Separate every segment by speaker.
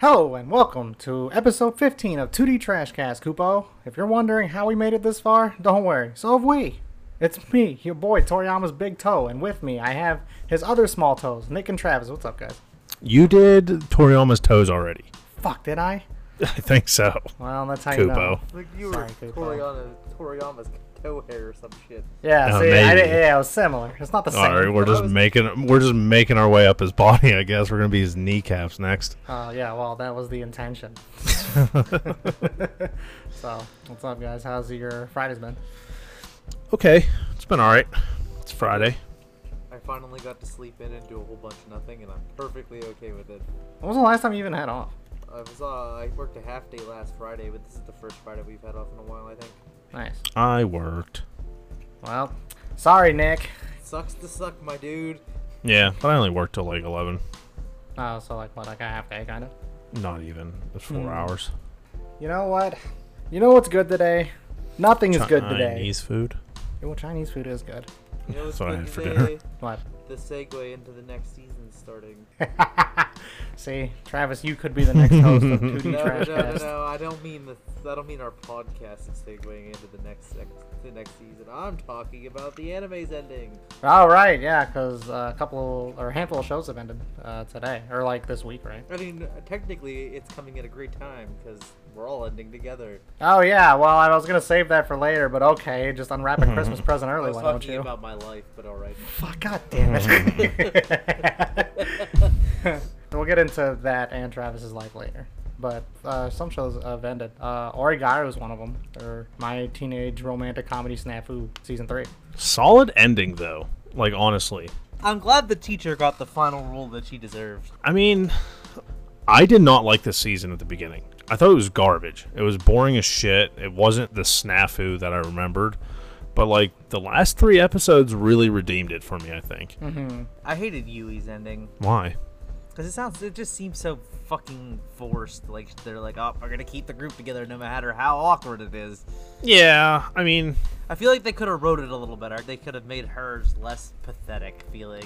Speaker 1: Hello and welcome to episode 15 of 2D Trashcast, Kupo. If you're wondering how we made it this far, don't worry, so have we. It's me, your boy Toriyama's Big Toe, and with me I have his other small toes, Nick and Travis. What's up, guys?
Speaker 2: You did Toriyama's toes already.
Speaker 1: Fuck, did I?
Speaker 2: I think so.
Speaker 1: Well, that's how you know.
Speaker 2: Kubo.
Speaker 3: Like you
Speaker 1: Sorry,
Speaker 3: were
Speaker 1: Kupo.
Speaker 3: Toriyama, Toriyama's toe hair or some shit.
Speaker 1: Yeah,
Speaker 2: Oh,
Speaker 1: see, I
Speaker 2: maybe.
Speaker 1: did, yeah, it was similar. It's not the same.
Speaker 2: All right, we're just
Speaker 3: Toriyama's-
Speaker 2: making we're just making our way up his body. I guess we're gonna be his kneecaps next.
Speaker 1: Uh, yeah, well, that was the intention. so, what's up, guys? How's your Friday's been?
Speaker 2: Okay, it's been all right. It's Friday.
Speaker 3: I finally got to sleep in and do a whole bunch of nothing, and I'm perfectly okay with it.
Speaker 1: When was the last time you even had off?
Speaker 3: I was uh, I worked a half day last Friday, but this is the first Friday we've had off in a while. I think
Speaker 1: Nice.
Speaker 2: I worked.
Speaker 1: Well, sorry, Nick.
Speaker 3: sucks to suck, my dude.
Speaker 2: Yeah, but I only worked till like eleven.
Speaker 1: Oh, so like what, like a half day, kind of.
Speaker 2: Not even. It's four
Speaker 1: Hmm.
Speaker 2: hours.
Speaker 1: You know what? You know what's good today? Nothing is good today.
Speaker 2: Chinese food.
Speaker 1: Well, Chinese food is good.
Speaker 3: You know what's
Speaker 2: That's what I
Speaker 3: good
Speaker 2: had for dinner.
Speaker 3: today?
Speaker 1: What?
Speaker 3: The segue into the next season starting.
Speaker 1: See, Travis, you could be the next host of 2D
Speaker 3: No, no, no,
Speaker 1: Trashcast.
Speaker 3: no. I don't mean the. I don't mean our podcast is segueing into the next sec- the next season. I'm talking about the anime's ending.
Speaker 1: All right, yeah, because uh, a couple or a handful of shows have ended uh, today, or like this week, right?
Speaker 3: I mean, technically, it's coming at a great time because we're all ending together.
Speaker 1: Oh yeah, well I was gonna save that for later, but okay, just unwrap a Christmas present
Speaker 3: I
Speaker 1: early,
Speaker 3: was
Speaker 1: why don't
Speaker 3: talking
Speaker 1: you?
Speaker 3: about my life, but all right.
Speaker 1: Fuck, god damn it. we'll get into that and Travis's life later. But uh, some shows have ended. Uh, Origaru is one of them, or My Teenage Romantic Comedy Snafu Season 3.
Speaker 2: Solid ending though. Like honestly,
Speaker 3: I'm glad the teacher got the final rule that she deserved.
Speaker 2: I mean, I did not like this season at the beginning. I thought it was garbage. It was boring as shit. It wasn't the snafu that I remembered. But like the last three episodes really redeemed it for me. I think.
Speaker 3: Mm. I hated Yui's ending
Speaker 2: Why?
Speaker 3: because it sounds, it just seems so fucking forced. Like they're like, oh, we're gonna keep the group together no matter how awkward it is.
Speaker 2: Yeah, I mean,
Speaker 3: I feel like they could have wrote it a little better. They could have made hers less pathetic feeling.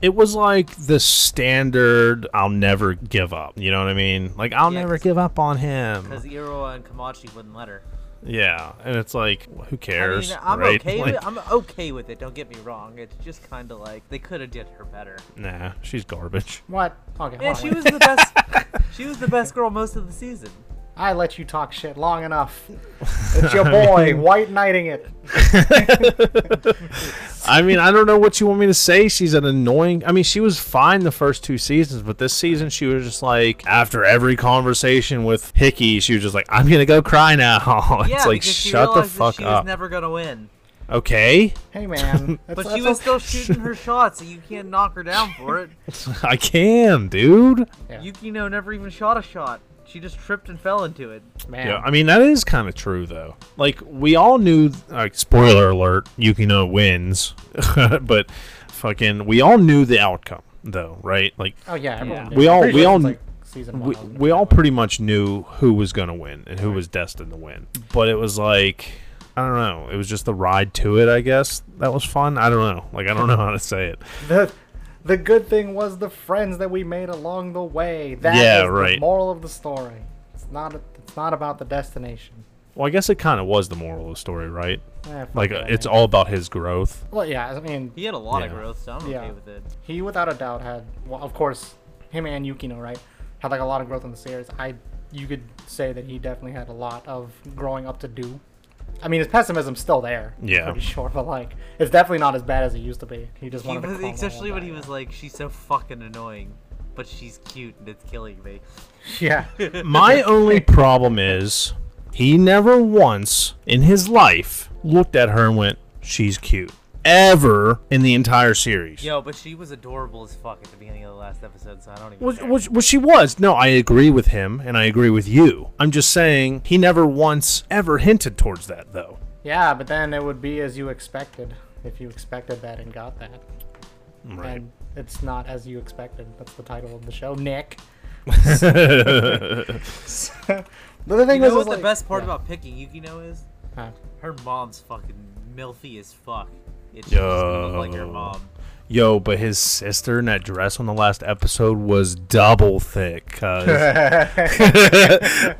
Speaker 2: it was like the standard. I'll never give up. You know what I mean? Like I'll
Speaker 3: Yeah,
Speaker 2: never
Speaker 3: 'cause-
Speaker 2: give up on him.
Speaker 3: Because Iroha and Kamachi wouldn't let her.
Speaker 2: Yeah, and it's like who
Speaker 3: I mean,
Speaker 2: cares?
Speaker 3: I'm
Speaker 2: right?
Speaker 3: okay.
Speaker 2: Like,
Speaker 3: with, I'm okay with it. Don't get me wrong. It's just kind of like they could have did her better.
Speaker 2: nah, she's garbage.
Speaker 1: What? Okay,
Speaker 3: Yeah,
Speaker 1: hold
Speaker 3: she
Speaker 1: on.
Speaker 3: was the best. she was the best girl most of the season.
Speaker 1: I let you talk shit long enough. It's your boy, white knighting it.
Speaker 2: I mean, I don't know what you want me to say. She's an annoying. I mean, she was fine the first two seasons, but this season she was just like after every conversation with Hickey, she was just like, "I'm gonna go cry now." it's
Speaker 3: Yeah,
Speaker 2: like
Speaker 3: because she
Speaker 2: shut the
Speaker 3: realized that
Speaker 2: fuck
Speaker 3: she
Speaker 2: up.
Speaker 3: was never gonna win.
Speaker 2: okay,
Speaker 1: Hey man. That's,
Speaker 3: But
Speaker 1: that's
Speaker 3: she was
Speaker 1: okay.
Speaker 3: still shooting her shots, so you can't knock her down for it.
Speaker 2: I can, dude.
Speaker 1: Yeah.
Speaker 3: Yukino never even shot a shot. She just tripped and fell into it.
Speaker 1: Man.
Speaker 2: Yeah, I mean that is kind of true though. Like we all knew. Like spoiler alert, Yukino wins, but fucking, we all knew the outcome though, right? Like
Speaker 1: oh yeah, everyone
Speaker 3: Yeah.
Speaker 1: did.
Speaker 2: We all-
Speaker 1: Pretty
Speaker 2: we
Speaker 1: sure
Speaker 2: all-
Speaker 1: it's, like season one.
Speaker 2: we,
Speaker 1: I was
Speaker 2: we all pretty much knew who was going to win and who was destined to win. But it was like, I don't know. It was just the ride to it, I guess. That was fun. I don't know. Like, I don't know how to say it.
Speaker 1: the the good thing was the friends that we made along the way. That is
Speaker 2: Yeah,
Speaker 1: the
Speaker 2: right.
Speaker 1: moral of the story. It's not it's not about the destination.
Speaker 2: Well, I guess it kind of was the moral of the story, right?
Speaker 1: Eh, fuck
Speaker 2: Like,
Speaker 1: it, I
Speaker 2: uh, it's
Speaker 1: mean.
Speaker 2: all about his growth.
Speaker 1: Well, yeah. I mean,
Speaker 3: He had a lot of
Speaker 2: Yeah.
Speaker 3: growth, so I'm
Speaker 1: Yeah.
Speaker 3: okay with it.
Speaker 1: he without a doubt had, well, of course, him and Yukino, right, had like a lot of growth in the series. I, you could say that he definitely had a lot of growing up to do. I mean, his pessimism's still there. I'm
Speaker 2: Yeah.
Speaker 1: pretty sure, but like, it's definitely not as bad as it used to be. He just
Speaker 3: He
Speaker 1: wanted
Speaker 3: was,
Speaker 1: to,
Speaker 3: especially when he was
Speaker 1: like,
Speaker 3: like, "She's so fucking annoying, but she's cute and it's killing me."
Speaker 1: yeah,
Speaker 2: My only problem is he never once in his life looked at her and went, she's cute. Ever in the entire series.
Speaker 3: Yo, but she was adorable as fuck at the beginning of the last episode, so I don't even.
Speaker 2: Well,
Speaker 3: care.
Speaker 2: well, well, she was. No, I agree with him, and I agree with you. I'm just saying he never once ever hinted towards that, though.
Speaker 1: yeah. But then it would be as you expected if you expected that and got that, and it's not as you expected. That's the title of the show, Nick. The other thing
Speaker 3: you
Speaker 1: was,
Speaker 3: know what
Speaker 1: is,
Speaker 3: the
Speaker 1: like-
Speaker 3: best part
Speaker 1: yeah.
Speaker 3: about picking Yukino is?
Speaker 1: Huh.
Speaker 3: Her mom's fucking milfy as fuck. It's just gonna look like her
Speaker 2: Yo.
Speaker 3: mom.
Speaker 2: Yo, but his sister in that dress on the last episode was double thick. Cause I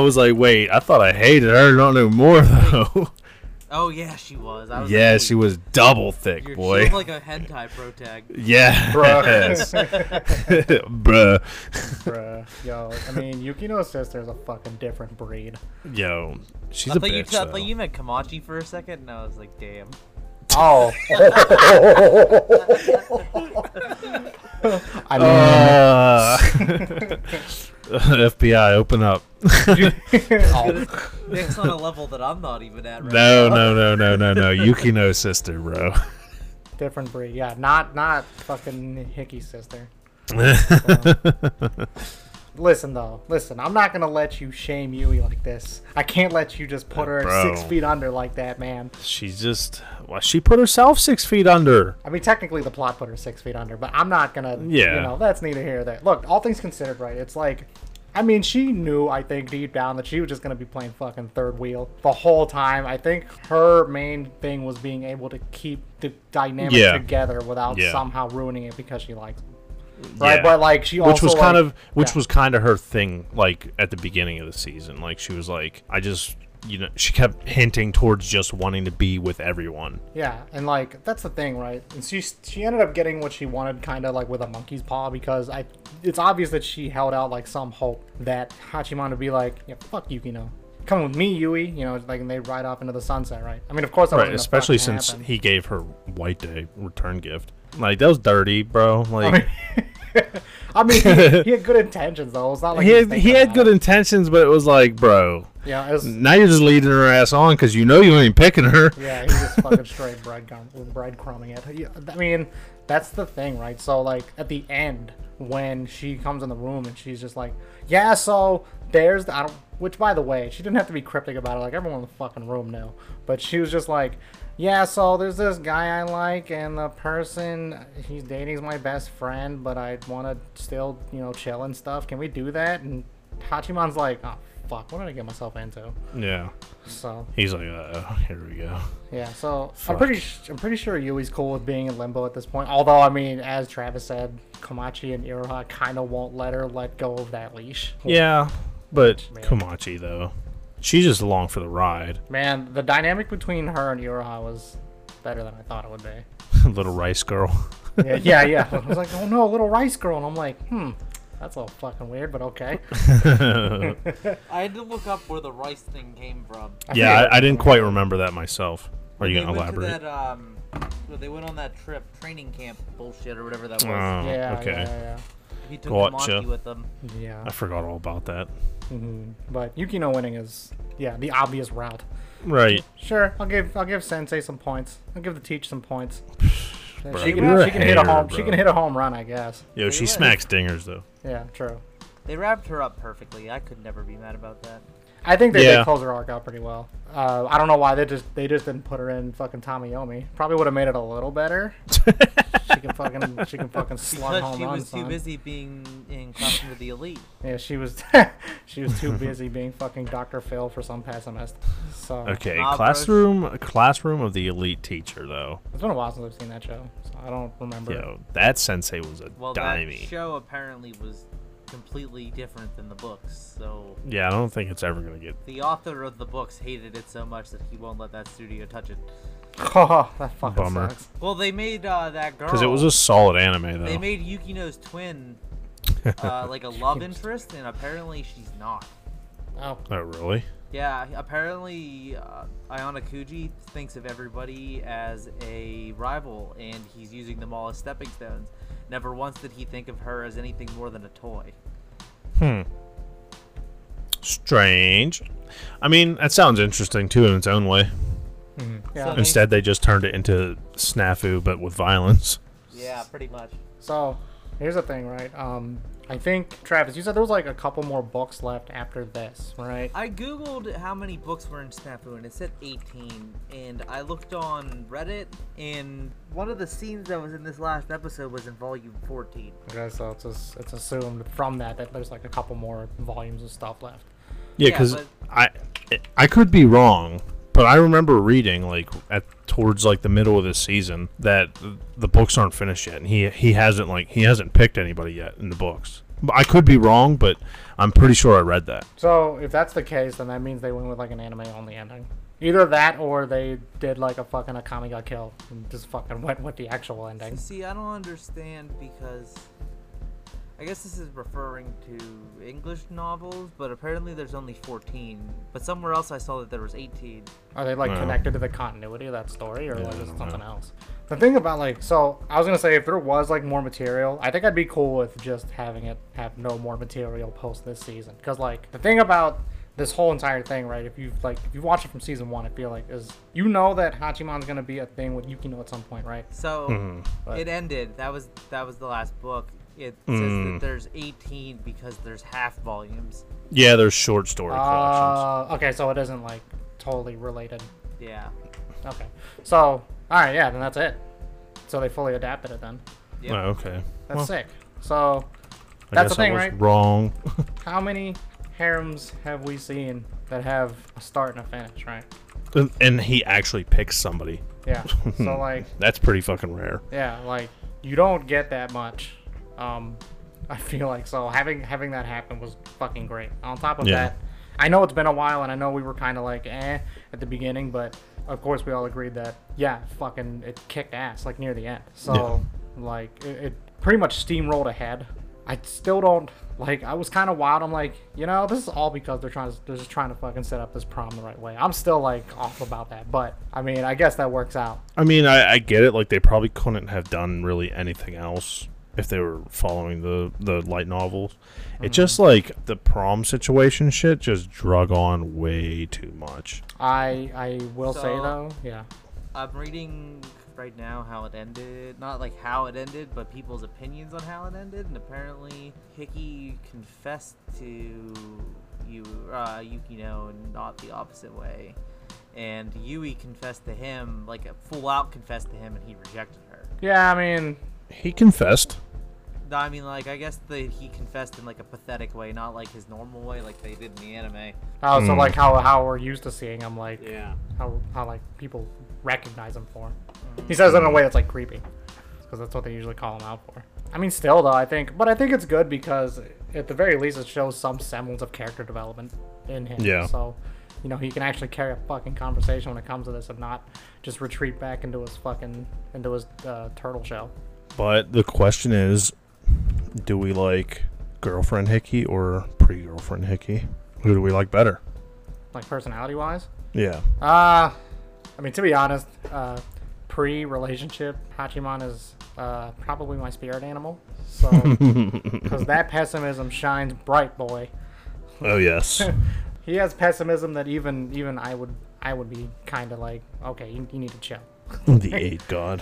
Speaker 2: was like, wait, I thought I hated her, not no more though.
Speaker 3: Oh yeah, she was. I was
Speaker 2: yeah,
Speaker 3: like,
Speaker 2: she was double thick,
Speaker 3: You're she
Speaker 2: boy.
Speaker 3: looked like a hentai pro tag.
Speaker 2: yeah, yes. bruh.
Speaker 1: Bruh. Yo, I mean, Yukino's sister's a fucking different breed.
Speaker 2: Yo, she's
Speaker 3: I
Speaker 2: a
Speaker 3: thought, you
Speaker 2: bitch.
Speaker 3: t- I
Speaker 2: though.
Speaker 3: thought you meant Kamachi for a second, and I was like, damn.
Speaker 1: Oh. I mean,
Speaker 2: Uh, FBI, open up.
Speaker 3: Nick's on a level that I'm not even at right now.
Speaker 2: No, no, no, no, no, no. Yukino's sister, bro.
Speaker 1: different breed. Yeah, not not fucking Hickey's sister. Listen though, listen. I'm not gonna let you shame Yui like this. I can't let you just put her at six
Speaker 2: Bro.
Speaker 1: feet under like that, man.
Speaker 2: She's just. Well, she put herself six feet under.
Speaker 1: I mean, technically the plot put her six feet under, but I'm not gonna.
Speaker 2: Yeah.
Speaker 1: You know, that's neither here nor there. Look, all things considered, right? It's like, I mean, she knew, I think, deep down that she was just gonna be playing fucking third wheel the whole time. I think her main thing was being able to keep the dynamic
Speaker 2: Yeah.
Speaker 1: together without
Speaker 2: Yeah.
Speaker 1: somehow ruining it because she likes. him. Right,
Speaker 2: Yeah.
Speaker 1: but like she
Speaker 2: Which
Speaker 1: also
Speaker 2: was kind
Speaker 1: like-
Speaker 2: of, which
Speaker 1: yeah.
Speaker 2: was kind of her thing. Like at the beginning of the season, like she was like, I just, you know, she kept hinting towards just wanting to be with everyone.
Speaker 1: Yeah, and like that's the thing, right? And she she ended up getting what she wanted, kind of like with a monkey's paw, because I it's obvious that she held out like some hope that Hachiman would be like, yeah, fuck Yukino, come with me, Yui. You know, like and they ride off into the sunset, right? I mean, of course, that
Speaker 2: Right,
Speaker 1: wasn't gonna
Speaker 2: especially
Speaker 1: fucking
Speaker 2: since
Speaker 1: happen.
Speaker 2: he gave her White Day return gift. Like that was dirty, bro. Like
Speaker 1: I mean, he, he had good intentions though. It's not like
Speaker 2: he
Speaker 1: was
Speaker 2: had, he
Speaker 1: thinking
Speaker 2: had
Speaker 1: about
Speaker 2: good
Speaker 1: it.
Speaker 2: intentions, but it was like, bro,
Speaker 1: Yeah, it was,
Speaker 2: now you're just leading her ass on because you know you ain't picking her.
Speaker 1: Yeah, he just fucking straight breadcrumb, breadcrumbing it. Yeah, I mean, that's the thing, right? So, like, at the end, when she comes in the room and she's just like, yeah, so there's the, I don't, which, by the way, she didn't have to be cryptic about it. Like, everyone in the fucking room knew. But she was just like, yeah, so there's this guy I like, and the person he's dating is my best friend, but I want to still, you know, chill and stuff. Can we do that? And Hachiman's like, oh, fuck, what did I get myself into?
Speaker 2: Yeah,
Speaker 1: So,
Speaker 2: he's like, uh, here we go.
Speaker 1: yeah, so I'm pretty sh- I'm pretty sure Yui's cool with being in limbo at this point. Although, I mean, as Travis said, Komachi and Iroha kind of won't let her let go of that leash.
Speaker 2: Yeah, but
Speaker 1: Man.
Speaker 2: Komachi though, she's just along for the ride.
Speaker 1: Man, the dynamic between her and Iroha was better than I thought it would be.
Speaker 2: Little rice girl.
Speaker 1: Yeah, yeah, yeah. I was like, oh no, little rice girl, and I'm like, hmm, that's a little fucking weird, but okay.
Speaker 3: I had to look up where the rice thing came from.
Speaker 2: yeah,
Speaker 1: forget-
Speaker 2: I, I didn't quite remember that myself. Are you
Speaker 3: They
Speaker 2: gonna
Speaker 3: went to
Speaker 2: elaborate?
Speaker 3: that, um, well, they went on that trip, training camp bullshit or whatever that was.
Speaker 2: Oh,
Speaker 1: Yeah,
Speaker 2: okay.
Speaker 1: yeah,
Speaker 3: he took
Speaker 2: gotcha.
Speaker 3: the monkey with him.
Speaker 1: yeah, yeah.
Speaker 2: I forgot all about that.
Speaker 1: hmm But Yukino winning is, yeah, the obvious route.
Speaker 2: Right.
Speaker 1: Sure, I'll give I'll give Sensei some points. I'll give the teach some points. she
Speaker 2: you were
Speaker 1: can,
Speaker 2: a
Speaker 1: she can hit a
Speaker 2: hater,
Speaker 1: home she
Speaker 2: bro.
Speaker 1: can hit a home run, I guess.
Speaker 2: Yo, she
Speaker 3: were.
Speaker 2: smacks dingers though.
Speaker 1: Yeah, true.
Speaker 3: They wrapped her up perfectly. I could never be mad about that.
Speaker 1: I think they
Speaker 2: Yeah.
Speaker 1: did close her arc out pretty well. Uh, I don't know why they just they just didn't put her in fucking Tamiyomi. Probably would have made it a little better. she can fucking she can fucking slug
Speaker 3: But
Speaker 1: home
Speaker 3: she
Speaker 1: runs.
Speaker 3: was too
Speaker 1: son.
Speaker 3: busy being in classroom with the elite.
Speaker 1: Yeah, she was she was too busy being fucking Doctor Phil for some pessimist. So
Speaker 2: Okay,
Speaker 3: Nah, bro,
Speaker 2: classroom, classroom of the elite teacher though.
Speaker 1: it's been a while since I've seen that show, so I don't remember.
Speaker 2: Yo, that sensei was a
Speaker 3: Well, that
Speaker 2: dimey.
Speaker 3: show apparently was completely different than the books. So
Speaker 2: yeah, I don't think it's ever gonna get.
Speaker 3: the author of the books hated it so much that he won't let that studio touch it.
Speaker 1: Oh, that fucking
Speaker 2: Bummer.
Speaker 1: sucks.
Speaker 3: Well, they made uh, that girl.
Speaker 2: Because it was a solid anime
Speaker 3: They
Speaker 2: though.
Speaker 3: made Yukino's twin uh, like a love interest, and apparently she's not.
Speaker 1: Oh,
Speaker 2: oh really?
Speaker 3: Yeah, apparently uh, Ayana Kuji thinks of everybody as a rival, and he's using them all as stepping stones. Never once did he think of her as anything more than a toy.
Speaker 2: Strange. I mean, that sounds interesting too in its own way.
Speaker 1: yeah.
Speaker 3: So-
Speaker 2: Instead, they just turned it into snafu, but with violence.
Speaker 3: Yeah, pretty much.
Speaker 1: So here's the thing, right? Um, I think Travis, you said there was like a couple more books left after this, right?
Speaker 3: I googled how many books were in Snafu, and it said 18. And I looked on Reddit, and one of the scenes that was in this last episode was in volume 14.
Speaker 1: Okay, so it's just, it's assumed from that that there's like a couple more volumes of stuff left.
Speaker 2: Yeah,
Speaker 3: Yeah,
Speaker 2: because
Speaker 3: but-
Speaker 2: I I could be wrong, But I remember reading like at towards like the middle of this season that th- the books aren't finished yet, and he he hasn't like he hasn't picked anybody yet in the books. But I could be wrong, but I'm pretty sure I read that.
Speaker 1: So if that's the case, then that means they went with like an anime only ending. Either that or they did like a fucking Akami got killed and just fucking went with the actual ending.
Speaker 3: See, I don't understand because I guess this is referring to English novels, but apparently there's only 14. But somewhere else I saw that there was 18.
Speaker 1: Are they like
Speaker 2: Well.
Speaker 1: connected to the continuity of that story or
Speaker 2: Yeah,
Speaker 1: like is
Speaker 2: I
Speaker 1: it
Speaker 2: don't
Speaker 1: something
Speaker 2: know.
Speaker 1: else? The thing about like so I was gonna say if there was like more material, I think I'd be cool with just having it have no more material post this season. Cause like the thing about this whole entire thing, right? If you've like if you watch it from season one, I feel like is you know that Hachiman's gonna be a thing with Yukino at some point, right?
Speaker 3: So
Speaker 1: But-
Speaker 3: it ended. That was that was the last book. It says that there's 18 because there's half volumes.
Speaker 2: Yeah, there's short story collections.
Speaker 1: Uh, okay, so it isn't like totally related.
Speaker 3: Yeah.
Speaker 1: Okay, so all right, yeah, then that's it. So they fully adapted it then.
Speaker 3: Yep.
Speaker 2: Oh, okay,
Speaker 1: That's
Speaker 2: Well.
Speaker 1: sick. So
Speaker 2: I
Speaker 1: That's
Speaker 2: guess
Speaker 1: the
Speaker 2: I
Speaker 1: thing,
Speaker 2: was
Speaker 1: right?
Speaker 2: wrong.
Speaker 1: how many harems have we seen that have a start and a finish, right?
Speaker 2: and, and he actually picks somebody.
Speaker 1: Yeah. so like,
Speaker 2: That's pretty fucking rare.
Speaker 1: yeah, like you don't get that much. Um, I feel like so having having that happen was fucking great. On top of
Speaker 2: Yeah.
Speaker 1: that, I know it's been a while, and I know we were kind of like eh at the beginning, but of course we all agreed that yeah, fucking it kicked ass like near the end. So like it, it pretty much steamrolled ahead. I still don't like. I was kind of wild. I'm like, you know, this is all because they're trying. To, they're just trying to fucking set up this prom the right way. I'm still like off about that, but I mean, I guess that works out.
Speaker 2: I mean, I, I get it. Like they probably couldn't have done really anything else if they were following the the light novels.
Speaker 1: Mm.
Speaker 2: It just like the prom situation shit just drug on way too much.
Speaker 1: I I will say
Speaker 3: So-
Speaker 1: though, yeah.
Speaker 3: I'm reading right now how it ended. Not like how it ended, but people's opinions on how it ended. And apparently, Hickey confessed to you, uh, Yukino, and not the opposite way. And Yui confessed to him, like a full out confessed to him, and he rejected her.
Speaker 1: Yeah, I mean,
Speaker 2: He confessed.
Speaker 3: No, I mean, like, I guess that he confessed in like a pathetic way, not like his normal way, like they did in the anime.
Speaker 1: oh, so
Speaker 2: Hmm.
Speaker 1: like how how we're used to seeing him, like
Speaker 3: Yeah.
Speaker 1: how how like people recognize him for.
Speaker 3: Mm-hmm.
Speaker 1: He says it in a way that's like creepy, because that's what they usually call him out for. I mean, still though, I think, but I think it's good because at the very least it shows some semblance of character development in him.
Speaker 2: Yeah.
Speaker 1: So, you know, he can actually carry a fucking conversation when it comes to this and not just retreat back into his fucking into his uh, turtle shell.
Speaker 2: But the question is, do we like girlfriend Hickey or pre-girlfriend Hickey? Who do we like better?
Speaker 1: Like personality wise,
Speaker 2: Yeah.
Speaker 1: Uh, I mean, to be honest, uh, pre relationship, Hachiman is uh, probably my spirit animal. So, because that pessimism shines bright, boy.
Speaker 2: Oh yes.
Speaker 1: He has pessimism that even even I would I would be kind of like, okay, you, you need to chill.
Speaker 2: the eight god.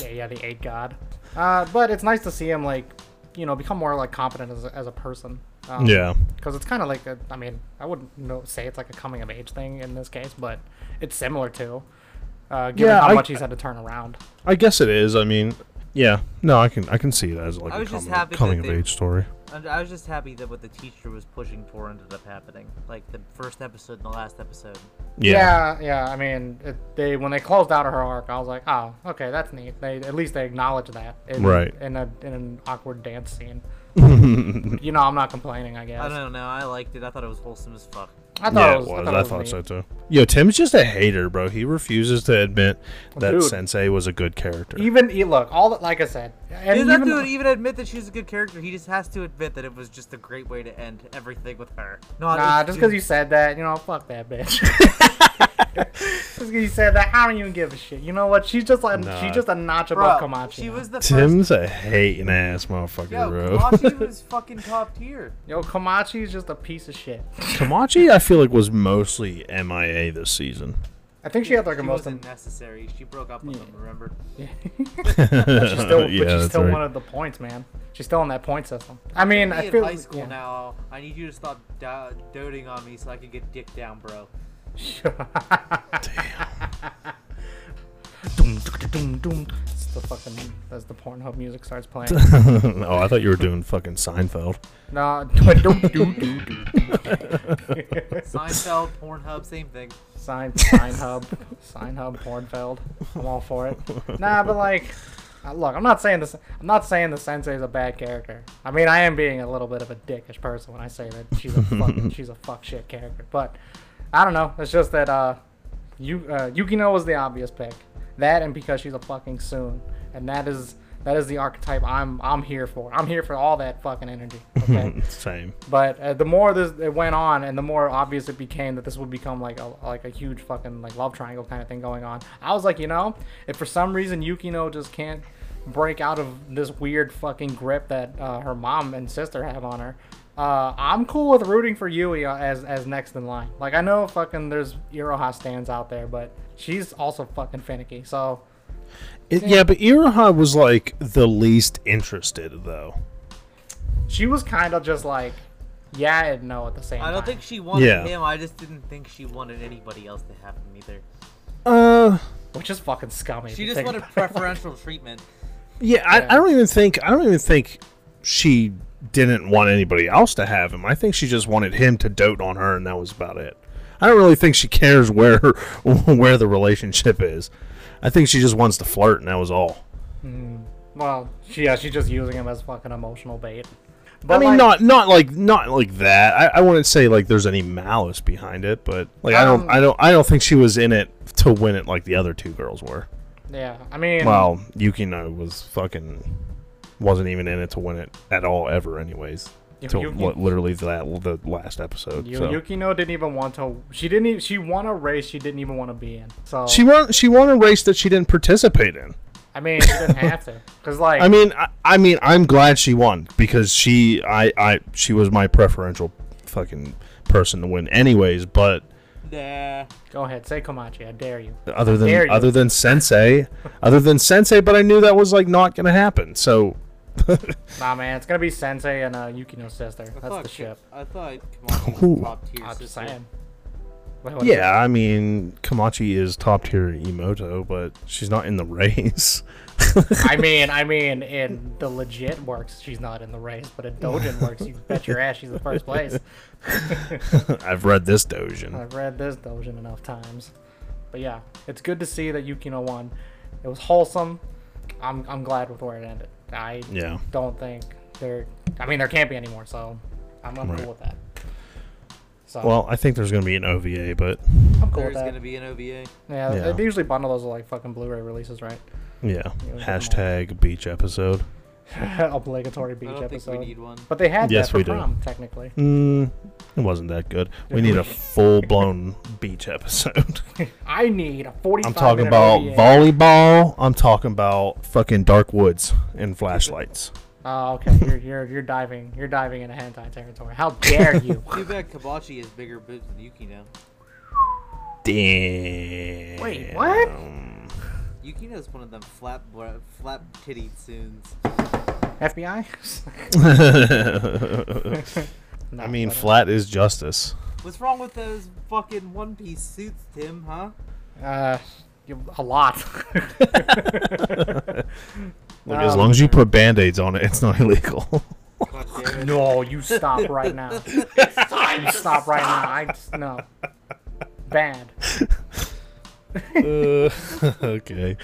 Speaker 1: yeah, yeah, the eight god. Uh, but it's nice to see him like, you know, become more like competent as, a- as a person. Um,
Speaker 2: Yeah.
Speaker 1: because it's kind of like a, I mean I wouldn't know, say it's like a coming of age thing in this case, but it's similar to, uh, given
Speaker 2: Yeah,
Speaker 1: how
Speaker 2: I-
Speaker 1: much he's had to turn around.
Speaker 2: I guess it is. I mean, yeah. No, I can I can see it as like
Speaker 3: I
Speaker 2: a
Speaker 3: was just
Speaker 2: coming,
Speaker 3: happy that
Speaker 2: coming of
Speaker 3: they-
Speaker 2: age story.
Speaker 3: And I was just happy that what the teacher was pushing for ended up happening. Like the first episode and the last episode.
Speaker 1: Yeah, yeah. I mean, it, they when they closed out her arc, I was like, oh, okay, that's neat. They at least they acknowledge that, in,
Speaker 2: Right.
Speaker 1: In a in an awkward dance scene. you know, I'm not complaining. I guess
Speaker 3: I don't know. I liked it. I thought it was wholesome as fuck.
Speaker 1: I thought
Speaker 2: yeah,
Speaker 1: it was. I thought, it was neat.
Speaker 2: so too. Yo, Tim's just a hater, bro. He refuses to admit that
Speaker 1: Dude.
Speaker 2: Sensei was a good character.
Speaker 1: Even e- look, all that, like I said, and
Speaker 3: He doesn't
Speaker 1: even,
Speaker 3: have to even admit that she's a good character. He just has to admit that it was just a great way to end everything with her. Not
Speaker 1: Nah, just because you said that, you know, fuck that bitch. just because you said that, I don't even give a shit. You know what? She's just like
Speaker 2: Nah.
Speaker 1: she's just a notch
Speaker 3: bro,
Speaker 1: above Kamachi.
Speaker 3: she
Speaker 1: now.
Speaker 3: was the first.
Speaker 2: Tim's a hating ass motherfucker,
Speaker 3: Yo,
Speaker 2: bro.
Speaker 3: Kamachi was fucking top tier.
Speaker 1: Yo, Kamachi is just a piece of shit.
Speaker 2: Kamachi, I feel like was mostly MIA this season.
Speaker 1: I think she had like a
Speaker 3: she
Speaker 1: most.
Speaker 3: wasn't necessary. She broke up with him. Remember?
Speaker 1: She's still,
Speaker 2: yeah,
Speaker 1: but she's
Speaker 2: that's
Speaker 1: still
Speaker 2: right.
Speaker 1: one of the points, man. She's still in that point system. I mean,
Speaker 3: Me
Speaker 1: I
Speaker 3: in
Speaker 1: feel
Speaker 3: high school
Speaker 1: yeah.
Speaker 3: now. I need you to stop do- doting on me so I can get dick down, bro.
Speaker 1: Doom, doom, doom, doom. the fucking as the Pornhub music starts playing.
Speaker 2: oh, I thought you were doing fucking Seinfeld.
Speaker 1: nah, do do do do.
Speaker 3: Seinfeld, Pornhub, same thing.
Speaker 1: Sign, sign hub, sign hub, Pornfeld. I'm all for it. Nah, but like, uh, look, I'm not saying this. I'm not saying the sensei is a bad character. I mean, I am being a little bit of a dickish person when I say that she's a fucking, she's a fuck shit character. But I don't know. It's just that uh, you uh, Yukino was the obvious pick. That and because she's a fucking soon, and that is that is the archetype I'm I'm here for. I'm here for all that fucking energy. Okay.
Speaker 2: Same.
Speaker 1: But uh, the more this it went on, and the more obvious it became that this would become like a like a huge fucking like love triangle kind of thing going on. I was like, you know, if for some reason Yukino just can't break out of this weird fucking grip that uh, her mom and sister have on her, uh, I'm cool with rooting for Yui uh, as as next in line. Like I know fucking there's Iroha stands out there, but she's also fucking finicky. So
Speaker 2: It, yeah, but Iroha was like the least interested though.
Speaker 1: she was kind of just like, yeah and no at the same
Speaker 3: I
Speaker 1: time.
Speaker 3: don't think she wanted
Speaker 2: Yeah.
Speaker 3: him. I just didn't think she wanted anybody else to have him either.
Speaker 2: Uh,
Speaker 1: which is fucking scummy. if
Speaker 3: She
Speaker 1: you
Speaker 3: just
Speaker 1: think
Speaker 3: wanted
Speaker 1: about it.
Speaker 3: preferential treatment.
Speaker 2: yeah, I, I don't even think I don't even think she didn't want anybody else to have him. I think she just wanted him to dote on her, and that was about it. I don't really think she cares where where the relationship is. I think she just wants to flirt, and that was all.
Speaker 1: Well, she, yeah, she's just using him as fucking emotional bait. But
Speaker 2: I mean,
Speaker 1: like,
Speaker 2: not not like not like that. I, I wouldn't say like there's any malice behind it, but like I don't
Speaker 1: Um,
Speaker 2: I don't I don't think she was in it to win it like the other two girls were.
Speaker 1: Yeah, I mean,
Speaker 2: Well, Yukino was fucking wasn't even in it to win it at all ever, anyways.
Speaker 1: Yeah,
Speaker 2: Till
Speaker 1: Yuki-
Speaker 2: li- literally that the last episode.
Speaker 1: Yu-
Speaker 2: so.
Speaker 1: Yukino didn't even want to. She didn't. Even, she won a race she didn't even want to be in. So
Speaker 2: She won. She won a race that she didn't participate in.
Speaker 1: I mean, she didn't have to. Cause like,
Speaker 2: I mean, I, I mean, I'm glad she won because she, I, I, she was my preferential fucking person to win, anyways. But
Speaker 3: Nah.
Speaker 1: go ahead, say Komachi, I dare you.
Speaker 2: other
Speaker 1: dare
Speaker 2: than
Speaker 1: you.
Speaker 2: other than sensei other than sensei but i knew that was like not gonna happen so
Speaker 1: Nah, man, it's gonna be Sensei and uh, Yukino's sister.
Speaker 3: I
Speaker 1: That's
Speaker 3: thought,
Speaker 1: the ship.
Speaker 3: I thought Kamachi
Speaker 2: Ooh.
Speaker 3: was top tier
Speaker 1: I'm just
Speaker 3: sister.
Speaker 1: saying. Wait, what is
Speaker 2: yeah i mean kamachi is top tier emoto but she's not in the race
Speaker 1: it? I mean, I mean, in the legit works, she's not in the race, but in Dojin works, you bet your ass she's in first place.
Speaker 2: i've read this dojin
Speaker 1: I've read this doujin enough times. But yeah, it's good to see that Yukino won. It was wholesome. I'm, I'm glad with where it ended. I
Speaker 2: yeah
Speaker 1: don't think there. I mean, there can't be anymore, so I'm, I'm
Speaker 2: Right.
Speaker 1: cool with that. So
Speaker 2: well i think there's gonna be an ova but
Speaker 1: I'm cool with
Speaker 3: There's
Speaker 1: that.
Speaker 3: gonna be an OVA.
Speaker 1: yeah,
Speaker 2: Yeah.
Speaker 1: They, they usually bundle those with like fucking Blu-ray releases, right?
Speaker 2: yeah
Speaker 1: all.
Speaker 2: hashtag beach episode
Speaker 1: Obligatory beach
Speaker 3: I don't
Speaker 1: episode.
Speaker 3: think we need one.
Speaker 1: But they had
Speaker 2: Yes,
Speaker 1: that for
Speaker 2: we do.
Speaker 1: prom, technically.
Speaker 2: mm, it wasn't that good we need a full-blown beach episode
Speaker 1: I need a 45
Speaker 2: i'm talking
Speaker 1: minute
Speaker 2: about
Speaker 1: OVA.
Speaker 2: volleyball i'm talking about fucking dark woods and flashlights
Speaker 1: oh, okay. You're, you're you're diving. You're diving into hentai territory. How dare you?
Speaker 3: Too bad Kabachi has bigger boobs than Yukino.
Speaker 2: Damn.
Speaker 1: Wait, what?
Speaker 3: Yukino's one of them flat, bra- flat titty soons.
Speaker 1: FBI? No,
Speaker 2: I mean,
Speaker 1: but, uh,
Speaker 2: flat is justice.
Speaker 3: What's wrong with those fucking One Piece suits, Tim? Huh?
Speaker 1: Uh, you- a lot.
Speaker 2: Look, as
Speaker 1: Um,
Speaker 2: long as you put band aids on it, it's not illegal.
Speaker 3: God damn it.
Speaker 1: no, you stop right now. You stop right now. I just, no. Bad.
Speaker 2: uh, okay.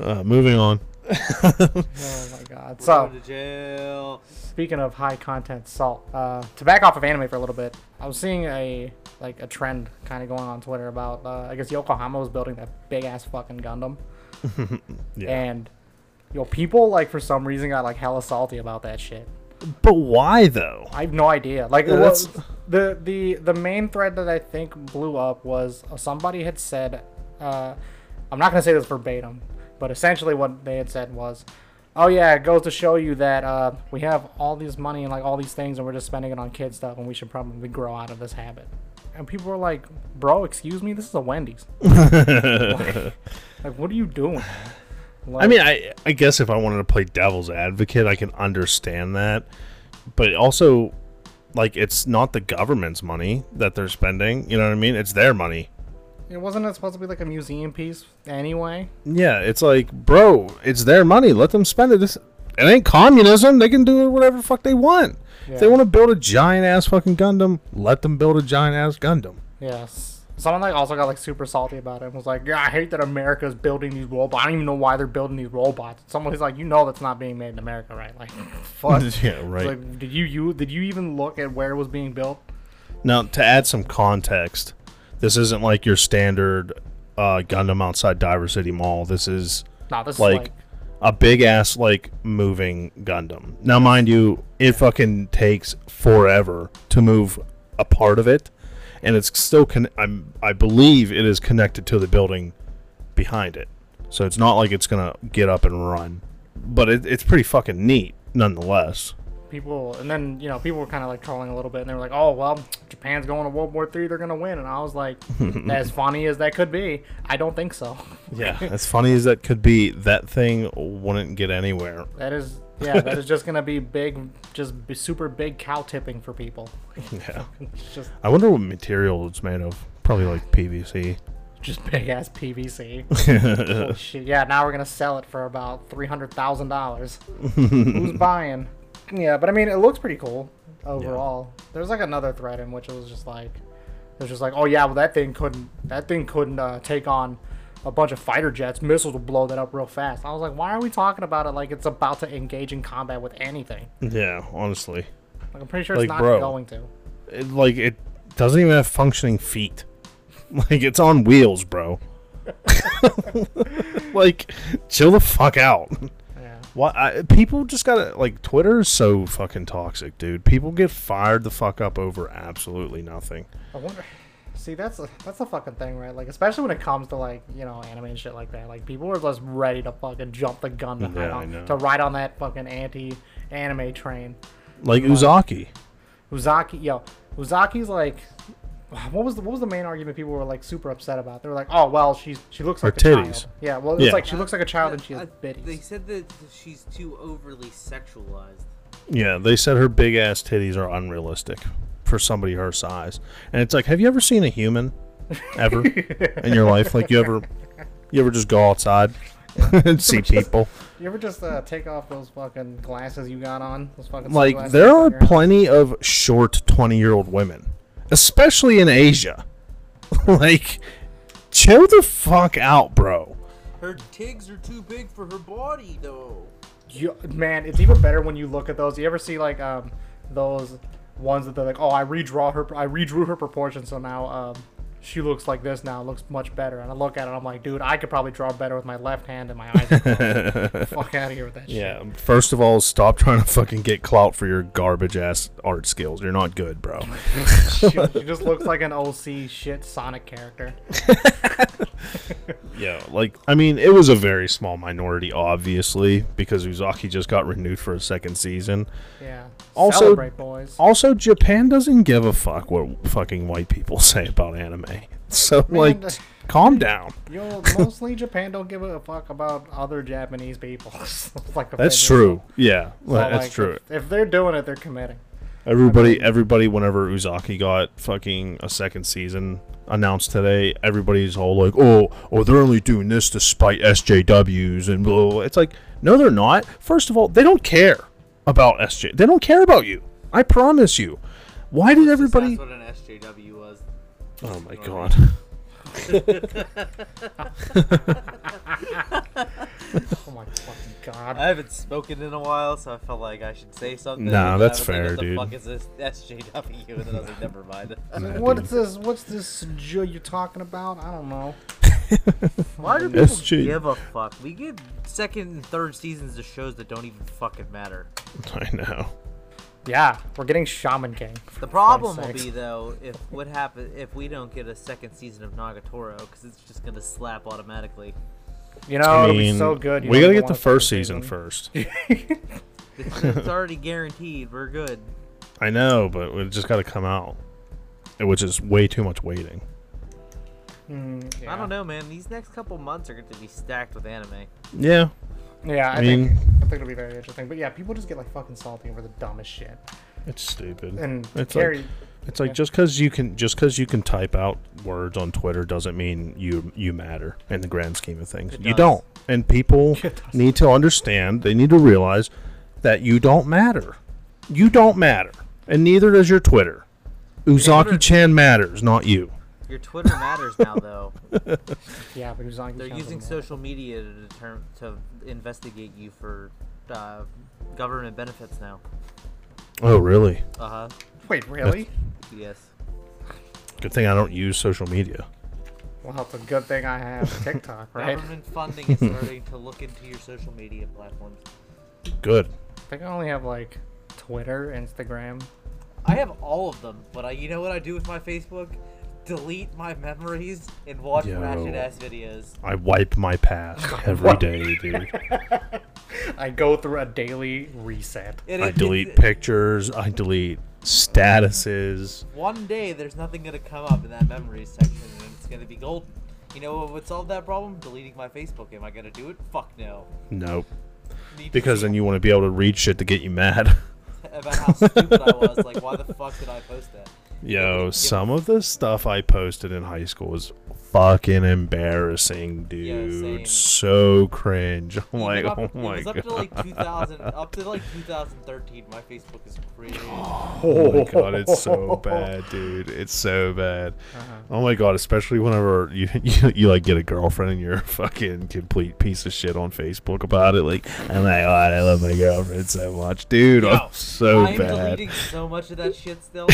Speaker 2: Uh, moving on.
Speaker 1: Oh my god.
Speaker 3: We're
Speaker 1: So,
Speaker 3: going to jail.
Speaker 1: speaking of high content salt, uh, to back off of anime for a little bit, I was seeing a like a trend kind of going on Twitter about uh, I guess Yokohama was building that big ass fucking Gundam.
Speaker 2: Yeah.
Speaker 1: And yo, people like for some reason got like hella salty about that shit.
Speaker 2: But why though?
Speaker 1: I have no idea. Like
Speaker 2: Yeah,
Speaker 1: it was-
Speaker 2: that's-
Speaker 1: the the the main thread that I think blew up was somebody had said, uh, I'm not gonna say this verbatim, but essentially what they had said was, "Oh yeah, it goes to show you that uh, we have all this money and like all these things, and we're just spending it on kid stuff, and we should probably grow out of this habit." And people were like, "Bro, excuse me, this is a Wendy's. Like, what are you doing?"
Speaker 2: I mean, I I guess if I wanted to play devil's advocate, I can understand that, but also, like, it's not the government's money that they're spending. You know what I mean? It's their money.
Speaker 1: it wasn't it supposed to be like a museum piece anyway?
Speaker 2: Yeah, it's like, bro, it's their money. Let them spend it. This, it ain't communism. They can do whatever the fuck they want. If they
Speaker 1: Yeah.
Speaker 2: want to build a giant ass fucking Gundam, let them build a giant ass Gundam.
Speaker 1: Yes. Someone like also got like super salty about it and was like, "Yeah, I hate that America's building these robots. I don't even know why they're building these robots." Someone's like, "You know that's not being made in America, right?" Like, fuck.
Speaker 2: yeah, right.
Speaker 1: It's Like, did you you did you even look at where it was being built?
Speaker 2: Now, to add some context, this isn't like your standard uh, Gundam outside Diver City Mall. This is
Speaker 1: No, this
Speaker 2: like,
Speaker 1: is like
Speaker 2: a big ass like moving Gundam. Now, mind you, it fucking takes forever to move a part of it, and it's still con- I'm I believe it is connected to the building behind it, so it's not like it's gonna get up and run. But it, it's pretty fucking neat, nonetheless.
Speaker 1: people and then you know people were kind of like trolling a little bit and they were like oh well japan's going to world war three they're going to win and i was like as funny as that could be i don't think so
Speaker 2: Yeah, as funny as that could be, that thing wouldn't get anywhere.
Speaker 1: that is yeah that is just going to be big just b super big cow tipping for people
Speaker 2: Yeah,
Speaker 1: it's just
Speaker 2: I wonder what material it's made of. Probably like PVC.
Speaker 1: just big ass pvc Holy shit. yeah now we're going to sell it for about $300000 who's buying yeah but i mean it looks pretty cool overall there was like another thread in which it was just like It was just like, oh yeah, well that thing couldn't, that thing couldn't uh, take on a bunch of fighter jets. Missiles will blow that up real fast. I was like, why are we talking about it like it's about to engage in combat with anything?
Speaker 2: yeah, honestly.
Speaker 1: Like I'm pretty sure it's
Speaker 2: Like,
Speaker 1: not
Speaker 2: bro.
Speaker 1: going to.
Speaker 2: it, like it doesn't even have functioning feet. Like it's on wheels, bro. like chill the fuck out.
Speaker 1: Yeah.
Speaker 2: Why I, people just gotta like Twitter is so fucking toxic, dude. People get fired the fuck up over absolutely nothing.
Speaker 1: I wonder. See, that's a, that's a fucking thing, right? Like, especially when it comes to like you know anime and shit like that. Like, people are just ready to fucking jump the gun to,
Speaker 2: Yeah,
Speaker 1: ride,
Speaker 2: I
Speaker 1: on,
Speaker 2: know.
Speaker 1: to ride on that fucking anti anime train.
Speaker 2: Like Uzaki.
Speaker 1: Uzaki, yo, Uzaki's like, what was the what was the main argument people were like super upset about? They were like, oh well, she's she looks
Speaker 2: Her
Speaker 1: like a
Speaker 2: titties.
Speaker 1: child. Yeah, well, it's
Speaker 2: Yeah.
Speaker 1: like she looks like a child and she
Speaker 3: I-
Speaker 1: has bitties.
Speaker 3: They said that she's too overly sexualized.
Speaker 2: Yeah, they said her big ass titties are unrealistic for somebody her size. And it's like, have you ever seen a human ever in your life? Like you ever you ever just go outside and see people?
Speaker 1: You ever just uh, take off those fucking glasses you got on? Those fucking
Speaker 2: like
Speaker 1: sunglasses
Speaker 2: there
Speaker 1: you
Speaker 2: are
Speaker 1: got on?
Speaker 2: plenty of short 20 year old women especially in asia like chill the fuck out bro
Speaker 3: Her tigs are too big for her body, though.
Speaker 1: You, man, it's even better when you look at those. You ever see like um those ones that they're like, oh, I redraw her, I redrew her proportions, so now um she looks like this now, looks much better. And I look at it, I'm like, dude, I could probably draw better with my left hand and my eyes. are closed." Fuck out of here with that shit.
Speaker 2: yeah first of all stop trying to fucking get clout for your garbage ass art skills you're not good bro
Speaker 1: she, she just looks like an OC shit Sonic character.
Speaker 2: yeah like i mean it was a very small minority obviously because uzaki just got renewed for a second season
Speaker 1: Yeah.
Speaker 2: Also-
Speaker 1: Celebrate, boys.
Speaker 2: also japan doesn't give a fuck what fucking white people say about anime so like
Speaker 1: the-
Speaker 2: calm down
Speaker 1: Yo, mostly Japan don't give a fuck about other Japanese people. It's like a
Speaker 2: That's
Speaker 1: thing.
Speaker 2: true. Yeah,
Speaker 1: So,
Speaker 2: that's
Speaker 1: like,
Speaker 2: true.
Speaker 1: If, if they're doing it, they're committing.
Speaker 2: Everybody, everybody. Whenever Uzaki got fucking a second season announced today, everybody's all like, "Oh, oh, they're only doing this to spite SJWs and blah." blah, blah." It's like, no, they're not. First of all, they don't care about SJ. They don't care about you. I promise you. Why did everybody?
Speaker 3: That's what an SJW was.
Speaker 2: Oh my god.
Speaker 1: Oh my fucking god.
Speaker 3: I haven't spoken in a while, so I felt like I should say something.
Speaker 2: Nah,
Speaker 3: and
Speaker 2: that's
Speaker 3: I was like,
Speaker 2: fair,
Speaker 3: what the
Speaker 2: dude.
Speaker 3: Fuck is this SJW? And then I was like, never mind.
Speaker 1: What's this? What's this Joe you're talking about? I don't know.
Speaker 3: Why do
Speaker 2: people SJ. give
Speaker 3: a fuck? We get second and third seasons of shows that don't even fucking matter.
Speaker 2: I know.
Speaker 1: Yeah, we're getting Shaman King.
Speaker 3: The problem will
Speaker 1: sakes.
Speaker 3: be though if what happen if we don't get a second season of Nagatoro because it's just gonna slap automatically.
Speaker 1: You know,
Speaker 2: I
Speaker 1: it'll Oh, be
Speaker 2: mean,
Speaker 1: so good. you
Speaker 2: we
Speaker 1: don't
Speaker 2: gotta
Speaker 1: even
Speaker 2: get
Speaker 1: want
Speaker 2: the
Speaker 1: a second
Speaker 2: first season first.
Speaker 3: It's, it's already guaranteed. We're good.
Speaker 2: I know, but it just gotta come out, which is way too much waiting.
Speaker 1: Mm, yeah.
Speaker 3: I don't know, man. These next couple months are going to be stacked with anime.
Speaker 2: Yeah,
Speaker 1: Yeah, I,
Speaker 2: I mean-
Speaker 1: think I think it'll be very interesting. But yeah, people just get like fucking salty over the dumbest shit.
Speaker 2: It's stupid.
Speaker 1: And
Speaker 2: it's
Speaker 1: Carrie,
Speaker 2: like, It's like just because you can just because you can type out words on Twitter doesn't mean you you matter in the grand scheme of things.
Speaker 3: It
Speaker 2: You
Speaker 3: does.
Speaker 2: don't, and people
Speaker 1: It does.
Speaker 2: need to understand. They need to realize that you don't matter. You don't matter, and neither does your Twitter. Uzaki Chan matters, not you.
Speaker 3: Your Twitter matters now, though.
Speaker 1: Yeah, but who's on?
Speaker 3: They're using social media to determine to investigate you for uh, government benefits now.
Speaker 2: Oh, really?
Speaker 3: Uh huh.
Speaker 1: Wait, really?
Speaker 3: Yes.
Speaker 2: Good thing I don't use social media.
Speaker 1: Well, it's a good thing I have TikTok, right?
Speaker 3: Government funding is starting to look into your social media platforms.
Speaker 2: Good.
Speaker 1: I think I only have like Twitter, Instagram.
Speaker 3: I have all of them, but I, you know what I do with my Facebook? Delete my memories and watch
Speaker 2: Yo.
Speaker 3: ratchet ass videos.
Speaker 2: I wipe my past every day, dude.
Speaker 1: I go through a daily reset.
Speaker 3: And
Speaker 2: I
Speaker 3: it-
Speaker 2: delete
Speaker 3: it-
Speaker 2: pictures. I delete statuses.
Speaker 3: One day there's nothing gonna come up in that memories section, and it's gonna be golden. You know what would solve that problem? Deleting my Facebook. Am I gonna do it? Fuck no.
Speaker 2: Nope.
Speaker 3: Need to
Speaker 2: Because
Speaker 3: see
Speaker 2: then you want to be able to read shit to get you mad.
Speaker 3: about how stupid I was. Like, why the fuck did I post that?
Speaker 2: Yo, some of the stuff I posted in high school was fucking embarrassing, dude.
Speaker 3: same.
Speaker 2: so cringe. I'm
Speaker 3: Even
Speaker 2: like,
Speaker 3: up-
Speaker 2: oh my
Speaker 3: it was up to
Speaker 2: god.
Speaker 3: like 2000, up to like 2013. My Facebook is crazy.
Speaker 2: Oh my god, it's so bad, dude. It's so bad.
Speaker 3: Uh-huh.
Speaker 2: Oh my god, especially whenever you, you you like get a girlfriend and you're a fucking complete piece of shit on Facebook about it. Like, oh my god, I love my girlfriend so much, dude.
Speaker 3: Yo,
Speaker 2: I'm so
Speaker 3: I'm
Speaker 2: bad.
Speaker 3: deleting so much of that shit still.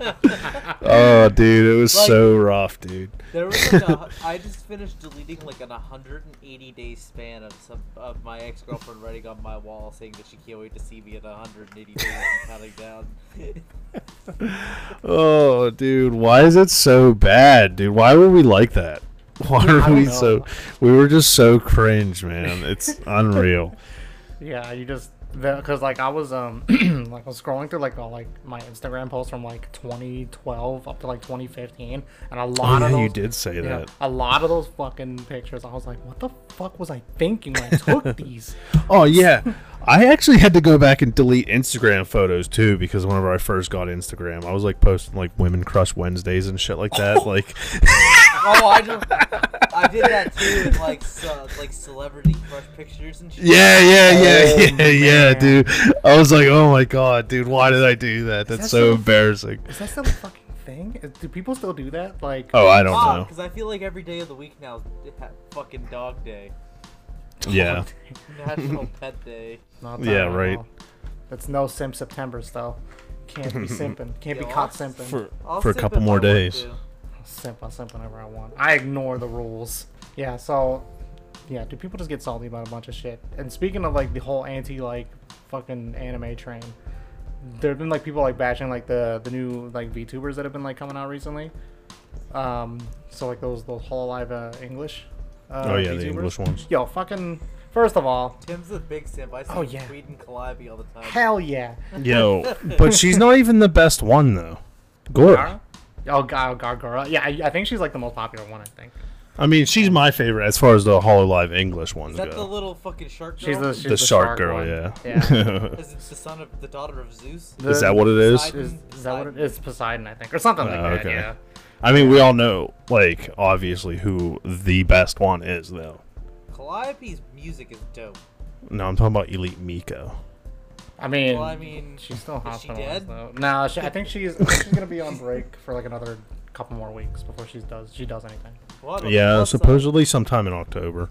Speaker 2: Oh, dude, it was
Speaker 3: Like-
Speaker 2: so rough, dude.
Speaker 3: There was like a, I just finished deleting like an 180 day span of some of my ex girlfriend writing on my wall saying that she can't wait to see me in 180 days and counting down.
Speaker 2: Oh, dude, why is it so bad, dude? Why were we like that? Why
Speaker 1: I
Speaker 2: are
Speaker 1: don't
Speaker 2: we
Speaker 1: know.
Speaker 2: so? We were just so cringe, man. It's unreal.
Speaker 1: Yeah, you just because like I was um like I was scrolling through like all like my Instagram posts from like 2012 up to like 2015, and a
Speaker 2: Oh,
Speaker 1: lot of
Speaker 2: yeah,
Speaker 1: those,
Speaker 2: you did say
Speaker 1: yeah,
Speaker 2: that.
Speaker 1: a lot of those fucking pictures. I was like, what the fuck was I thinking when I took these?
Speaker 2: Oh yeah, I actually had to go back and delete Instagram photos too because whenever I first got Instagram, I was like posting like women crush Wednesdays and shit like that. Like,
Speaker 3: Oh, I just I did that too with like so, like celebrity crush pictures and shit.
Speaker 2: yeah, yeah, yeah,
Speaker 1: Oh,
Speaker 2: yeah, yeah,
Speaker 1: man.
Speaker 2: dude. I was like, oh my god, dude, why did I do that? That's
Speaker 1: that
Speaker 2: so
Speaker 1: still-
Speaker 2: embarrassing.
Speaker 1: Is that still a fucking thing? Is- Do people still do that? Like,
Speaker 2: Oh, I don't
Speaker 3: Ah,
Speaker 2: know.
Speaker 3: because I feel like every day of the week now is ha- fucking dog day,
Speaker 2: Yeah.
Speaker 3: national pet day.
Speaker 1: Not
Speaker 2: Yeah,
Speaker 1: that,
Speaker 2: right.
Speaker 1: no. That's no simp September still. Can't be simping. Can't be
Speaker 3: Yeah,
Speaker 1: caught
Speaker 3: I'll-
Speaker 1: simping.
Speaker 2: For,
Speaker 3: I'll
Speaker 2: for a
Speaker 3: sip
Speaker 2: couple
Speaker 3: if I
Speaker 2: more
Speaker 3: want
Speaker 2: days.
Speaker 3: to.
Speaker 1: simp, I'll simp whenever I want. I ignore the rules. Yeah, so yeah, do people just get salty about a bunch of shit? And speaking of like the whole anti like fucking anime train, there have been like people like bashing like the the new like VTubers that have been like coming out recently. Um, so like those those whole live uh, English. Uh,
Speaker 2: Oh yeah,
Speaker 1: VTubers.
Speaker 2: the English ones.
Speaker 1: Yo, fucking. First of all,
Speaker 3: Tim's a big simp. I see
Speaker 1: Oh,
Speaker 3: oh,
Speaker 1: yeah.
Speaker 3: Tweed and Calliope all the time.
Speaker 1: hell yeah.
Speaker 2: Yo, but she's not even the best one though. Gora.
Speaker 1: Oh, God, Gargara. Yeah, I, I think she's like the most popular one. I think
Speaker 2: I mean, she's my favorite as far as the Hololive English ones
Speaker 3: Is that the
Speaker 2: go.
Speaker 3: little fucking shark girl?
Speaker 1: she's the she's
Speaker 2: The, shark, girl,
Speaker 1: one.
Speaker 2: yeah.
Speaker 1: Yeah.
Speaker 3: Is it the son of the daughter of
Speaker 2: is
Speaker 3: Zeus?
Speaker 1: The-
Speaker 2: that what it is?
Speaker 3: Poseidon.
Speaker 1: Is, is that what it is? Poseidon, I think, or something like
Speaker 2: Oh,
Speaker 1: that.
Speaker 2: okay.
Speaker 1: Yeah.
Speaker 2: I mean, we all know, like, obviously who the best one is, though.
Speaker 3: Calliope's music is dope.
Speaker 2: No, I'm talking about Elite Miko.
Speaker 1: I mean,
Speaker 3: Well, I mean,
Speaker 1: she's still
Speaker 3: is she
Speaker 1: hospitalized
Speaker 3: dead?
Speaker 1: though. No, she, I think she's I think she's gonna be on break for like another couple more weeks before she does she does anything.
Speaker 3: Well, on the
Speaker 2: Yeah,
Speaker 3: plus
Speaker 2: supposedly sometime in October.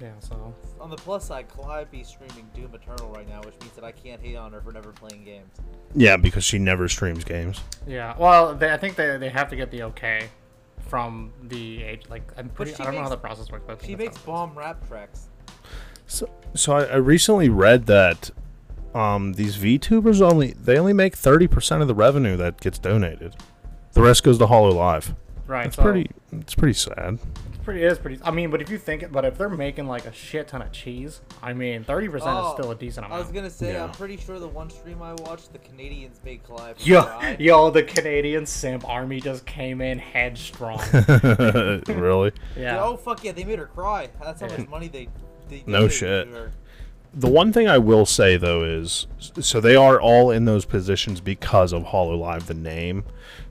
Speaker 1: Yeah. So
Speaker 3: Side, on the plus side, Calliope's streaming Doom Eternal right now, which means that I can't hate on her for never playing games.
Speaker 2: Yeah, because she never streams games.
Speaker 1: yeah. Well, they, I think they, they have to get the okay from the age. Like I'm pretty.
Speaker 3: she
Speaker 1: I don't know how
Speaker 3: makes-
Speaker 1: the process works, but
Speaker 3: She makes bomb rap tracks.
Speaker 2: So, so I, I recently read that um, these VTubers only they only make thirty percent of the revenue that gets donated. The rest goes to Hollow Live.
Speaker 1: right.
Speaker 2: It's
Speaker 1: so
Speaker 2: pretty. It's pretty sad.
Speaker 1: It's pretty. It is pretty. I mean, but if you think, it, but if they're making like a shit ton of cheese, I mean, thirty percent is
Speaker 3: Oh,
Speaker 1: still a decent
Speaker 3: I
Speaker 1: amount.
Speaker 3: was gonna say, I'm
Speaker 2: Yeah.
Speaker 3: pretty sure the one stream I watched, the Canadians made Calliope
Speaker 1: Yo,
Speaker 3: cry.
Speaker 1: yo, the Canadian simp army just came in headstrong.
Speaker 2: really?
Speaker 1: Yeah.
Speaker 3: Oh fuck yeah, they made her cry. That's how
Speaker 1: Yeah.
Speaker 3: much money they. they
Speaker 2: No
Speaker 3: donated
Speaker 2: shit.
Speaker 3: to her.
Speaker 2: The one thing I will say though is, so they are all in those positions because of Hololive, the name.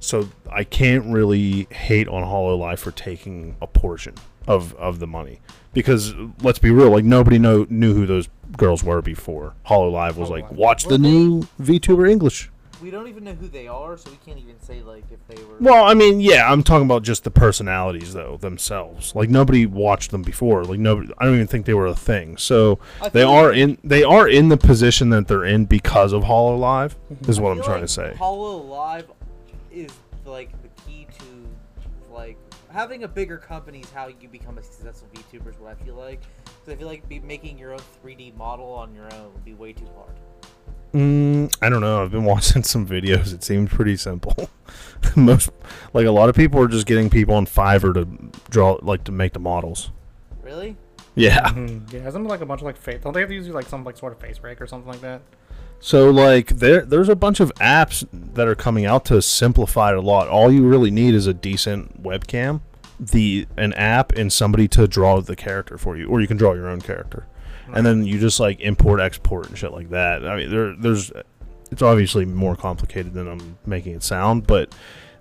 Speaker 2: So I can't really hate on Hololive for taking a portion of of the money because let's be real, like nobody know knew who those girls were before. Hololive was like,
Speaker 1: Hololive.
Speaker 2: watch the new VTuber English.
Speaker 3: We don't even know who they are, so we can't even say like if they were.
Speaker 2: Well, I mean, yeah, I'm talking about just the personalities though themselves. Like nobody watched them before. Like nobody, I don't even think they were a thing. So
Speaker 3: I
Speaker 2: they
Speaker 3: feel
Speaker 2: are in they are in the position that they're in because of Hollow Live. Is what
Speaker 3: I
Speaker 2: I'm
Speaker 3: feel
Speaker 2: trying to
Speaker 3: like
Speaker 2: say.
Speaker 3: Hollow Live is like the key to like having a bigger company is how you become a successful VTuber. Is what I feel like. Because I feel like be making your own 3D model on your own would be way too hard.
Speaker 2: Mm, I don't know. I've been watching some videos. It seemed pretty simple. Most like a lot of people are just getting people on Fiverr to draw like to make the models.
Speaker 3: Really?
Speaker 2: Yeah.
Speaker 1: Mm, yeah, isn't it like a bunch of like face? Don't they have to use like some like sort of face break or something like that?
Speaker 2: So like there there's a bunch of apps that are coming out to simplify it a lot. All you really need is a decent webcam, the an app and somebody to draw the character for you or you can draw your own character. And then you just like import export and shit like that. I mean there there's it's obviously more complicated than I'm making it sound, but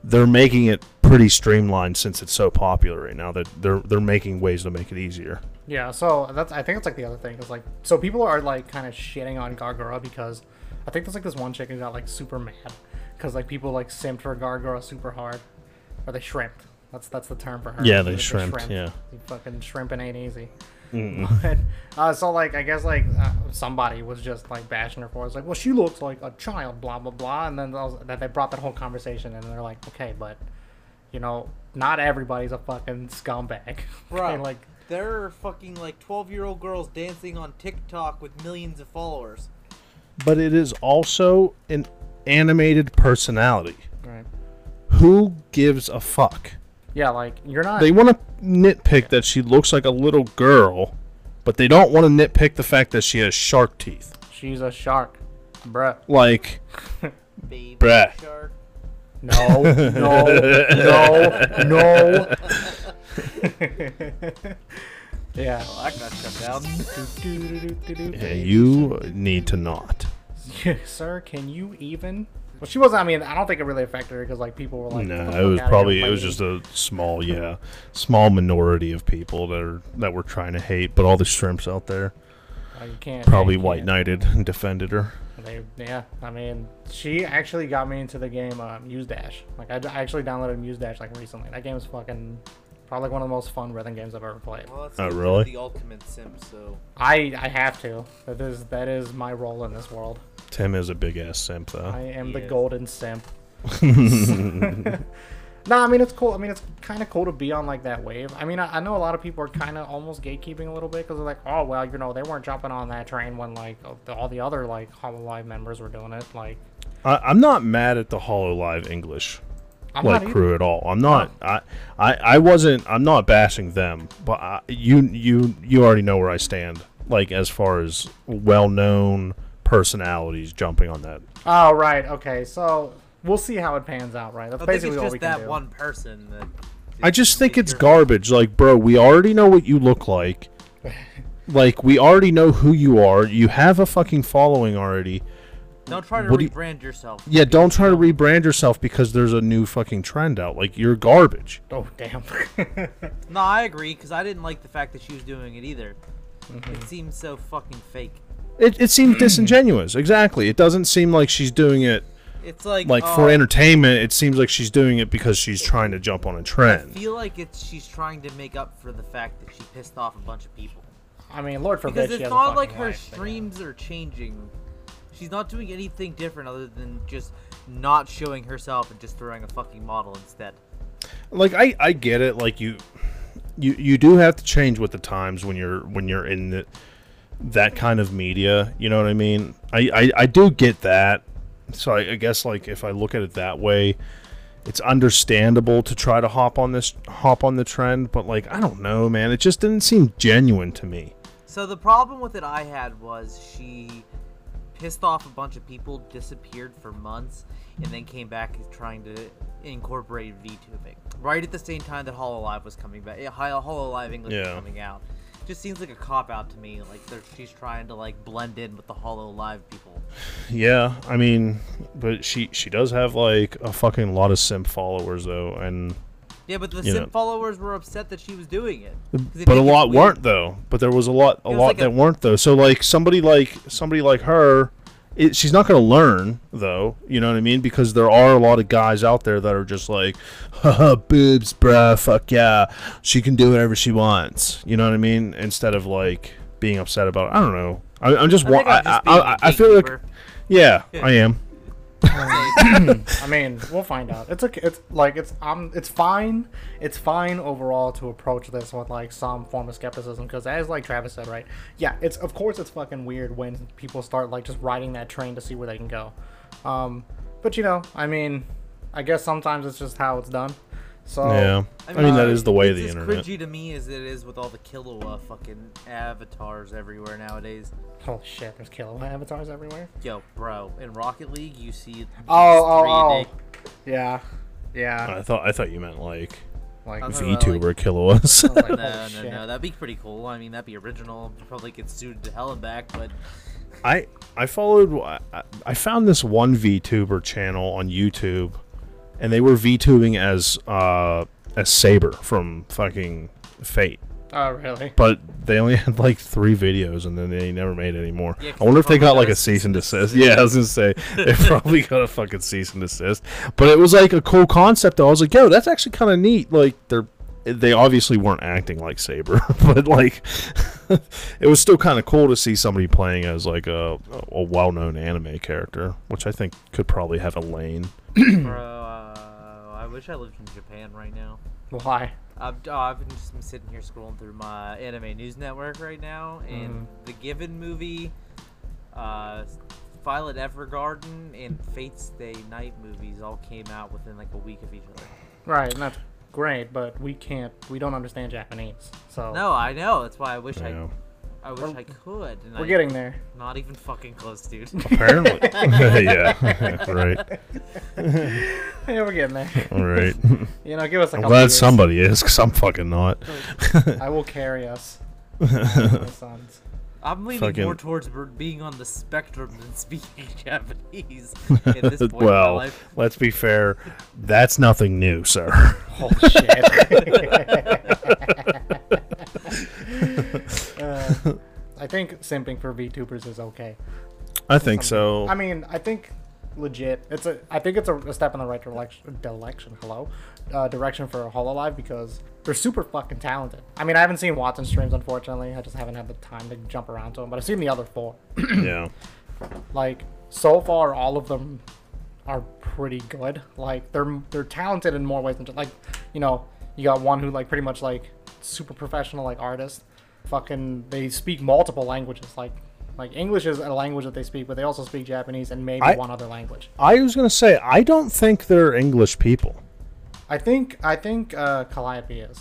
Speaker 2: they're making it pretty streamlined since it's so popular right now that they're they're making ways to make it easier.
Speaker 1: Yeah, so that's I think that's like the other thing is like so people are like kind of shitting on Gargura because I think there's like this one chick who got like super mad because like people like simped for Gargura super hard or they shrimped. That's that's the term for her.
Speaker 2: Yeah, they shrimped,
Speaker 1: shrimp.
Speaker 2: yeah.
Speaker 1: fucking shrimping ain't easy. But, uh, so like I guess like uh, somebody was just like bashing her for it. It's like well she looks like a child blah blah blah and then that was- that they brought that whole conversation and they're like okay but you know not everybody's a fucking scumbag.
Speaker 3: Bro,
Speaker 1: Okay, like
Speaker 3: there are fucking like 12 year old girls dancing on TikTok with millions of followers.
Speaker 2: But it is also an animated personality.
Speaker 1: right.
Speaker 2: who gives a fuck?
Speaker 1: Yeah, like you're not.
Speaker 2: They want to nitpick that she looks like a little girl, but they don't want to nitpick the fact that she has shark teeth.
Speaker 1: she's a shark, bruh.
Speaker 2: Like,
Speaker 3: Baby
Speaker 2: Bruh.
Speaker 3: shark.
Speaker 1: No, no, no, no. yeah.
Speaker 3: Well, that got shut down.
Speaker 2: yeah, you need to not.
Speaker 1: Sir, can you even? Well, she wasn't. I mean, I don't think it really affected her because like people were like, "Get
Speaker 2: No,
Speaker 1: the
Speaker 2: it was
Speaker 1: fuck outta
Speaker 2: probably
Speaker 1: here,
Speaker 2: it was
Speaker 1: lady."
Speaker 2: just a small, yeah, small minority of people that are that were trying to hate, but all the shrimps out there
Speaker 1: Like, you can't
Speaker 2: probably
Speaker 1: you
Speaker 2: white
Speaker 1: can't.
Speaker 2: knighted and defended her.
Speaker 1: They, yeah, I mean, she actually got me into the game um, Muse Dash. Like, I, I actually downloaded Muse Dash like recently. That game is fucking probably one of the most fun rhythm games I've ever played.
Speaker 3: Well, that's
Speaker 2: Oh,
Speaker 3: like
Speaker 2: really?
Speaker 3: The ultimate simp, so.
Speaker 1: I I have to. That is that is my role in this world.
Speaker 2: Tim is a big ass simp
Speaker 1: I
Speaker 2: though.
Speaker 1: am the
Speaker 3: Yes.
Speaker 1: golden simp. no, I mean it's cool. I mean it's kind of cool to be on like that wave. I mean I, I know a lot of people are kind of almost gatekeeping a little bit because they're like, oh well, you know, they weren't jumping on that train when like all the other like Hololive members were doing it. Like
Speaker 2: I, I'm not mad at the Hollow Live English
Speaker 1: I'm
Speaker 2: like
Speaker 1: not e-
Speaker 2: crew at all. I'm not. I, I I wasn't. I'm not bashing them, but I, you you you already know where I stand. Like as far as well known personalities jumping on that.
Speaker 1: Oh right, okay. So we'll see how it pans out. Right. That's
Speaker 3: I think
Speaker 1: basically
Speaker 3: it's
Speaker 1: all we
Speaker 3: just
Speaker 1: can
Speaker 3: that
Speaker 1: do.
Speaker 3: one person that.
Speaker 2: I just think it's
Speaker 3: You're-
Speaker 2: garbage. Like, bro, we already know what you look like. Like, we already know who you are. You have a fucking following already.
Speaker 3: Don't try to
Speaker 2: What do you-
Speaker 3: rebrand yourself.
Speaker 2: Yeah, don't try to rebrand yourself because there's a new fucking trend out. Like, you're garbage.
Speaker 1: Oh damn.
Speaker 3: No, I agree because I didn't like the fact that she was doing it either.
Speaker 2: Mm-hmm.
Speaker 3: It seems so fucking fake.
Speaker 2: It, it
Speaker 1: Mm.
Speaker 2: seems disingenuous. Exactly. It doesn't seem like she's doing it
Speaker 3: It's like
Speaker 2: like
Speaker 3: oh,
Speaker 2: for entertainment it seems like she's doing it because she's trying to jump on a
Speaker 3: I
Speaker 2: trend
Speaker 3: feel like it's she's trying to make up for the fact that she pissed off a bunch of people.
Speaker 1: I mean, Lord forbid
Speaker 3: Because
Speaker 1: she
Speaker 3: it's
Speaker 1: has a
Speaker 3: not
Speaker 1: fucking
Speaker 3: like her
Speaker 1: life, but yeah.
Speaker 3: streams are changing. She's not doing anything different other than just not showing herself and just throwing a fucking model instead.
Speaker 2: like i i get it like you you you do have to change with the times when you're when you're in the, that kind of media you know what i mean I, I i do get that so I, I guess like if i look at it that way it's understandable to try to hop on this hop on the trend but like i don't know man it just didn't seem genuine to me
Speaker 3: So the problem with it I had was she pissed off a bunch of people, disappeared for months, and then came back trying to incorporate eh, VTubing. Right at the same time that Hololive was coming back, Hololive English was
Speaker 2: Yeah.
Speaker 3: coming out. just seems like a cop out to me. Like they're, she's trying to like blend in with the Hollow Live people.
Speaker 2: Yeah, I mean, but she she does have like a fucking lot of simp followers though, and
Speaker 3: Yeah, but the
Speaker 2: You
Speaker 3: Sim
Speaker 2: know.
Speaker 3: followers were upset that she was doing it. 'Cause they
Speaker 2: but a
Speaker 3: think it's
Speaker 2: lot
Speaker 3: weird.
Speaker 2: weren't though. But there was a lot a
Speaker 3: was
Speaker 2: lot
Speaker 3: like a-
Speaker 2: that weren't though. So like somebody like somebody like her, it, she's not gonna learn though. You know what I mean? Because there are a lot of guys out there that are just like, haha, boobs, bruh, fuck yeah, she can do whatever she wants. You know what I mean? Instead of like being upset about, I don't know. I, I'm just,
Speaker 3: I,
Speaker 2: wa-
Speaker 3: think I'm
Speaker 2: I,
Speaker 3: just
Speaker 2: I,
Speaker 3: being a
Speaker 2: I, I feel like,
Speaker 3: gatekeeper.
Speaker 2: yeah, I am.
Speaker 1: I mean, we'll find out. It's okay. It's like it's um, it's fine. It's fine overall to approach this with like some form of skepticism because, as like Travis said, right? Yeah, it's of course it's fucking weird when people start like just riding that train to see where they can go. Um, but you know, I mean, I guess sometimes it's just how it's done. So
Speaker 2: Yeah, I mean, that is the way of the
Speaker 3: uh, it's as
Speaker 2: internet.
Speaker 3: cringy to me as it is with all the Killua fucking avatars everywhere nowadays.
Speaker 1: holy shit, there's killer avatars everywhere.
Speaker 3: Yo, bro, in Rocket League, you see
Speaker 1: Oh, oh,
Speaker 3: three
Speaker 1: Yeah, yeah.
Speaker 2: I thought I thought you meant like
Speaker 1: Like
Speaker 3: I'm- Something about, like-
Speaker 2: VTuber Killua's.
Speaker 1: like,
Speaker 3: day- No,
Speaker 1: holy
Speaker 3: no,
Speaker 1: Oh, shit.
Speaker 3: no, that'd be pretty cool. I mean, that'd be original. Probably get sued to hell and back, but
Speaker 2: I I followed I, I found this one VTuber channel on YouTube, and they were VTubing as uh as Saber from fucking Fate,
Speaker 1: Oh really?
Speaker 2: but they only had like three videos, and then they never made any more.
Speaker 3: Yeah, 'cause
Speaker 2: I wonder if they
Speaker 3: they
Speaker 2: got
Speaker 3: probably
Speaker 2: like
Speaker 3: got
Speaker 2: a
Speaker 3: a
Speaker 2: cease and desist. Yeah, I was gonna say they probably got a fucking cease and desist, but it was like a cool concept. Though I was like, yo, that's actually kind of neat. Like they're they obviously weren't acting like Saber, but like it was still kind of cool to see somebody playing as like a a well known anime character, which I think could probably have a lane.
Speaker 3: bro, uh, I wish I lived in Japan right now.
Speaker 1: Why?
Speaker 3: I've, oh, I've been just been sitting here scrolling through my anime news network right now, and
Speaker 1: Mm-hmm.
Speaker 3: the Given movie, uh, Violet Evergarden, and Fate's Day Night movies all came out within like a week of each other.
Speaker 1: Right, and that's great, but we can't. We don't understand Japanese, so
Speaker 3: No, I know. That's why I wish
Speaker 2: You know.
Speaker 3: I, I wish I could. And
Speaker 1: we're
Speaker 3: I,
Speaker 1: getting there.
Speaker 3: not even fucking close, dude.
Speaker 2: Apparently, yeah, right,
Speaker 1: Yeah, we're getting there.
Speaker 2: all right.
Speaker 1: You know, give us a
Speaker 2: I'm
Speaker 1: couple
Speaker 2: glad
Speaker 1: years.
Speaker 2: somebody is, cause I'm fucking not.
Speaker 1: I will carry us. My sons.
Speaker 3: I'm leaning more
Speaker 2: Fucking-
Speaker 3: towards b- being on the spectrum than speaking Japanese at this point in my
Speaker 2: well,
Speaker 3: life.
Speaker 2: let's be fair. That's nothing new, sir.
Speaker 1: Oh shit. Uh, I think simping for VTubers is okay.
Speaker 2: I think so.
Speaker 1: I mean, I think legit. It's a. I think it's a, a step in the right direction. Direction. Hello, uh, direction for Hololive because they're super fucking talented. I mean, I haven't seen Watson streams unfortunately. I just haven't had the time to jump around to them. But I've seen the other four.
Speaker 2: yeah.
Speaker 1: like so far all of them are pretty good like they're they're talented in more ways than just like you know you got one who like pretty much like super professional like artist fucking they speak multiple languages like like english is a language that they speak but they also speak japanese and maybe
Speaker 2: I-
Speaker 1: one other language
Speaker 2: I was gonna say I don't think they're English people.
Speaker 1: i think i think uh calliope is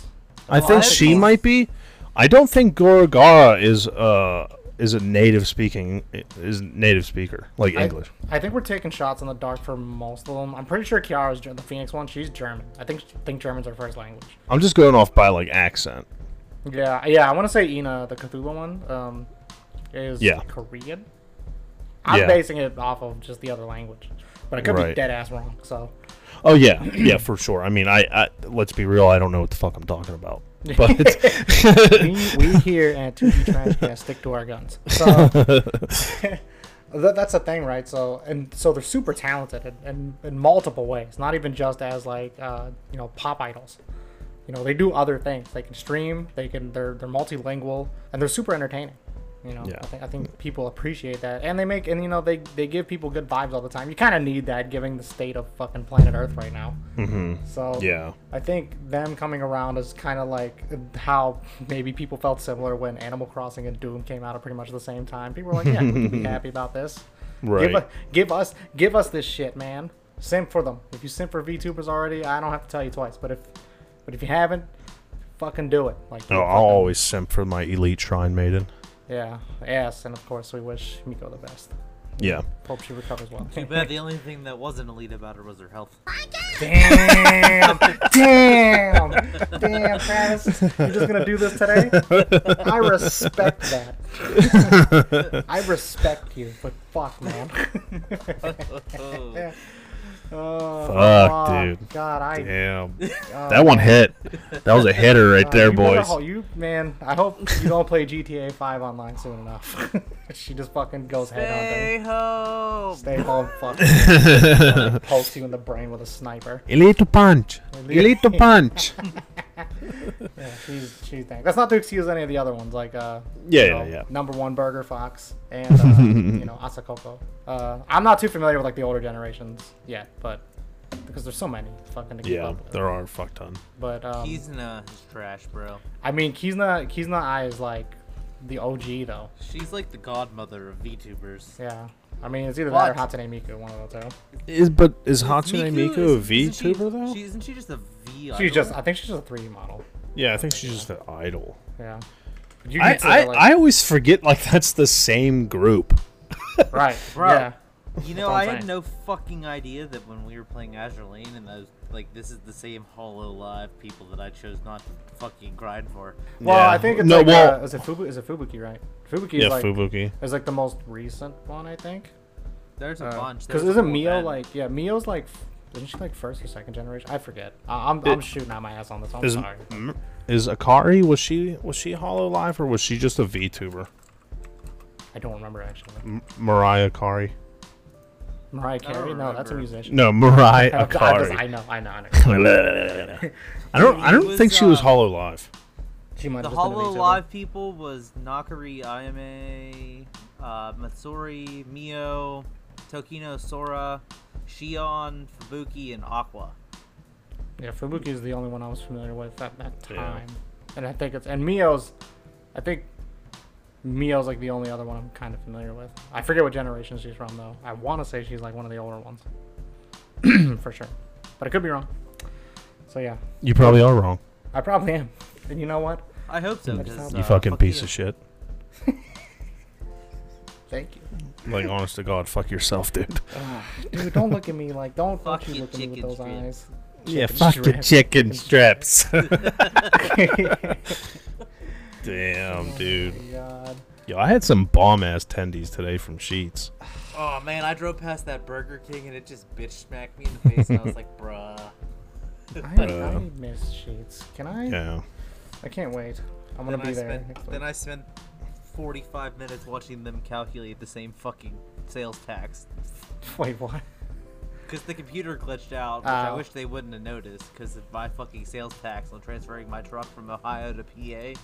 Speaker 2: I
Speaker 3: Oh,
Speaker 2: think
Speaker 3: I
Speaker 2: she
Speaker 3: think-
Speaker 2: might be. I don't think Gorogara is uh is a native speaking is a native speaker like
Speaker 1: I-
Speaker 2: English.
Speaker 1: I, think we're taking shots in the dark for most of them. I'm pretty sure Kiara's Ger- the Phoenix one. She's German. I think think German's her first language.
Speaker 2: I'm just going off by like accent.
Speaker 1: Yeah, yeah. I want to say Ina, the Cthulhu one, um, is
Speaker 2: Yeah.
Speaker 1: Korean. I'm
Speaker 2: Yeah.
Speaker 1: basing it off of just the other language, but I could be
Speaker 2: Right.
Speaker 1: dead ass wrong. So
Speaker 2: Oh yeah, yeah for sure. I mean, I, I let's be real. I don't know what the fuck I'm talking about. But
Speaker 1: we, we here at 2D Trash Can stick to our guns. So that, that's the thing, right? So and so they're super talented in, in, in multiple ways, not even just as like uh, you know pop idols. You know they do other things. They can stream. They can they're they're multilingual and they're super entertaining. You know,
Speaker 2: Yeah.
Speaker 1: I think I think people appreciate that, and they make and you know they they give people good vibes all the time. You kind of need that, given the state of fucking planet Earth right now. Mm-hmm. So
Speaker 2: yeah,
Speaker 1: I think them coming around is kind of like how maybe people felt similar when Animal Crossing and Doom came out at pretty much the same time. People were like, "Yeah, we can be happy about this.
Speaker 2: right.
Speaker 1: Give, us, give us, give us this shit, man. Simp for them. If you simp for VTubers already, I don't have to tell you twice. But if, but if you haven't, fucking do it. Like,
Speaker 2: No, Oh, I'll always simp for my elite shrine maiden.
Speaker 1: yeah, yes, and of course we wish Miko the best.
Speaker 2: Yeah.
Speaker 1: Hope she recovers well.
Speaker 3: Too bad the only thing that wasn't elite about her was her health.
Speaker 1: Damn! damn! Damn, Travis. You're just going to do this today? I respect that. I respect you, but fuck, man. Oh,
Speaker 2: Fuck, dude.
Speaker 1: God, I.
Speaker 2: Damn. That one hit. That was a hitter right there,
Speaker 1: you better
Speaker 2: boys.
Speaker 1: ho- you man, I hope you don't play GTA 5 online soon enough. she just fucking goes head on.
Speaker 3: Stay
Speaker 1: Stay
Speaker 3: home.
Speaker 1: home, fucking pulse you in the brain with a sniper.
Speaker 2: Elite punch. Elite punch.
Speaker 1: Yeah, she's she's dang. That's not to excuse any of the other ones, like uh,
Speaker 2: Yeah,
Speaker 1: you
Speaker 2: yeah,
Speaker 1: know,
Speaker 2: yeah.
Speaker 1: number one burger fox and uh, you know Asakoko. Uh, I'm not too familiar with like the older generations yet, but because there's so many fucking to keep
Speaker 2: Yeah,
Speaker 1: up with.
Speaker 2: there are a fuck ton.
Speaker 1: But um,
Speaker 3: He's nah, he's trash, bro.
Speaker 1: I mean, Kizna Kizna Eye is like the OG though.
Speaker 3: She's like the godmother of VTubers.
Speaker 1: Yeah, I mean it's either that or
Speaker 3: But-
Speaker 1: Hatsune Miku, one of the two.
Speaker 2: Is but is Hatsune
Speaker 3: Miku
Speaker 2: Miku a
Speaker 3: is- isn't she-
Speaker 2: VTuber though?
Speaker 3: She, isn't she just a V?
Speaker 1: She's just I think she's a 3D model.
Speaker 2: yeah, I think she's just an idol.
Speaker 1: Yeah. You
Speaker 2: I,
Speaker 1: consider,
Speaker 2: I,
Speaker 1: like-
Speaker 2: I always forget like that's the same group.
Speaker 1: right,
Speaker 3: Bro.
Speaker 1: yeah.
Speaker 3: You know,
Speaker 1: what I'm
Speaker 3: I had
Speaker 1: saying.
Speaker 3: no fucking idea that when we were playing Azure Lane and those like this is the same Hollow Live people that I chose not to fucking grind for.
Speaker 1: Well,
Speaker 2: Yeah.
Speaker 1: I think it's
Speaker 2: No,
Speaker 1: like
Speaker 2: well-
Speaker 1: uh, is it Fubu is it Fubuki right? Fubuki is
Speaker 2: Yeah,
Speaker 1: like
Speaker 2: Fubuki.
Speaker 1: is like the most recent one I think.
Speaker 3: There's a bunch.
Speaker 1: Because
Speaker 3: There's a
Speaker 1: Uh, isn't
Speaker 3: whole
Speaker 1: Mio
Speaker 3: band.
Speaker 1: like yeah Mio's like f- isn't she like first or second generation? I forget. I, I'm I'm shooting out my ass on this. I'm
Speaker 2: Is
Speaker 1: sorry.
Speaker 2: m- is Akari was she was she Hollow Live or was she just a VTuber?
Speaker 1: I don't remember actually.
Speaker 2: M- Mariah Akari.
Speaker 1: Mariah Carey? No, that's a
Speaker 3: remember.
Speaker 1: musician.
Speaker 2: No, Mariah
Speaker 1: I, I, just, I
Speaker 2: Akari.
Speaker 1: know, I know, I know.
Speaker 2: I don't I
Speaker 3: It
Speaker 2: don't
Speaker 3: was,
Speaker 2: think she was
Speaker 3: uh,
Speaker 2: Hollow Live.
Speaker 1: She might
Speaker 3: The
Speaker 1: have just been a
Speaker 3: Hollow
Speaker 1: VTuber.
Speaker 3: Live people was Nakari, Ayame, uh, Matsuri, Mio, Tokino, Sora, Shion, Fubuki, and Aqua.
Speaker 1: Yeah, Fubuki is the only one I was familiar with at that
Speaker 2: Yeah.
Speaker 1: time, and I think it's and Mio's. I think Mio's like the only other one I'm kind of familiar with. I forget what generation she's from though. I want to say she's like one of the older ones, for sure, but I could be wrong. So yeah,
Speaker 2: You probably are wrong.
Speaker 1: I probably am. And you know what?
Speaker 3: I hope so.
Speaker 1: Mm.
Speaker 3: 'cause,
Speaker 1: You
Speaker 2: You
Speaker 3: uh,
Speaker 2: fucking
Speaker 3: fuck
Speaker 2: piece
Speaker 3: you.
Speaker 2: of shit.
Speaker 1: Thank you.
Speaker 2: Like honest to God, fuck yourself, dude.
Speaker 1: Dude, don't look at me like don't
Speaker 3: Fuck
Speaker 1: fucking
Speaker 3: you,
Speaker 1: look at me with
Speaker 3: chicken
Speaker 1: those
Speaker 3: strip.
Speaker 1: eyes.
Speaker 2: yeah, fuck your chicken strips.
Speaker 1: Oh
Speaker 2: Damn, dude.
Speaker 1: God.
Speaker 2: Yo, I had some bomb ass tendies today from Sheets.
Speaker 3: Oh man, I drove past that Burger King and it just bitch smacked me in the face, and I was like, bruh.
Speaker 1: I,
Speaker 2: Uh,
Speaker 1: I miss sheets. Can I?
Speaker 2: Yeah.
Speaker 1: I can't wait. I'm gonna
Speaker 3: Then
Speaker 1: be
Speaker 3: I
Speaker 1: there.
Speaker 3: spent
Speaker 1: next week.
Speaker 3: then I spent 45 minutes watching them calculate the same fucking sales tax
Speaker 1: Wait, what?
Speaker 3: because the computer glitched out, which I
Speaker 1: Oh.
Speaker 3: wish they wouldn't have noticed because of my fucking sales tax on transferring my truck from Ohio to PA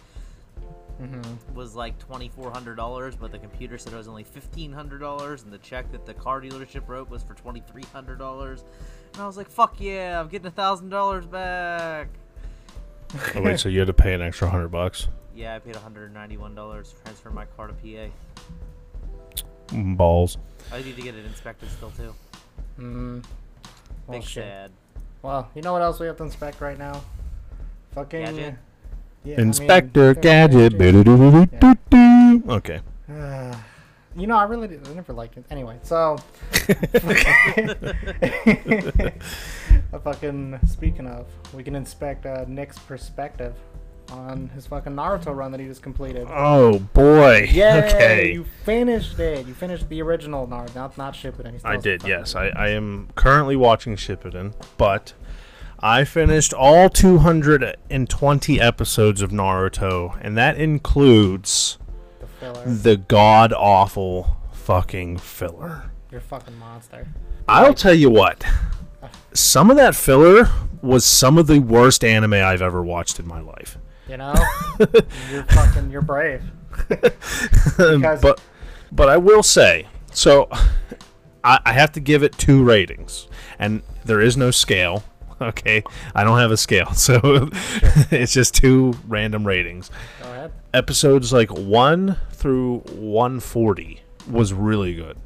Speaker 1: Mm-hmm.
Speaker 3: was like $2,400, but the computer said it was only $1,500, and the check that the car dealership wrote was for $2,300. And I was like, fuck yeah, I'm getting $1,000 back.
Speaker 2: Oh, wait, so you had to pay an extra hundred bucks?
Speaker 3: Yeah, I paid $191 to transfer my car to PA.
Speaker 2: Mm, Balls.
Speaker 3: I need to get it inspected still, too.
Speaker 1: Mm. Well,
Speaker 3: Big
Speaker 1: shit.
Speaker 3: sad.
Speaker 1: Well, you know what else we have to inspect right now? Fucking
Speaker 3: Gadget?
Speaker 1: Yeah, I mean,
Speaker 2: Inspector
Speaker 1: yeah,
Speaker 2: Gadget. Doo-doo-doo-doo-doo-doo. Okay.
Speaker 1: Uh, you know, I really did, I never liked it. Anyway, so a fucking speaking of, we can inspect uh, Nick's perspective on his fucking Naruto run that he just completed.
Speaker 2: Oh boy.
Speaker 1: Yay!
Speaker 2: okay.
Speaker 1: You finished it. You finished the original Naruto, not not Shippuden. He still
Speaker 2: I
Speaker 1: has to
Speaker 2: did,
Speaker 1: fucking-
Speaker 2: yes. I, I am currently watching Shippuden, but I finished all 220 episodes of Naruto, and that includes
Speaker 1: The filler.
Speaker 2: the god awful fucking filler.
Speaker 1: You're a fucking monster.
Speaker 2: I'll tell you what, some of that filler was some of the worst anime I've ever watched in my life.
Speaker 1: You know, you're fucking. You're brave. because
Speaker 2: but but I will say so. I, I have to give it two ratings, and there is no scale. Okay, I don't have a scale, so it's just two random ratings.
Speaker 1: go ahead.
Speaker 2: Episodes like one through one forty was really good.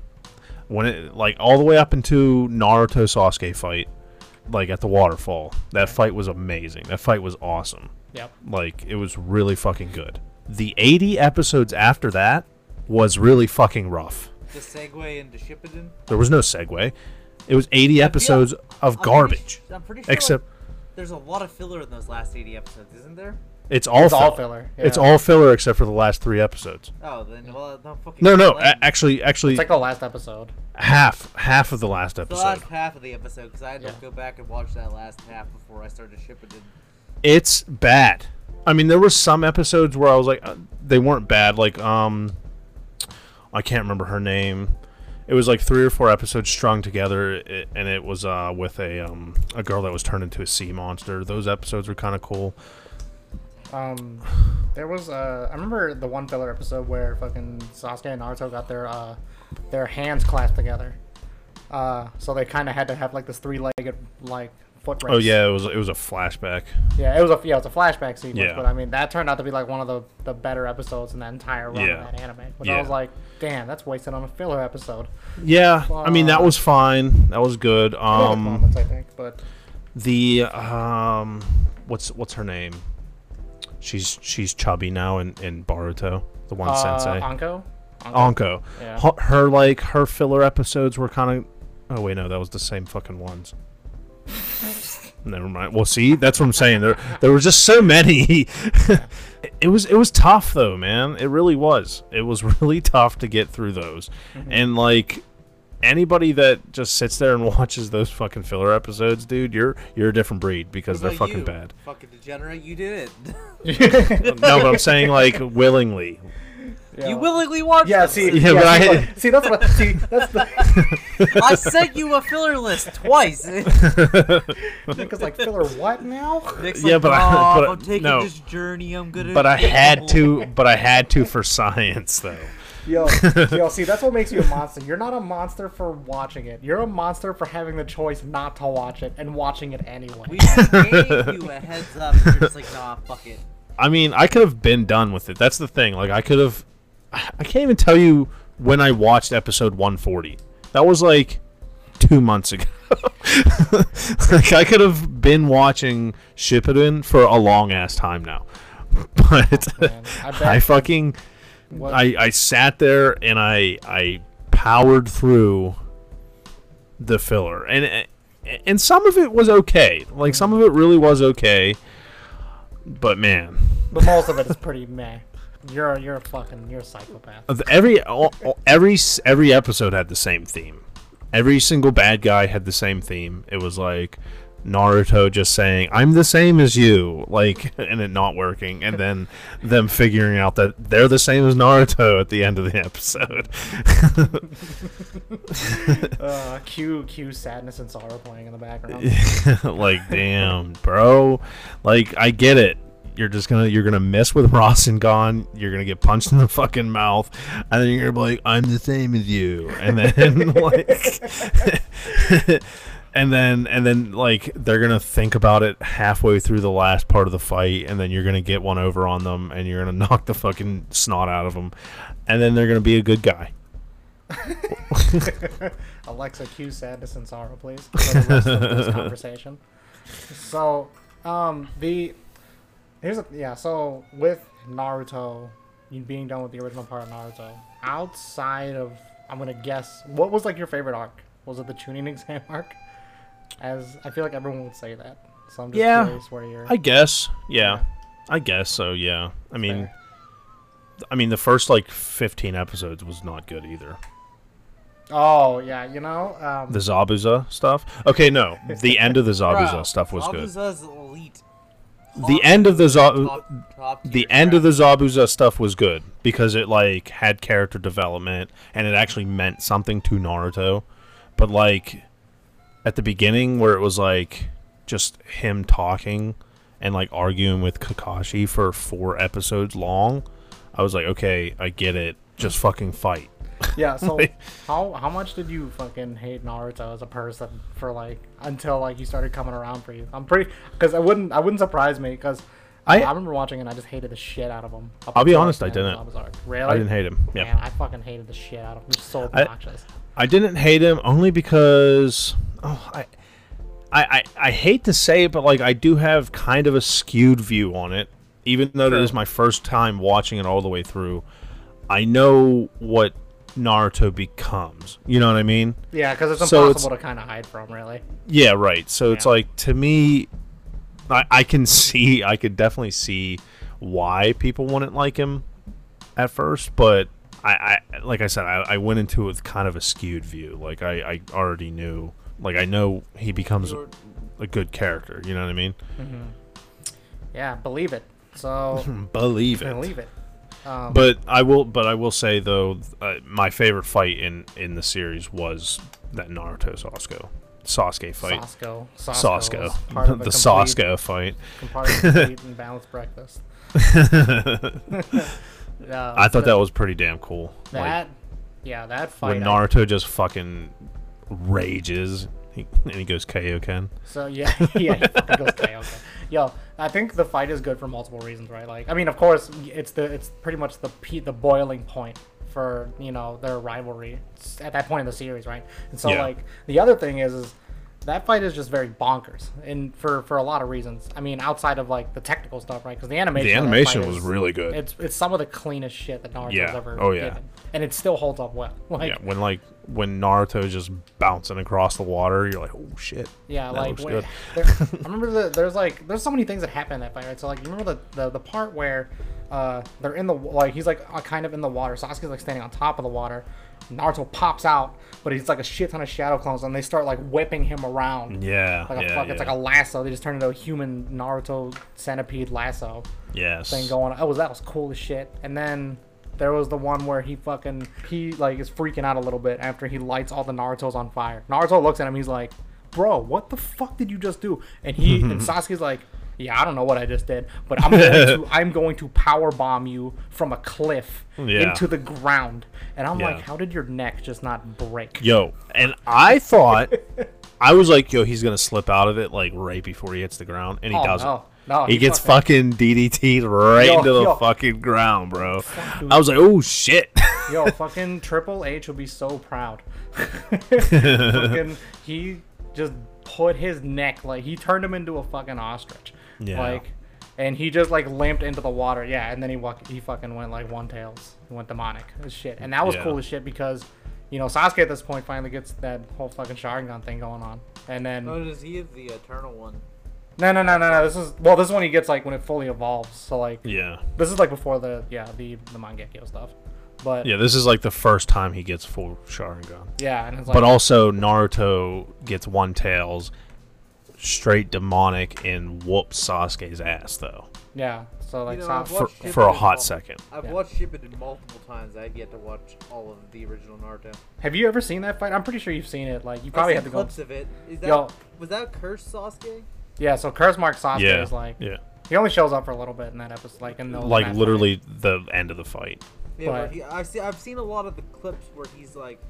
Speaker 2: When it like all the way up into Naruto Sasuke fight, like at the waterfall, that fight was amazing. That fight was awesome.
Speaker 1: Yep.
Speaker 2: Like it was really fucking good. The 80 episodes after that was really fucking rough.
Speaker 3: The segue into Shippuden?
Speaker 2: There was no segue. It was 80 episodes of
Speaker 3: I'm pretty
Speaker 2: garbage.
Speaker 3: su- I'm pretty sure
Speaker 2: Except
Speaker 3: there's a lot of filler in those last 80 episodes, isn't there?
Speaker 2: it's all
Speaker 1: It's all
Speaker 2: fill-
Speaker 1: filler.
Speaker 2: It's
Speaker 1: yeah.
Speaker 2: all filler except for the last three episodes.
Speaker 3: Oh, then well, don't fucking
Speaker 2: No, no,
Speaker 3: complain.
Speaker 2: a- actually, actually,
Speaker 1: It's like the last episode.
Speaker 2: half half of the last
Speaker 3: the
Speaker 2: episode.
Speaker 3: last half of the episode because I had to
Speaker 1: Yeah.
Speaker 3: go back and watch that last half before I started shipping it.
Speaker 2: It's bad. I mean, there were some episodes where I was like, uh, they weren't bad. Like, um, I can't remember her name. It was like three or four episodes strung together, i and it was uh, with a um, a girl that was turned into a sea monster. Those episodes were kind of cool.
Speaker 1: Um, there was uh, I remember the one filler episode where fucking Sasuke and Naruto got their uh, their hands clasped together. Uh, so they kind of had to have like this three-legged like foot race.
Speaker 2: Oh yeah, it was it was a flashback.
Speaker 1: yeah. It was a yeah, it was a flashback sequence,
Speaker 2: Yeah.
Speaker 1: but I mean that turned out to be like one of the, the better episodes in that entire run
Speaker 2: Yeah.
Speaker 1: of that anime. Which
Speaker 2: Yeah.
Speaker 1: I was like, damn, that's wasted on a filler episode.
Speaker 2: Yeah, I mean that was fine. That was good.
Speaker 1: One of the
Speaker 2: Um,
Speaker 1: moments, I think, but
Speaker 2: the um what's what's her name she's she's chubby now in in baruto the one
Speaker 1: uh,
Speaker 2: sensei
Speaker 1: Anko. Anko.
Speaker 2: onko
Speaker 1: Yeah.
Speaker 2: Her- her like her filler episodes were kind of oh wait no that was the same fucking ones never mind well see that's what i'm saying there there were just so many it was it was tough though man it really was it was really tough to get through those
Speaker 3: Mm-hmm.
Speaker 2: and like anybody that just sits there and watches those fucking filler episodes dude you're you're a different breed because they're
Speaker 3: What about
Speaker 2: fucking
Speaker 3: you?
Speaker 2: bad
Speaker 3: Fucking degenerate, you did it.
Speaker 2: no but i'm saying like willingly
Speaker 1: Yeah.
Speaker 3: You willingly watched.
Speaker 1: Yeah,
Speaker 3: this.
Speaker 1: see, yeah,
Speaker 2: Yeah, but I-
Speaker 1: see, look, see, that's what see, that's the
Speaker 3: I sent you a filler list twice.
Speaker 1: because like filler what now?
Speaker 3: Nick's
Speaker 2: Yeah,
Speaker 3: like,
Speaker 2: but I-
Speaker 3: "Rob,
Speaker 2: but I-
Speaker 3: I'm taking
Speaker 2: no.
Speaker 3: this journey. I'm gonna.
Speaker 2: but i had to but i had to for science though
Speaker 1: Yo, yo, see, that's what makes you a monster. You're not a monster for watching it. You're a monster for having the choice not to watch it and watching it anyway.
Speaker 3: We gave you a heads up. You're just like, nah, fuck it.
Speaker 2: I mean, I could have been done with it. That's the thing. Like, I could have. I can't even tell you when I watched episode 140. That was like two months ago. like, I could have been watching Shippuden for a long ass time now. But
Speaker 1: Oh, man. I bet.
Speaker 2: I, fucking.
Speaker 1: What-
Speaker 2: I, I sat there and I I powered through the filler and and some of it was okay like
Speaker 1: Mm.
Speaker 2: some of it really was okay but man
Speaker 1: but most of it is pretty meh. You're you're a fucking you're a psychopath.
Speaker 2: of every all, all- every s- every episode had the same theme. Every single bad guy had the same theme. It was like Naruto just saying, "I'm the same as you," like, and it not working, and then them figuring out that they're the same as Naruto at the end of the episode.
Speaker 1: Uh, cue cue sadness and sorrow playing in the background.
Speaker 2: like, damn, bro. Like, I get it. You're just gonna you're gonna mess with Rasengan. You're gonna get punched in the fucking mouth, and then you're gonna be like, "I'm the same as you," and then like, and then and then like they're gonna think about it halfway through the last part of the fight, and then you're gonna get one over on them, and you're gonna knock the fucking snot out of them, and then they're gonna be a good guy.
Speaker 1: Alexa, cue sadness and sorrow, please, for the rest of this conversation. So, um, the here's a, yeah. So with Naruto, you being done with the original part of Naruto, outside of I'm gonna guess, what was like your favorite arc? Was it the tuning exam arc? As I feel like everyone would say that. So I'm just
Speaker 2: Yeah.
Speaker 1: curious where you're.
Speaker 2: I guess. Yeah. I guess so, yeah. I mean
Speaker 1: Fair.
Speaker 2: I mean the first like 15 episodes was not good either.
Speaker 1: oh yeah, you know. Um,
Speaker 2: The Zabuza stuff? Okay, no. The end of the Zabuza
Speaker 3: Bro,
Speaker 2: stuff was good.
Speaker 3: Zabuza's elite.
Speaker 2: The end of the Zabu
Speaker 3: Top, top
Speaker 2: the
Speaker 3: tier
Speaker 2: end of
Speaker 3: trash.
Speaker 2: the Zabuza stuff was good because it like had character development and it actually meant something to Naruto. But like at the beginning where it was like just him talking and like arguing with Kakashi for four episodes long, I was like, okay, I get it. Just fucking fight.
Speaker 1: Yeah, so how how much did you fucking hate Naruto as a person for like until like you started coming around for you? I'm pretty because I wouldn't I wouldn't surprise me because
Speaker 2: I-
Speaker 1: I, remember watching it and I just hated the shit out of him. up
Speaker 2: I'll be
Speaker 1: until, like,
Speaker 2: honest, I
Speaker 1: the end
Speaker 2: didn't.
Speaker 1: of Zabuza arc. Really?
Speaker 2: I didn't hate him. Yeah.
Speaker 1: Man, I fucking hated the shit out of him. He's so
Speaker 2: I-
Speaker 1: obnoxious.
Speaker 2: I didn't hate him only because oh, I, I, I, I hate to say it, but like I do have kind of a skewed view on it. Even though it is my first time watching it all the way through, I know what Naruto becomes. You know what I mean?
Speaker 1: Yeah, because it's
Speaker 2: So
Speaker 1: impossible
Speaker 2: it's-
Speaker 1: to kind of hide from, really.
Speaker 2: Yeah, right. So it's
Speaker 1: Yeah.
Speaker 2: like to me, I, I can see, I could definitely see why people wouldn't like him at first, but I, I like I said, I, I went into it with kind of a skewed view. Like I, I already knew, like I know he becomes a, a good character. You know what I mean?
Speaker 1: Yeah, believe it. So
Speaker 2: Believe it.
Speaker 1: believe it. Um,
Speaker 2: But I will, but I will say though, uh, my favorite fight in in the series was that Naruto Sasuke Sasuke fight.
Speaker 1: Sosco,
Speaker 2: Sasuke,
Speaker 1: Sosco, part of a
Speaker 2: the
Speaker 1: complete-
Speaker 2: Sasuke fight.
Speaker 1: part of a complete and balanced breakfast. Uh,
Speaker 2: I thought that was pretty damn cool.
Speaker 1: that. yeah, that
Speaker 2: like,
Speaker 1: fight.
Speaker 2: when
Speaker 1: I-
Speaker 2: Naruto just fucking rages he, and he goes Kaioken.
Speaker 1: So yeah, yeah, he fucking goes Kaioken. Yo, I think the fight is good for multiple reasons, right? Like, I mean, of course, it's the it's pretty much the pe- the boiling point for you know their rivalry It's at that point in the series, right? And so
Speaker 2: Yeah.
Speaker 1: like the other thing is is that fight is just very bonkers, and for for a lot of reasons. I mean, outside of like the technical stuff, right? Because the animation
Speaker 2: The
Speaker 1: of that
Speaker 2: animation
Speaker 1: fight
Speaker 2: was
Speaker 1: is-
Speaker 2: really good.
Speaker 1: It's it's some of the cleanest shit that Naruto's
Speaker 2: Yeah.
Speaker 1: ever
Speaker 2: Oh, yeah.
Speaker 1: given, and it still holds up well. Like
Speaker 2: yeah, when like when Naruto just bouncing across the water, you're like, oh shit.
Speaker 1: Yeah,
Speaker 2: that
Speaker 1: like
Speaker 2: looks
Speaker 1: wait,
Speaker 2: good.
Speaker 1: there, I remember the, there's like there's so many things that happen in that fight. Right? So like you remember the, the the part where uh they're in the wa- like he's like uh, kind of in the water. Sasuke's like standing on top of the water. Naruto pops out, but he's like a shit ton of shadow clones, and they start like whipping him around.
Speaker 2: Yeah,
Speaker 1: Like a
Speaker 2: yeah,
Speaker 1: fuck,
Speaker 2: yeah.
Speaker 1: it's like a lasso. They just turned into a human Naruto centipede lasso
Speaker 2: yes.
Speaker 1: thing going. on. Oh, that was cool as shit. And then there was the one where he fucking he like is freaking out a little bit after he lights all the Naruto's on fire. Naruto looks at him. He's like, "Bro, what the fuck did you just do?" And he and Sasuke's like, "Yeah, I don't know what I just did, but I'm going to I'm going to power bomb you from a cliff
Speaker 2: Yeah.
Speaker 1: into the ground." And I'm like,
Speaker 2: Yeah.
Speaker 1: "How did your neck just not break?"
Speaker 2: Yo, and I thought I was like, yo, he's gonna slip out of it like right before he hits the ground, and he
Speaker 1: Oh,
Speaker 2: doesn't.
Speaker 1: no. No,
Speaker 2: he,
Speaker 1: he
Speaker 2: gets fucking,
Speaker 1: fucking-
Speaker 2: DDT'd right
Speaker 1: Yo,
Speaker 2: into the
Speaker 1: yo.
Speaker 2: fucking ground, bro. I was like, oh shit.
Speaker 1: Yo, fucking Triple H will be so proud. fucking, he just put his neck like he turned him into a fucking ostrich.
Speaker 2: Yeah.
Speaker 1: Like, and he just like limped into the water. Yeah, and then he walk, he fucking went like one tails. He went demonic as shit, and that was
Speaker 2: Yeah.
Speaker 1: cool as shit because, you know, Sasuke at this point finally gets that whole fucking Sharingan thing going on, and then
Speaker 3: Oh, does he have the eternal one?
Speaker 1: no, no, no, no, no. This is well, this is when he gets like when it fully evolves. So like,
Speaker 2: yeah.
Speaker 1: this is like before the yeah the the Mangekyo stuff, but yeah,
Speaker 2: Yeah, this is like the first time he gets full Sharingan.
Speaker 1: and it's like
Speaker 2: But also Naruto gets one tails straight demonic and whoops Sasuke's ass though.
Speaker 1: yeah, so like
Speaker 3: know,
Speaker 1: Sas-
Speaker 3: I've
Speaker 2: For
Speaker 3: Watch him
Speaker 2: for a
Speaker 3: and
Speaker 2: hot
Speaker 3: all-
Speaker 2: second.
Speaker 3: I've
Speaker 1: Yeah.
Speaker 3: watched Shippuden multiple times. I've yet to watch all of the original Naruto.
Speaker 1: Have you ever seen that fight? I'm pretty sure you've seen it. Like you probably
Speaker 3: I've
Speaker 1: had
Speaker 3: seen
Speaker 1: to go.
Speaker 3: clips of it. Is that
Speaker 1: Yo.
Speaker 3: was that cursed Sasuke?
Speaker 1: Yeah, so Curse Mark Sasuke
Speaker 2: Yeah.
Speaker 1: is like
Speaker 2: yeah.
Speaker 1: he only shows up for a little bit in that episode, like in the
Speaker 2: Like literally the end of the fight.
Speaker 3: Yeah, where
Speaker 1: Right.
Speaker 3: he, I've seen I've seen a lot of the clips where he's like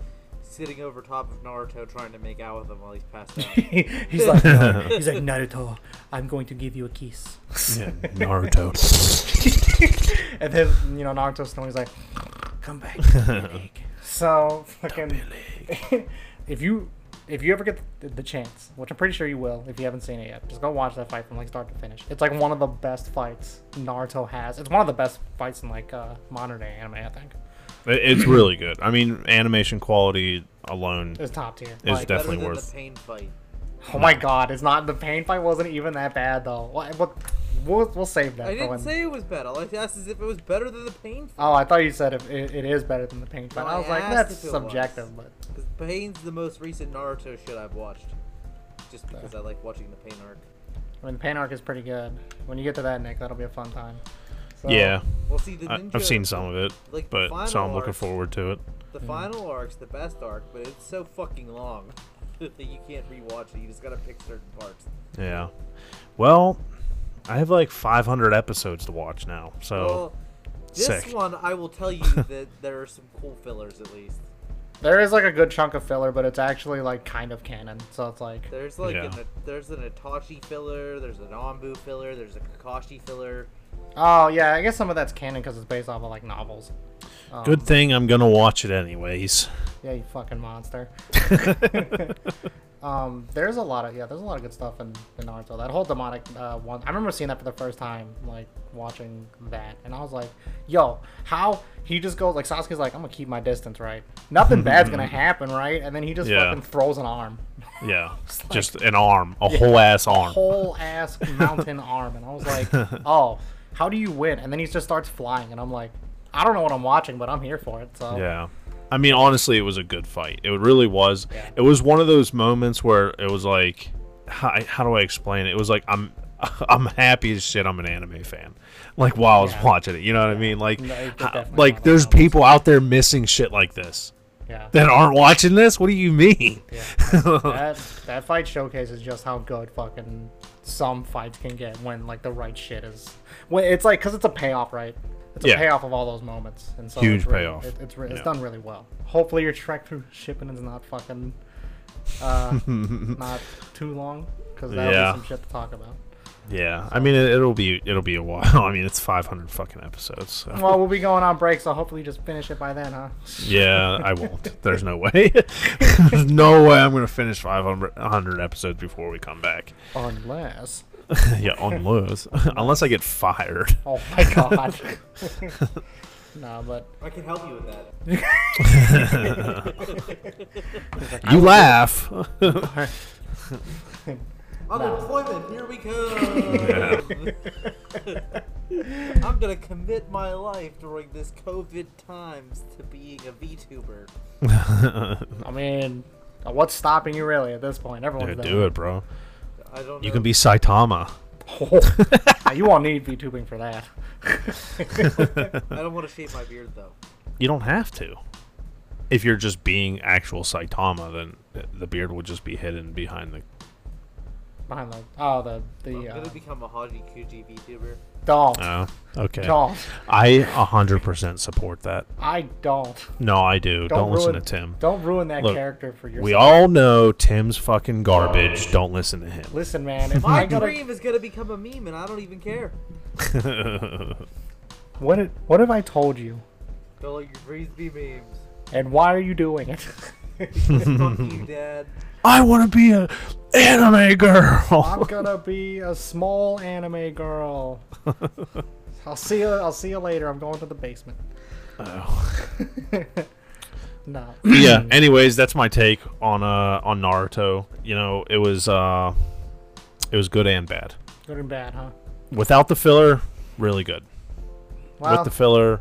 Speaker 3: sitting over top of Naruto trying to make out with him while he's passed out.
Speaker 1: he's like he's like Naruto, I'm going to give you a kiss.
Speaker 2: Yeah, Naruto.
Speaker 1: And then you know Naruto's snowing. He's like, come back. big." so fucking. if you if you ever get the, the chance, which I'm pretty sure you will, if you haven't seen it yet, just go watch that fight from like start to finish. It's like one of the best fights Naruto has. It's one of the best fights in like uh, modern day anime, I think.
Speaker 2: It- It's really good. I mean, animation quality alone.
Speaker 1: It's top tier.
Speaker 2: It's
Speaker 1: Like,
Speaker 2: definitely
Speaker 3: Better than
Speaker 2: worth-
Speaker 3: the pain fight.
Speaker 1: Oh my god, it's not the pain fight wasn't even that bad though. What? what we'll, we'll save that.
Speaker 3: I
Speaker 1: for
Speaker 3: didn't
Speaker 1: when-
Speaker 3: say it was better. All I asked is if it was better than the pain fight.
Speaker 1: Oh, I thought you said it, it, it is better than the pain fight.
Speaker 3: No,
Speaker 1: I was
Speaker 3: I
Speaker 1: like,
Speaker 3: asked
Speaker 1: that's
Speaker 3: if it
Speaker 1: subjective,
Speaker 3: was.
Speaker 1: but
Speaker 3: Because Pain's the most recent Naruto shit I've watched. Just because I like watching the Pain arc.
Speaker 1: I mean, the pain arc is pretty good. When you get to that, Nick, that'll be a fun time. So,
Speaker 2: yeah,
Speaker 3: Well, see, the
Speaker 2: I,
Speaker 3: ninja,
Speaker 2: I've seen some of it,
Speaker 3: like, the
Speaker 2: but so
Speaker 3: final
Speaker 2: I'm looking
Speaker 3: arc-
Speaker 2: forward to it.
Speaker 3: The final arc's the best arc, but it's so fucking long that you can't rewatch it. You just gotta pick certain parts.
Speaker 2: Yeah. Well, I have like 500 episodes to watch now, so
Speaker 3: well, this
Speaker 2: Oh, sick.
Speaker 3: one, I will tell you that there are some cool fillers at least.
Speaker 1: There is like a good chunk of filler, but it's actually like kind of canon. So it's like,
Speaker 3: There's like
Speaker 2: Yeah.
Speaker 3: an, there's an Itachi filler, there's an Anbu filler, there's a Kakashi filler.
Speaker 1: oh yeah, I guess some of that's canon because it's based off of like novels. Um,
Speaker 2: good thing I'm gonna watch it anyways.
Speaker 1: Yeah, you fucking monster. Um, there's a lot of yeah, there's a lot of good stuff in, in Naruto. That whole demonic uh, one, I remember seeing that for the first time, like watching that, and I was like, "Yo, how he just goes like Sasuke's like, I'm gonna keep my distance, right? Nothing bad's gonna happen, right?" And then he just
Speaker 2: Yeah.
Speaker 1: fucking throws an arm,
Speaker 2: Yeah,
Speaker 1: like-
Speaker 2: just an arm, a whole ass arm.
Speaker 1: whole ass mountain arm, and I was like, "Oh, how do you win?" And then he just starts flying, and I'm like, "I don't know what I'm watching, but I'm here for it." So
Speaker 2: Yeah. I mean, honestly, it was a good fight. It really was.
Speaker 1: Yeah.
Speaker 2: It was one of those moments where it was like, how, how do I explain it? It was like I'm, I'm happy as shit. I'm an anime fan. Like while I was
Speaker 1: Yeah.
Speaker 2: watching it, you know what I mean? Like,
Speaker 1: No, it- it
Speaker 2: ho-
Speaker 1: definitely
Speaker 2: like
Speaker 1: not
Speaker 2: there's
Speaker 1: that one.
Speaker 2: people out there missing shit like this
Speaker 1: yeah.
Speaker 2: that aren't watching this. What do you mean?
Speaker 1: Yeah. that that fight showcases just how good fucking some fights can get when like the right shit is. When it's like because it's a payoff, right? It's a
Speaker 2: Yeah.
Speaker 1: payoff of all those moments, and so
Speaker 2: Huge
Speaker 1: it's really-
Speaker 2: payoff.
Speaker 1: it- it's re- it's
Speaker 2: Yeah.
Speaker 1: done really well. Hopefully your trek through shipping is not fucking uh, not too long because that'll
Speaker 2: Yeah.
Speaker 1: be some shit to talk about.
Speaker 2: Yeah. I mean, it, it'll be it'll be a while. I mean, it's 500 fucking episodes. So.
Speaker 1: Well, we'll be going on break, so hopefully you just finish it by then, huh?
Speaker 2: Yeah, I won't. There's no way. There's no way I'm gonna finish 500 episodes before we come back.
Speaker 1: Unless,
Speaker 2: yeah, on lows. Unless I get fired.
Speaker 1: oh my god. nah, but
Speaker 3: I can help you with that.
Speaker 2: You laugh.
Speaker 3: Unemployment, here we go. I'm gonna commit my life during this COVID times to being a VTuber.
Speaker 1: I mean, what's stopping you really at this point? Everyone's
Speaker 2: Dude,
Speaker 1: there.
Speaker 2: do it, bro.
Speaker 3: I don't.
Speaker 2: You
Speaker 3: know.
Speaker 2: can be Saitama.
Speaker 1: Now, you won't need VTubing for that.
Speaker 3: I don't want to shave my beard though.
Speaker 2: You don't have to. If you're just being actual Saitama, then the beard will just be hidden behind the.
Speaker 1: Behind the oh the the
Speaker 3: I'm
Speaker 1: uh,
Speaker 3: gonna become a Haji Kuji VTuber.
Speaker 1: don't
Speaker 2: Oh, okay.
Speaker 1: don't
Speaker 2: I 100% support that.
Speaker 1: I don't
Speaker 2: No, I do. Don't,
Speaker 1: don't
Speaker 2: listen
Speaker 1: ruin,
Speaker 2: to Tim.
Speaker 1: Don't ruin that
Speaker 2: Look,
Speaker 1: character for yourself.
Speaker 2: We all know Tim's fucking garbage. Don't listen to him.
Speaker 1: listen, man. If
Speaker 3: My
Speaker 1: I gotta,
Speaker 3: dream is gonna become a meme, and I don't even care.
Speaker 1: what if- what have I told you?
Speaker 3: Go let your dreams be memes.
Speaker 1: And why are you doing it?
Speaker 3: Fuck you, Dad.
Speaker 2: I want to be a anime
Speaker 1: I'm
Speaker 2: girl.
Speaker 1: gonna be a small anime girl. I'll see you. I'll see you later. I'm going to the basement. no.
Speaker 2: yeah. Anyways, that's my take on uh on Naruto. You know, it was uh it was good and bad.
Speaker 1: Good and bad, huh?
Speaker 2: Without the filler, really good.
Speaker 1: Well,
Speaker 2: With the filler,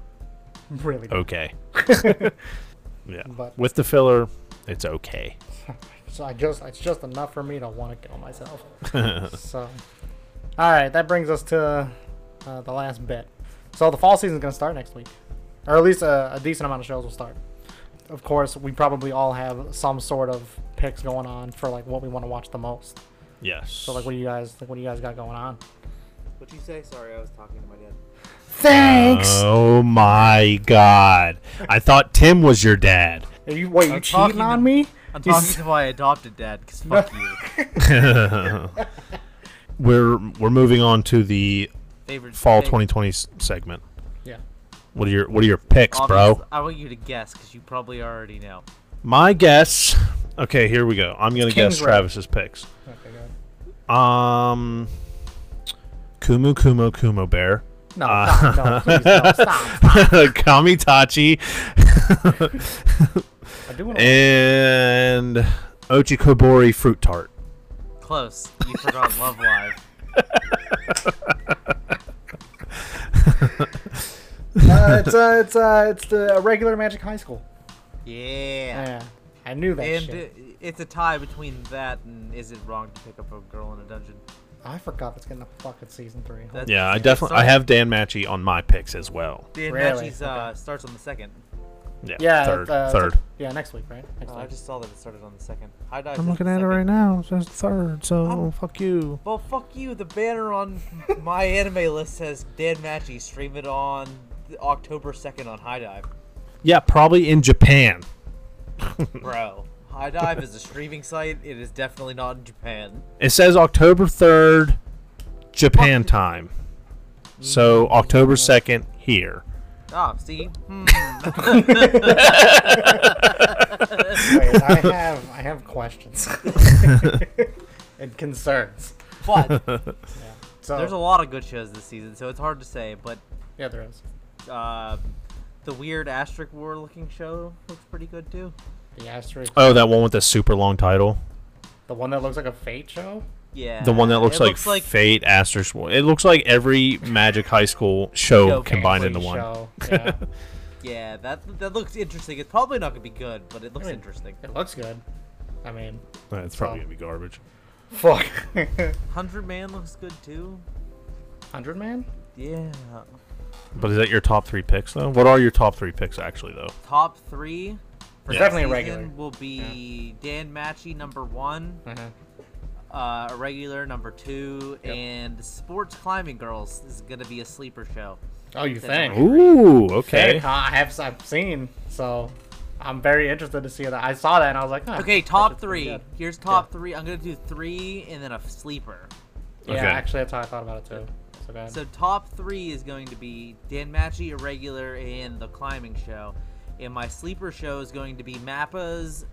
Speaker 1: really.
Speaker 3: Oh.
Speaker 2: okay. yeah.
Speaker 1: But-
Speaker 2: With the filler, it's okay.
Speaker 1: So I just it's just enough for me to want to kill myself. so, all right, that brings us to uh, the last bit. So the fall season's gonna start next week, or at least a, a decent amount of shows will start. Of course, we probably all have some sort of picks going on for like what we want to watch the most.
Speaker 2: Yes.
Speaker 1: So like, what do you guys like? What do you guys got going on?
Speaker 3: What'd you say? Sorry, I was talking to my dad.
Speaker 1: Thanks.
Speaker 3: Uh,
Speaker 2: Oh my god. I thought Tim was your dad.
Speaker 1: Are you wait, you
Speaker 3: I'm talking
Speaker 1: cheating
Speaker 3: to-
Speaker 1: on me?
Speaker 3: I'm
Speaker 1: You
Speaker 3: talking
Speaker 1: s-
Speaker 3: to my adopted dad, cause fuck you.
Speaker 2: We're we're moving on to the
Speaker 3: Favorite
Speaker 2: fall
Speaker 3: thing-
Speaker 2: 2020 s- segment.
Speaker 1: yeah.
Speaker 2: What are your what are your picks, bro?
Speaker 3: Obvious- I want you to guess, cause you probably already know.
Speaker 2: My guess. Okay, here we go. I'm gonna guess
Speaker 1: King's Row.
Speaker 2: Travis's picks.
Speaker 1: Okay, good.
Speaker 2: Um, Kumu Kumo Kumo Bear,
Speaker 1: No,
Speaker 3: Uh.
Speaker 1: stop, no, please, no, stop.
Speaker 2: Kamitachi,
Speaker 1: I do
Speaker 2: Eh,
Speaker 1: want to.
Speaker 2: and Ochikobori Fruit Tart.
Speaker 3: Close. You forgot Love Live.
Speaker 1: Uh, it's uh, it's uh, it's the regular Magic High School.
Speaker 2: Eh,
Speaker 3: Yeah.
Speaker 1: Yeah, I knew that
Speaker 3: And
Speaker 1: shit.
Speaker 3: uh, it's a tie between that and is it wrong to pick up a girl in a dungeon?
Speaker 1: I forgot that's getting a fucking season three. Holy-
Speaker 3: That's-
Speaker 2: Yeah, I
Speaker 3: that's
Speaker 2: definitely I
Speaker 3: on-
Speaker 2: have Dan Machi on my picks as well.
Speaker 3: Dan
Speaker 1: Really?
Speaker 3: Matchy's, uh, starts on the second.
Speaker 2: Yeah,
Speaker 1: yeah,
Speaker 2: third,
Speaker 1: uh,
Speaker 2: third.
Speaker 1: Yeah, next week, right? Next
Speaker 3: Oh, I
Speaker 1: week.
Speaker 3: just saw that it started on the second. High dive.
Speaker 2: I'm looking at it right now. It says third, so
Speaker 3: I'm-
Speaker 2: fuck you.
Speaker 3: Well, fuck you. The banner on my anime list says Dan Matchy. Stream it on th- October second on High Dive.
Speaker 2: Yeah, probably in Japan.
Speaker 3: Bro, High Dive is a streaming site. It is definitely not in Japan.
Speaker 2: It says October 3rd, Japan time. So October 2nd here.
Speaker 3: Ah, see? Hmm.
Speaker 1: Wait, I have I have questions and concerns.
Speaker 3: but
Speaker 1: So
Speaker 3: there's a lot of good shows this season, so it's hard to say. But
Speaker 1: yeah, there is
Speaker 3: uh, the weird Asterisk War looking show looks pretty good too.
Speaker 1: the asterisk,
Speaker 2: Oh, that one with the super long title.
Speaker 1: the one that looks like a fate show.
Speaker 3: Yeah.
Speaker 2: The one that looks
Speaker 3: Uh, it
Speaker 2: like,
Speaker 3: looks like
Speaker 2: Fate Asterisk. War. It looks like every Magic High School show
Speaker 3: Show
Speaker 2: combined
Speaker 1: Fate
Speaker 2: into one.
Speaker 1: show, Yeah,
Speaker 3: Yeah, that that looks interesting. It's probably not gonna be good, but it looks
Speaker 1: mean-
Speaker 3: interesting.
Speaker 1: it looks good. I mean,
Speaker 2: Uh, It's probably gonna be garbage.
Speaker 1: fuck,
Speaker 3: Hundred Man looks good too.
Speaker 1: hundred man.
Speaker 3: Yeah.
Speaker 2: But is that your top three picks though? What are your top three picks actually though?
Speaker 3: Top three for
Speaker 2: Yeah.
Speaker 3: next
Speaker 1: Definitely a
Speaker 3: season
Speaker 1: regular.
Speaker 3: will be Dan Matchy number one,
Speaker 1: Uh-huh.
Speaker 3: uh, a regular number two,
Speaker 1: Yep.
Speaker 3: and Sports Climbing Girls is gonna be a sleeper show.
Speaker 1: Oh, you
Speaker 3: That's
Speaker 1: think?
Speaker 2: Ooh, okay.
Speaker 1: Fate, huh? I have I've seen so. I'm very interested to see that. I saw that and I was like, huh,
Speaker 3: Okay,
Speaker 1: that
Speaker 3: top
Speaker 1: shit's pretty
Speaker 3: three.
Speaker 1: good.
Speaker 3: Here's top three. I'm gonna do three and then a sleeper.
Speaker 1: Yeah,
Speaker 2: Okay.
Speaker 1: actually, that's how I thought about it too. So, go ahead.
Speaker 3: So top three is going to be Dan Matchy, Irregular, and The Climbing Show. And my sleeper show is going to be Mappa's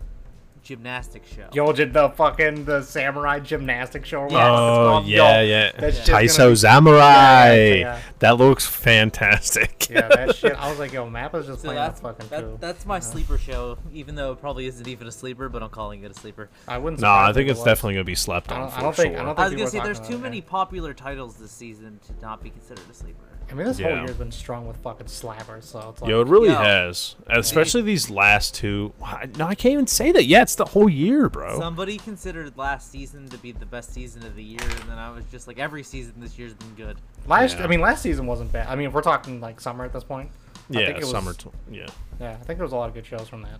Speaker 3: Gymnastics Show.
Speaker 1: Yo, did the fucking the samurai gymnastics show? or whatever it's
Speaker 2: Oh
Speaker 1: called?
Speaker 2: yeah,
Speaker 1: Yo,
Speaker 2: yeah.
Speaker 1: that shit's
Speaker 2: Taiso
Speaker 1: gonna be-
Speaker 2: Samurai.
Speaker 1: Yeah, yeah.
Speaker 2: That looks fantastic.
Speaker 1: yeah, that shit. I was like, yo, map is just
Speaker 3: So
Speaker 1: playing
Speaker 3: that's,
Speaker 1: the fucking
Speaker 3: that-
Speaker 1: cool.
Speaker 3: that's my sleeper show, even though it probably isn't even a sleeper, but I'm calling it a sleeper.
Speaker 1: I wouldn't.
Speaker 2: no, I
Speaker 1: surprise
Speaker 2: think
Speaker 1: if it
Speaker 2: it's
Speaker 1: was.
Speaker 2: definitely gonna be slept
Speaker 1: I
Speaker 2: on.
Speaker 1: don't- I
Speaker 2: for
Speaker 1: don't think- I
Speaker 2: sure.
Speaker 1: don't
Speaker 3: I
Speaker 1: think
Speaker 3: was
Speaker 1: we
Speaker 3: gonna
Speaker 1: were
Speaker 3: say there's
Speaker 1: talking
Speaker 3: too
Speaker 1: about it,
Speaker 3: many
Speaker 1: yeah.
Speaker 3: popular titles this season to not be considered a sleeper.
Speaker 1: I mean, this whole
Speaker 2: Yeah.
Speaker 1: year's been strung with fucking slappers, so it's like.
Speaker 2: Yo, it really
Speaker 3: Yo.
Speaker 2: has, especially these last two. I- No, I can't even say that. Yeah, it's the whole year, bro.
Speaker 3: Somebody considered last season to be the best season of the year, and then I was just like, every season this year's been good.
Speaker 1: last,
Speaker 2: yeah.
Speaker 1: I mean, last season wasn't bad. I mean, if we're talking like summer at this point. I
Speaker 2: yeah,
Speaker 1: think it was,
Speaker 2: summer. T- yeah,
Speaker 1: Yeah, I think there was a lot of good shows from that.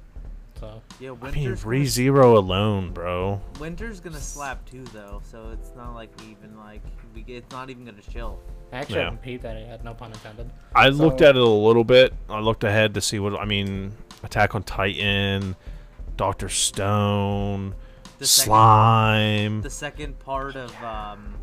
Speaker 1: So
Speaker 3: Yeah,
Speaker 2: I mean,
Speaker 3: winter's gonna
Speaker 2: Re Zero alone, bro.
Speaker 3: Winter's gonna slap too, though, so it's not like we even like we. It's not even gonna chill.
Speaker 1: I actually
Speaker 2: Yeah.
Speaker 1: haven't peeped that yet. No pun intended.
Speaker 2: I looked
Speaker 1: So-
Speaker 2: at it a little bit. I looked ahead to see what I mean. Attack on Titan, Doctor Stone,
Speaker 3: The second-
Speaker 2: Slime.
Speaker 3: The second part of um,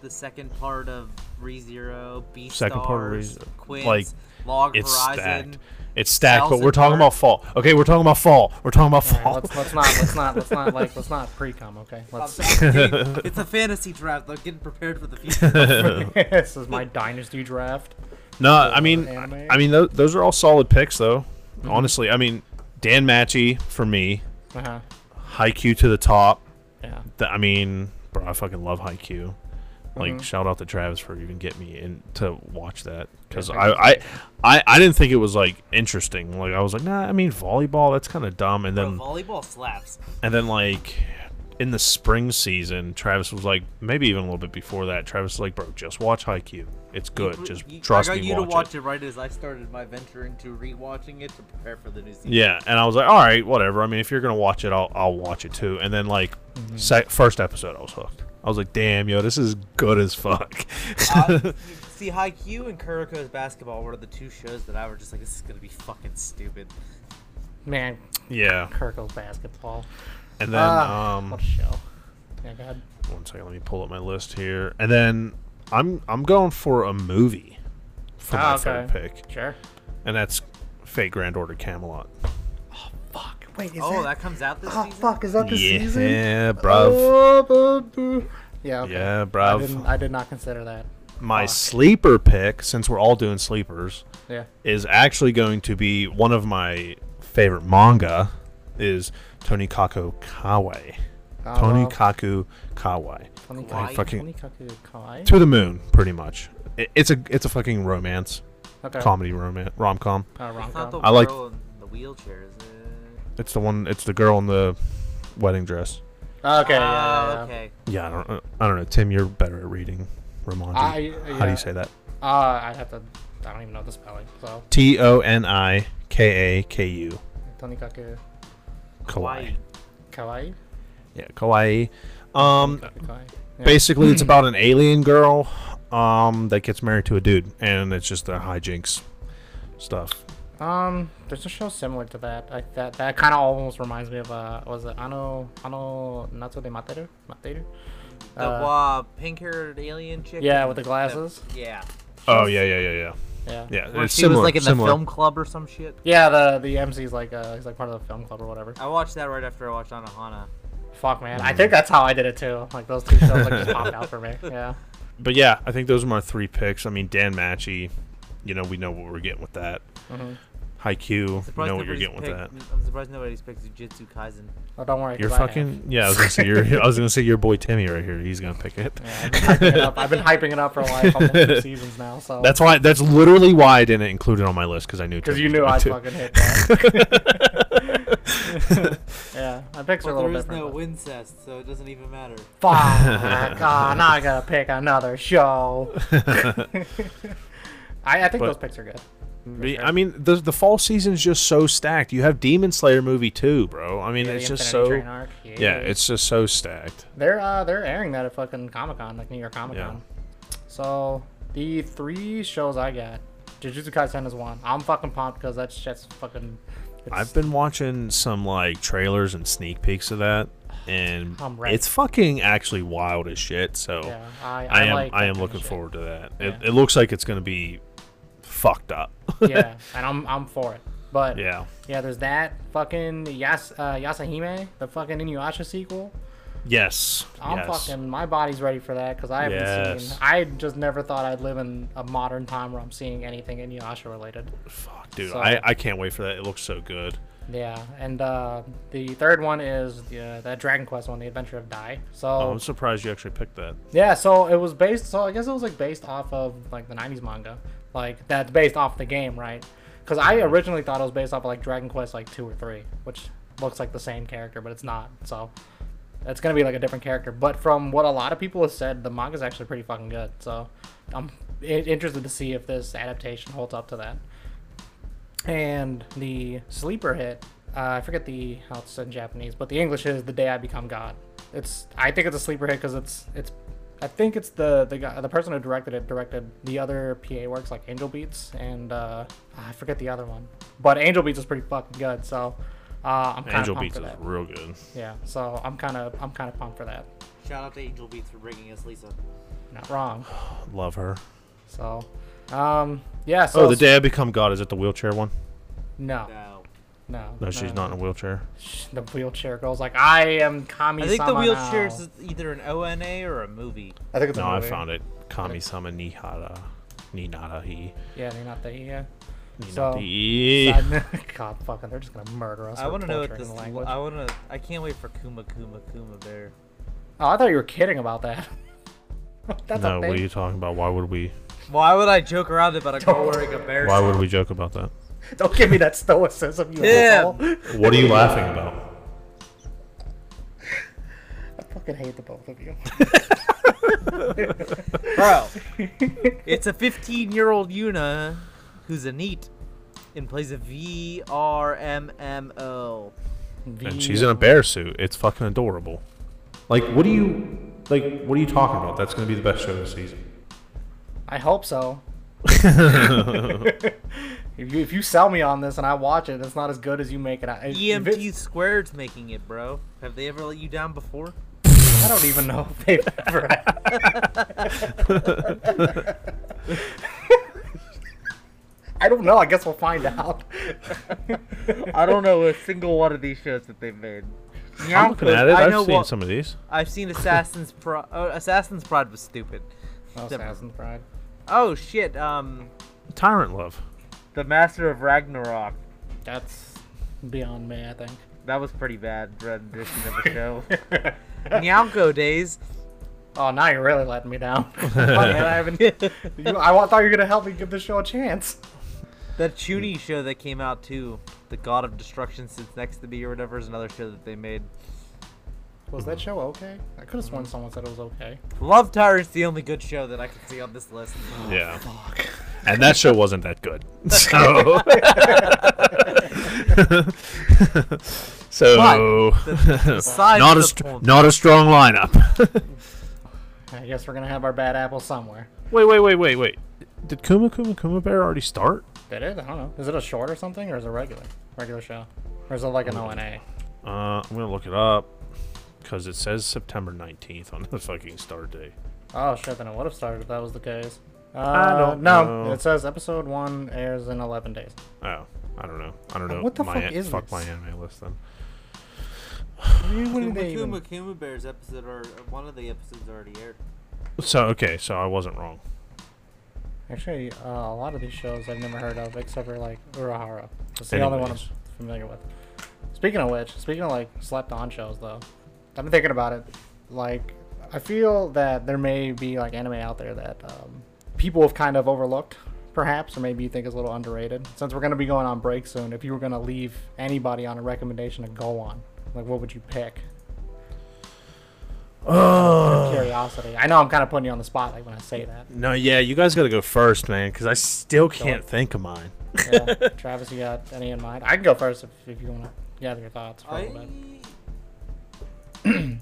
Speaker 3: the second part of ReZero, Beastars,
Speaker 2: Second part of ReZero.
Speaker 3: Quince,
Speaker 2: Like,
Speaker 3: Log
Speaker 2: it's
Speaker 3: Horizon.
Speaker 2: stacked. It's stacked, but
Speaker 3: Thousand
Speaker 2: we're talking about
Speaker 3: Hearts.
Speaker 2: fall. Okay, we're talking about fall. We're talking about
Speaker 1: All
Speaker 2: fall.
Speaker 1: right, let's let's not let's not let's not like let's not pre cum. Okay, let's.
Speaker 3: Dude, it's a fantasy draft. I'm getting prepared for the future.
Speaker 1: this is my dynasty draft.
Speaker 2: No, I mean,
Speaker 1: anime.
Speaker 2: I mean, th- those are all solid picks, though.
Speaker 3: Mm-hmm.
Speaker 2: Honestly, I mean, Dan Matchy for me,
Speaker 1: Uh huh.
Speaker 2: Haikyuu to the top.
Speaker 1: Yeah.
Speaker 2: Th- I mean, bro, I fucking love Haikyuu.
Speaker 3: Mm-hmm.
Speaker 2: Like, shout out to Travis for even getting me in to watch that because I, I, I, I didn't think it was like interesting. Like, I was like, nah. I mean, volleyball, that's kind of dumb. And
Speaker 3: Bro,
Speaker 2: then,
Speaker 3: volleyball slaps.
Speaker 2: and then like. In the spring season, Travis was like, maybe even a little bit before that. Travis was like, "Bro, just watch Haikyuu. It's good.
Speaker 3: You-
Speaker 2: just
Speaker 3: you-
Speaker 2: trust
Speaker 3: I got
Speaker 2: me,
Speaker 3: you
Speaker 2: watch
Speaker 3: to watch
Speaker 2: it."
Speaker 3: it. right as I started my venture into rewatching it to prepare for the new season.
Speaker 2: Yeah, and I was like, all right, whatever. I mean, if you're gonna watch it, I'll I'll watch it too. And then like
Speaker 3: Mm-hmm.
Speaker 2: sec- first episode, I was hooked. I was like, damn, yo, this is good as fuck.
Speaker 3: I- see, Haikyuu and Kuroko's Basketball were the two shows that I was just like, this is gonna be fucking stupid.
Speaker 1: Man,
Speaker 2: yeah,
Speaker 1: Kirkle's basketball.
Speaker 2: and then
Speaker 3: uh,
Speaker 1: Ah,
Speaker 2: um,
Speaker 1: what a show. Yeah, go ahead.
Speaker 2: one second, let me pull up my list here. And then I'm I'm going for a movie for my
Speaker 1: Ah,
Speaker 2: third
Speaker 1: okay.
Speaker 2: pick,
Speaker 1: Sure.
Speaker 2: and that's Fate Grand Order Camelot.
Speaker 1: Fuck. Wait, is
Speaker 3: Oh, that comes out this
Speaker 1: Oh
Speaker 3: season.
Speaker 1: fuck, is that the
Speaker 2: yeah,
Speaker 1: season?
Speaker 2: bruv.
Speaker 1: Oh, bu- bu- yeah. Okay.
Speaker 2: Yeah,
Speaker 1: I
Speaker 2: bruv.
Speaker 1: didn't. I did not consider that.
Speaker 2: my sleeper pick, since we're all doing sleepers.
Speaker 1: Yeah.
Speaker 2: is actually going to be one of my favorite manga is Tonikaku Kawaii.
Speaker 1: Uh, well,
Speaker 2: Tonikaku Kawaii.
Speaker 1: Tony
Speaker 2: I
Speaker 1: Kai.
Speaker 2: fucking-
Speaker 1: Tony Kaku Kai.
Speaker 2: To the moon, pretty much. I- It's a it's a fucking romance,
Speaker 1: Okay.
Speaker 2: comedy romance, rom com.
Speaker 1: Uh,
Speaker 3: It's not the
Speaker 1: rom-com.
Speaker 2: I like-
Speaker 3: girl in the wheelchair, is it?
Speaker 2: It's the one. It's the girl in the wedding dress.
Speaker 1: Okay.
Speaker 3: Oh,
Speaker 1: yeah, yeah, yeah.
Speaker 3: okay.
Speaker 2: Yeah, I don't. I don't know. Tim, you're better at reading. Ramondi.
Speaker 1: I-
Speaker 2: How do
Speaker 1: yeah.
Speaker 2: you say that?
Speaker 1: Uh, I'd have to. I don't even know the spelling. So
Speaker 2: T O N I K A K U.
Speaker 1: Tony Kaku
Speaker 2: Kawaii.
Speaker 1: Kawaii.
Speaker 2: Yeah, kawaii. Um,
Speaker 1: Kawaii. Yeah.
Speaker 2: basically it's about an alien girl um that gets married to a dude and it's just the hijinks stuff
Speaker 1: Um, there's a show similar to that. Like that. That kind of almost reminds me of uh, was it Ano Ano Natsu de Materu? Materu?
Speaker 3: The
Speaker 1: Uh,
Speaker 3: uh, pink haired alien chick?
Speaker 1: yeah,
Speaker 3: and
Speaker 1: with the
Speaker 3: the-
Speaker 1: glasses.
Speaker 3: yeah.
Speaker 2: oh yeah yeah yeah yeah
Speaker 1: Yeah.
Speaker 2: Yeah,
Speaker 3: Where
Speaker 2: it's
Speaker 3: she
Speaker 2: similar.
Speaker 3: was like in
Speaker 2: similar.
Speaker 3: the film club or some shit.
Speaker 1: Yeah, the the MC's like uh he's like part of the film club or whatever.
Speaker 3: I watched that right after I watched Anahana.
Speaker 1: Fuck man, I think that's how I did it too. Like those two shows like just popped out for me. Yeah.
Speaker 2: But yeah, I think those are my three picks. I mean, Dan Matchy, you know, we know what we're getting with that.
Speaker 1: Mhm.
Speaker 2: High Q, you know what you're
Speaker 3: nobody's
Speaker 2: getting with that.
Speaker 3: picked- I'm surprised nobody's picked Jujutsu Kaisen.
Speaker 1: Oh, don't worry. 'cause I
Speaker 2: You're
Speaker 1: have.
Speaker 2: fucking yeah. I was gonna say your I was gonna say your boy Timmy right here. He's gonna pick it.
Speaker 1: Yeah, I've been hyping it up. I've been hyping it up for like almost two seasons now. So
Speaker 2: That's why. That's literally why I didn't include it on my list because I knew.
Speaker 1: because
Speaker 2: Timmy
Speaker 1: you
Speaker 2: was
Speaker 1: knew
Speaker 2: going
Speaker 1: I
Speaker 2: to.
Speaker 1: fucking hit that. yeah, my picks are a
Speaker 3: Well,
Speaker 1: little
Speaker 3: there is
Speaker 1: different.
Speaker 3: no
Speaker 1: but-
Speaker 3: Wincest, so it doesn't even matter.
Speaker 1: Fuck! oh, now I gotta pick another show. I, I think
Speaker 2: But-
Speaker 1: those picks are good.
Speaker 2: Be- I mean, the the fall season's just so stacked. You have Demon Slayer movie too, bro. I mean,
Speaker 1: Yeah,
Speaker 2: it's
Speaker 1: the
Speaker 2: just
Speaker 1: Infinity
Speaker 2: so
Speaker 1: Train arc,
Speaker 2: yeah, it's just so stacked.
Speaker 1: They're uh they're airing that at fucking Comic Con, like New York Comic Con. So the three shows I got, Jujutsu Kaisen is one. I'm fucking pumped because that shit's fucking. It's,
Speaker 2: I've been watching some like trailers and sneak peeks of that, and
Speaker 1: I'm ready.
Speaker 2: it's fucking actually wild as shit. So
Speaker 1: Yeah, I, I,
Speaker 2: I am
Speaker 1: like
Speaker 2: I
Speaker 1: that
Speaker 2: am
Speaker 1: kinda
Speaker 2: looking
Speaker 1: shit.
Speaker 2: forward to that. It,
Speaker 1: Yeah.
Speaker 2: it looks like it's gonna be fucked up.
Speaker 1: yeah, and I'm I'm for it. But yeah,
Speaker 2: yeah,
Speaker 1: there's that fucking Yas uh, Yasahime, the fucking Inuyasha sequel.
Speaker 2: yes,
Speaker 1: I'm
Speaker 2: yes.
Speaker 1: fucking my body's ready for that because I haven't
Speaker 2: Yes.
Speaker 1: seen. I just never thought I'd live in a modern time where I'm seeing anything Inuyasha related.
Speaker 2: Fuck, dude,
Speaker 1: So-
Speaker 2: I, I can't wait for that. It looks so good.
Speaker 1: Yeah, and uh, the third one is the, uh, that Dragon Quest one, The Adventure of Dai. So
Speaker 2: Oh, I'm surprised you actually picked that.
Speaker 1: yeah, so it was based. So I guess it was like based off of like the '90s manga, like that's based off the game, right? Because I originally thought it was based off of, like Dragon Quest like two or three, which looks like the same character, but it's not. So it's gonna be like a different character. But from what a lot of people have said, the manga's actually pretty fucking good. So I'm i- interested to see if this adaptation holds up to that. And the sleeper hit, uh, I forget the how it's said in Japanese, but the English is "The Day I Become God." It's I think it's a sleeper hit because it's it's I think it's the the guy, the person who directed it directed the other PA works like Angel Beats and uh, I forget the other one, but Angel Beats is pretty fucking good. So uh, I'm kind
Speaker 2: Angel
Speaker 1: of pumped
Speaker 2: Beats
Speaker 1: for
Speaker 2: is
Speaker 1: that.
Speaker 2: real good.
Speaker 1: Yeah, so I'm kind of I'm kind of pumped for that.
Speaker 3: Shout out to Angel Beats for bringing us Lisa.
Speaker 1: Not wrong.
Speaker 2: Love her.
Speaker 1: So, um, yeah. So
Speaker 2: Oh, the day I become God is it the wheelchair one?
Speaker 1: No,
Speaker 3: No.
Speaker 1: no.
Speaker 2: No, she's not in a wheelchair.
Speaker 1: Sh- The wheelchair girl's like, I am Kami.
Speaker 3: I think the wheelchair
Speaker 1: wheelchair's.
Speaker 3: is either an ONA or a movie.
Speaker 1: I think it's.
Speaker 2: No, I found it. Kami sama nihara, ninara he.
Speaker 1: Yeah, they're not the. Yeah. So-
Speaker 2: So,
Speaker 1: God, fucking, they're just gonna murder us.
Speaker 3: I
Speaker 1: with
Speaker 3: want to know what
Speaker 1: torturing
Speaker 3: this.
Speaker 1: the
Speaker 3: l-
Speaker 1: language.
Speaker 3: I want to. I can't wait for Kuma Kuma Kuma Bear.
Speaker 1: Oh, I thought you were kidding about that. That's
Speaker 2: no,
Speaker 1: a
Speaker 2: what are
Speaker 1: thing.
Speaker 2: you talking about? Why would we?
Speaker 3: Why would I joke around about a girl wearing a bear?
Speaker 2: Why would we joke about that?
Speaker 1: Don't give me that stoicism, you
Speaker 3: Yeah.
Speaker 1: asshole.
Speaker 2: What are you laughing about?
Speaker 1: I fucking hate the both of you.
Speaker 3: bro? it's a 15-year-old Yuna who's a neat and plays a VRMMO.
Speaker 2: And she's in a bear suit. It's fucking adorable. Like, what do you, like, what are you talking about? That's gonna be the best show this season.
Speaker 1: I hope so. if you if you sell me on this and I watch it, it's not as good as you make it. I, if it-
Speaker 3: EMT Squared's making it, bro. Have they ever let you down before?
Speaker 1: I don't even know if they've ever. I don't know. I guess we'll find out.
Speaker 3: I don't know a single one of these shows that they've made.
Speaker 2: I'm looking at it.
Speaker 3: I
Speaker 2: I've
Speaker 3: know
Speaker 2: seen
Speaker 3: what-
Speaker 2: some of these.
Speaker 3: I've seen Assassin's Pro- oh, Assassin's Pride was stupid.
Speaker 1: Oh, Assassin's Pride.
Speaker 3: Oh shit, um
Speaker 2: Tyrant Love.
Speaker 3: The Master of Ragnarok.
Speaker 1: That's beyond me. I think.
Speaker 3: That was pretty bad rendition of the show. Nyonko days.
Speaker 1: Oh, now you're really letting me down. Fuck, man, I haven't. You, I wa- thought you were gonna help me give this show a chance.
Speaker 3: That Chuni show that came out too. The God of Destruction sits next to me or whatever is another show that they made.
Speaker 1: Was that show okay? I could have sworn someone said it was okay.
Speaker 3: Love Tyrant's the only good show that I can see on this list.
Speaker 2: Yeah. And that show wasn't that good. So. so.
Speaker 3: Besides
Speaker 2: Not
Speaker 3: the
Speaker 2: a str-
Speaker 3: point-
Speaker 2: not a strong lineup.
Speaker 1: I guess we're gonna have our bad apple somewhere.
Speaker 2: wait, wait, wait, wait, wait. Did Kuma Kuma Kuma Bear already start?
Speaker 1: Did it? I don't know. Is it a short or something, or is it regular? Regular show, or is it like an ONA?
Speaker 2: Uh, I'm gonna look it up because it says September 19th on the fucking start date.
Speaker 1: Oh shit! Then it would have started if that was the case. Uh,
Speaker 2: I don't
Speaker 1: no,
Speaker 2: know.
Speaker 1: it says episode one airs in 11 days.
Speaker 2: Oh, I don't know. I don't
Speaker 1: Uh,
Speaker 2: know.
Speaker 1: what the
Speaker 2: my
Speaker 1: fuck
Speaker 2: an-
Speaker 1: is
Speaker 2: fuck
Speaker 1: this?
Speaker 2: my anime list then?
Speaker 1: What did
Speaker 3: Kuma
Speaker 1: they
Speaker 3: Kuma
Speaker 1: even...
Speaker 3: Kuma Bears episode or one of the episodes already aired.
Speaker 2: So okay, so I wasn't wrong.
Speaker 1: Actually, uh, a lot of these shows I've never heard of except for like Urahara. It's the only one I'm
Speaker 2: Anyways.
Speaker 1: familiar with. Speaking of which, speaking of like slept on shows though, I've been thinking about it. Like, I feel that there may be like anime out there that um, people have kind of overlooked, perhaps, or maybe you think is a little underrated. Since we're gonna be going on break soon, if you were gonna leave anybody on a recommendation to go on, like what would you pick?
Speaker 2: Oh
Speaker 1: Curiosity. I know I'm kind of putting you on the spot like when I say that.
Speaker 2: no, yeah, you guys got to go first, man, because I still can't think of mine.
Speaker 1: yeah. Travis, you got any in mind? I can go first if, if you want to gather your thoughts. For a
Speaker 3: I
Speaker 1: little bit.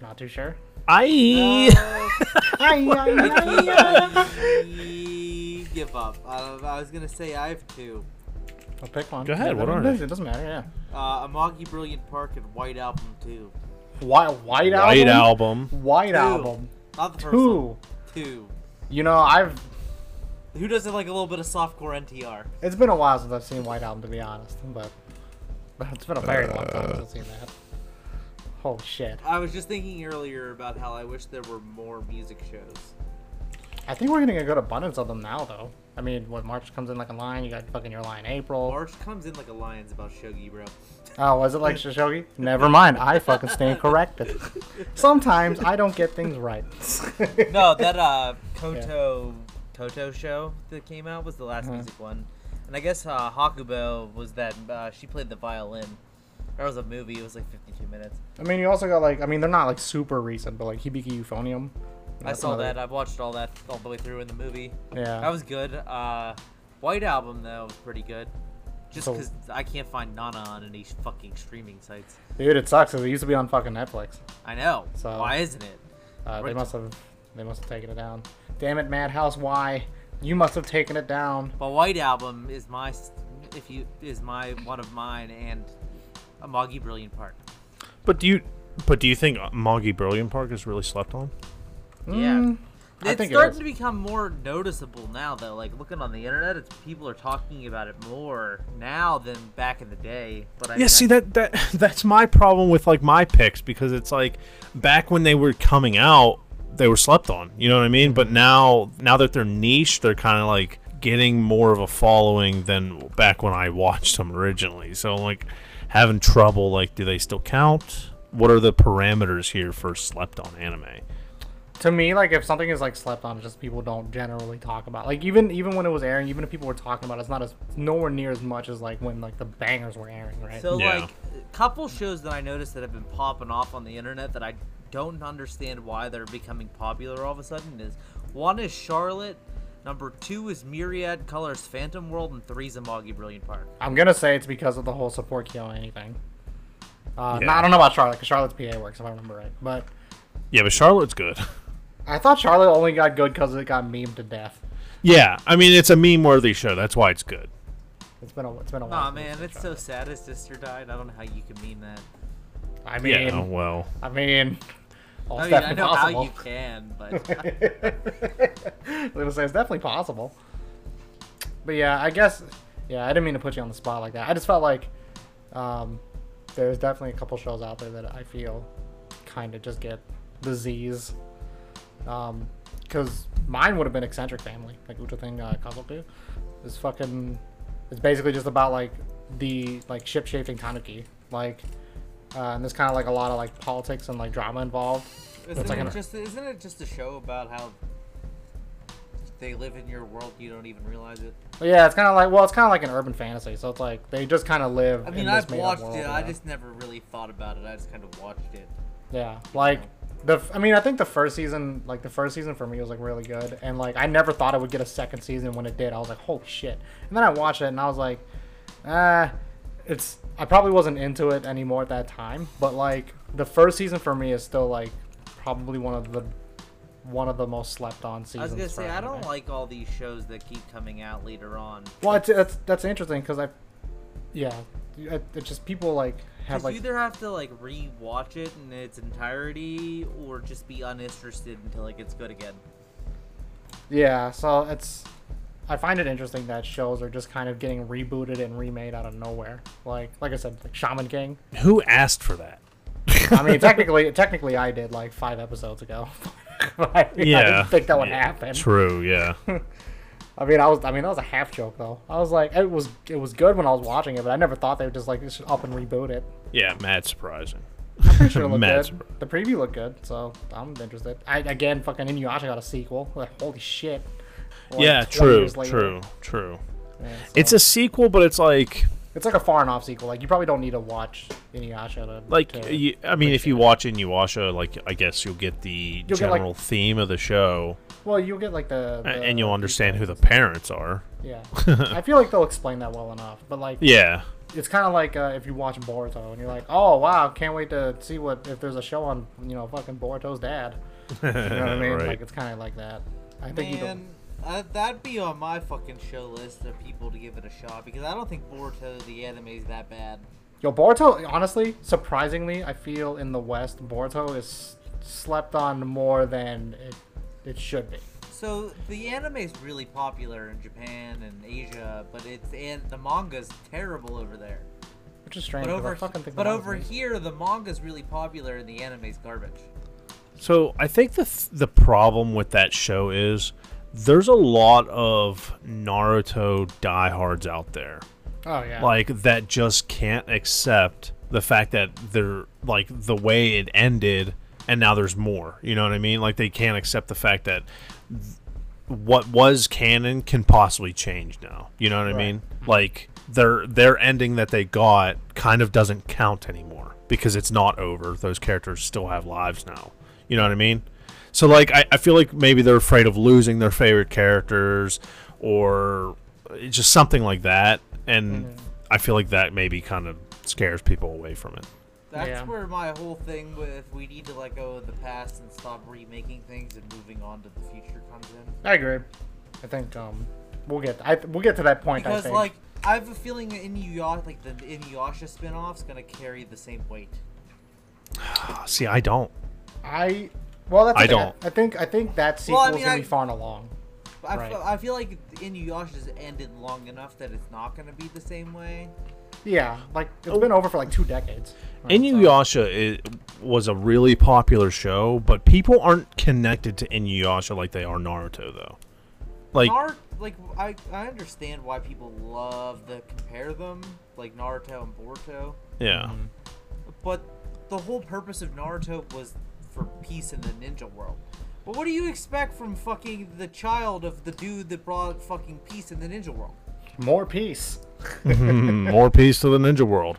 Speaker 1: Not too sure.
Speaker 2: I
Speaker 1: Ay, ay, ay, ay.
Speaker 3: I give up. I, I was gonna say I have two.
Speaker 1: I'll pick one.
Speaker 2: Go ahead, what
Speaker 1: it
Speaker 2: are
Speaker 1: doesn't-
Speaker 2: they?
Speaker 1: It doesn't matter. Yeah.
Speaker 3: Uh, Amagi Brilliant Park and White Album two.
Speaker 1: White, white album.
Speaker 2: White album.
Speaker 1: White
Speaker 3: Two.
Speaker 1: album.
Speaker 3: Not the first one.
Speaker 1: Two.
Speaker 3: Two.
Speaker 1: You know, I've.
Speaker 3: Who doesn't like a little bit of softcore NTR?
Speaker 1: It's been a while since I've seen White album, to be honest. But it's been a very long time since I've seen that. Holy shit!
Speaker 3: I was just thinking earlier about how I wish there were more music shows.
Speaker 1: I think we're getting a good abundance of them now, though. I mean, when March comes in like a line, you got fucking your line April.
Speaker 3: March comes in like a lion's about Shogi, bro.
Speaker 1: Oh, was it like Shoshogi? Never mind. I fucking stand corrected. Sometimes I don't get things right.
Speaker 3: No, that uh Koto Koto show that came out was the last music one, and I guess uh, Hakubo was that uh, she played the violin. That was a movie. It was like 52 minutes.
Speaker 1: I mean, you also got like, I mean, they're not like super recent, but like Hibiki Euphonium.
Speaker 3: I
Speaker 1: That's
Speaker 3: saw
Speaker 1: another-
Speaker 3: that. I've watched all that all the way through in the movie.
Speaker 1: Yeah.
Speaker 3: That was good. Uh, White album though was pretty good. Just
Speaker 1: So-
Speaker 3: because I can't find Nana on any fucking streaming sites.
Speaker 1: Dude, it sucks 'cause it used to be on fucking Netflix.
Speaker 3: I know.
Speaker 1: So-
Speaker 3: Why isn't it?
Speaker 1: Uh, they
Speaker 3: Right.
Speaker 1: must have, they must have taken it down. Damn it, Madhouse! Why? You must have taken it down.
Speaker 3: But White album is my s- if you is my one of mine and Amagi Brilliant Park.
Speaker 2: But do you but do you think Moggy Brilliant Park is really slept on?
Speaker 3: Yeah.
Speaker 1: Mm, I
Speaker 3: It's
Speaker 1: think it
Speaker 3: starting
Speaker 1: is.
Speaker 3: to become more noticeable now, though. Like looking on the internet, it's people are talking about it more now than back in the day. But I
Speaker 2: Yeah,
Speaker 3: mean,
Speaker 2: see
Speaker 3: I-
Speaker 2: that that that's my problem with like my picks because it's like back when they were coming out, they were slept on. You know what I mean? But now now that they're niche, they're kind of like getting more of a following than back when I watched them originally. So I'm like having trouble like do they still count? What are the parameters here for slept on anime?
Speaker 1: to me like if something is like slept on it's just people don't generally talk about like even even when it was airing even if people were talking about it, it's not as nowhere near as much as like when like the bangers were airing right
Speaker 3: So
Speaker 2: Yeah.
Speaker 3: like, a couple shows that I noticed that have been popping off on the internet that I don't understand why they're becoming popular all of a sudden is one is Charlotte, number two is Myriad Colors Phantom World, and three is Amagi Brilliant Park.
Speaker 1: i'm gonna say it's because of the whole support kill anything uh no,
Speaker 2: Yeah.
Speaker 1: i don't know about charlotte because charlotte's pa works if i remember right but
Speaker 2: Yeah, but Charlotte's good.
Speaker 1: i thought charlotte only got good because it got memed to death
Speaker 2: yeah, I mean it's a meme worthy show. That's why it's good.
Speaker 1: it's been a it's been a while
Speaker 3: Aw
Speaker 1: since I've
Speaker 3: man,
Speaker 1: seen
Speaker 3: it's so sad his sister died. I don't know how you can mean that.
Speaker 1: Charlotte. i mean
Speaker 2: Yeah, well.
Speaker 1: i mean all
Speaker 3: I mean,
Speaker 1: stuff
Speaker 3: I know how you can, but
Speaker 1: I'm gonna say it's definitely possible. But yeah, I guess yeah, I didn't mean to put you on the spot like that. I just felt like um, there's definitely a couple shows out there that I feel kind of just get disease. Um, because mine would have been eccentric family, like Uta thing uh, Kazoku. It's fucking. It's basically just about like the like ship shaping tanuki, like, uh, and there's kind of like a lot of like politics and like drama involved.
Speaker 3: Isn't,
Speaker 1: like
Speaker 3: it
Speaker 1: an-
Speaker 3: just, isn't it just a show about how they live in your world, you don't even realize it?
Speaker 1: But yeah, it's kind of like well, it's kind of like an urban fantasy. So it's like they just kind of live.
Speaker 3: I mean,
Speaker 1: in
Speaker 3: I've
Speaker 1: this made-up
Speaker 3: watched
Speaker 1: world,
Speaker 3: it,
Speaker 1: yeah.
Speaker 3: I just never really thought about it, I just kind of watched it.
Speaker 1: yeah, like the. f- I mean, I think the first season, like the first season for me was like really good, and like I never thought it would get a second season. When it did, I was like, holy shit! And then I watched it, and I was like, ah, it's. I probably wasn't into it anymore at that time, but like the first season for me is still like probably one of the one of the most slept on
Speaker 3: I
Speaker 1: seasons.
Speaker 3: was gonna
Speaker 1: for
Speaker 3: say, I
Speaker 1: anime.
Speaker 3: don't like all these shows that keep coming out later on.
Speaker 1: Well, it's, that's that's interesting because I, yeah, it, it's just people like have
Speaker 3: Because
Speaker 1: like
Speaker 3: you either have to like re-watch it in its entirety, or just be uninterested until it gets good again.
Speaker 1: Yeah, so it's. I find it interesting that shows are just kind of getting rebooted and remade out of nowhere. Like, like I said, like Shaman King.
Speaker 2: Who asked for that?
Speaker 1: I mean, technically, technically, I did like five episodes ago. But I, I
Speaker 2: Yeah,
Speaker 1: didn't think that would
Speaker 2: yeah,
Speaker 1: happen.
Speaker 2: True. Yeah.
Speaker 1: I mean, I was. I mean, that was a half joke though. I was like, it was. It was good when I was watching it, but I never thought they would just like just up and reboot it.
Speaker 2: yeah. Mad surprising.
Speaker 1: Pretty sure it looked
Speaker 2: Mad
Speaker 1: good.
Speaker 2: surprise.
Speaker 1: The preview looked good, so I'm interested. I again, fucking Inuyasha got a sequel. Like, holy shit. Like,
Speaker 2: yeah.
Speaker 1: 20
Speaker 2: True.
Speaker 1: years later.
Speaker 2: True. True.
Speaker 1: Yeah, so-
Speaker 2: It's a sequel, but it's like
Speaker 1: It's like a far enough sequel. Like you probably don't need to watch Inuyasha to
Speaker 2: like
Speaker 1: to,
Speaker 2: you, I mean, if you watch Inuyasha, like I guess you'll get the
Speaker 1: You'll get, like-
Speaker 2: general theme of the show,
Speaker 1: well, you'll get like the,
Speaker 2: a-
Speaker 1: the uh,
Speaker 2: and you'll understand who the parents are.
Speaker 1: yeah. I feel like they'll explain that well enough, but like
Speaker 2: Yeah.
Speaker 1: it's kind of like uh, if you watch Boruto and you're like, oh wow, can't wait to see what if there's a show on you know fucking Boruto's dad. You know what I mean?
Speaker 2: Right.
Speaker 1: Like it's kind of like that. I think you
Speaker 3: Man,
Speaker 1: don't.
Speaker 3: uh, that'd be on my fucking show list of people to give it a shot because I don't think Boruto the anime is that bad.
Speaker 1: Yo, Boruto. Honestly, surprisingly, I feel in the West, Boruto is slept on more than it it should be.
Speaker 3: So the anime is really popular in Japan and Asia, but it's and the manga's terrible over there.
Speaker 1: Which is strange.
Speaker 3: But
Speaker 1: 'cause I
Speaker 3: over
Speaker 1: fucking think
Speaker 3: but
Speaker 1: the manga's
Speaker 3: over
Speaker 1: amazing.
Speaker 3: here, the manga's really popular and the anime's garbage.
Speaker 2: So I think the th- the problem with that show is there's a lot of Naruto diehards out there,
Speaker 1: Oh yeah.
Speaker 2: like that just can't accept the fact that they're like the way it ended, and now there's more. You know what I mean? Like they can't accept the fact that th- what was canon can possibly change now. You know what I
Speaker 1: Right.
Speaker 2: mean? Like their their ending that they got kind of doesn't count anymore because it's not over. Those characters still have lives now. You know what I mean? So like I, I feel like maybe they're afraid of losing their favorite characters or just something like that. And I feel like that maybe kind of scares people away from it.
Speaker 3: That's
Speaker 1: Yeah.
Speaker 3: where my whole thing with we need to let go of the past and stop remaking things and moving on to the future comes in.
Speaker 1: I agree. I think um, we'll get I, we'll get to that point. I
Speaker 3: Because
Speaker 1: think.
Speaker 3: like I have a feeling that Inuyasha, like the Inuyasha spin-off's gonna carry the same weight.
Speaker 2: Ah, See, I don't.
Speaker 1: I well, that's
Speaker 2: I
Speaker 1: the thing.
Speaker 2: don't.
Speaker 1: I think I think that sequel's
Speaker 3: Well, I mean,
Speaker 1: gonna
Speaker 3: I-
Speaker 1: be far and along.
Speaker 3: I,
Speaker 1: Right.
Speaker 3: feel, I feel like Inuyasha's ended long enough that it's not gonna be the same way.
Speaker 1: Yeah, like it's been over for like two decades. Right, so-
Speaker 2: Inuyasha i was a really popular show, but people aren't connected to Inuyasha like they are Naruto, though. Like,
Speaker 3: Nar- like I, I understand why people love to compare them, like Naruto and Boruto,
Speaker 2: yeah,
Speaker 3: but the whole purpose of Naruto was for peace in the ninja world. But what do you expect from fucking the child of the dude that brought fucking peace in the ninja world?
Speaker 1: More peace,
Speaker 2: Mm, more peace to the ninja world.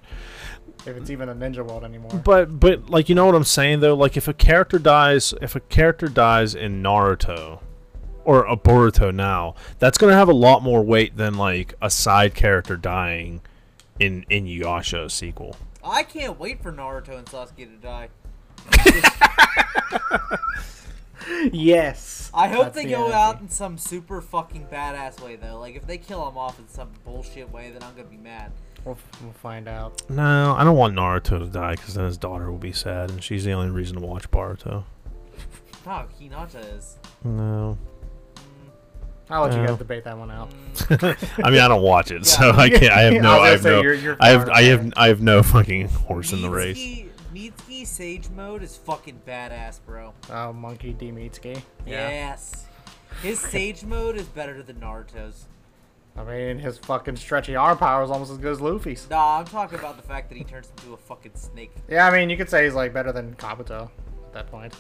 Speaker 1: if it's even a ninja world anymore.
Speaker 2: But, but like, you know what I'm saying though? Like, if a character dies, if a character dies in Naruto or a Boruto now, that's gonna have a lot more weight than like a side character dying in Inuyasha sequel.
Speaker 3: I can't wait for Naruto and Sasuke to die.
Speaker 1: yes.
Speaker 3: I hope
Speaker 1: That's
Speaker 3: they
Speaker 1: the
Speaker 3: go
Speaker 1: energy.
Speaker 3: out in some super fucking badass way though. Like if they kill him off in some bullshit way, then I'm gonna be mad.
Speaker 1: We'll, we'll find out.
Speaker 2: No, I don't want Naruto to die because then his daughter will be sad, and she's the only reason to watch Boruto.
Speaker 3: No, Hinata is.
Speaker 2: No,
Speaker 1: I'll let you
Speaker 2: Yeah.
Speaker 1: guys debate that one out.
Speaker 2: I mean I don't watch it, so I can't. I
Speaker 1: I
Speaker 2: have
Speaker 1: was
Speaker 2: no. I,
Speaker 1: gonna
Speaker 2: have
Speaker 1: say,
Speaker 2: no.
Speaker 1: you're- you're
Speaker 2: I have.
Speaker 1: far
Speaker 2: I have.
Speaker 1: away.
Speaker 2: I have no fucking horse in the race.
Speaker 3: Mitsuki- Mitsuki Sage Mode is fucking badass, bro.
Speaker 1: Oh, Monkey D. Mitsuki.
Speaker 3: Yes. His Sage Mode is better than Naruto's.
Speaker 1: I mean, his fucking stretchy arm power is almost as good as Luffy's.
Speaker 3: Nah, I'm talking about the fact that he turns into a fucking snake.
Speaker 1: Yeah, I mean, you could say he's like better than Kabuto at that point.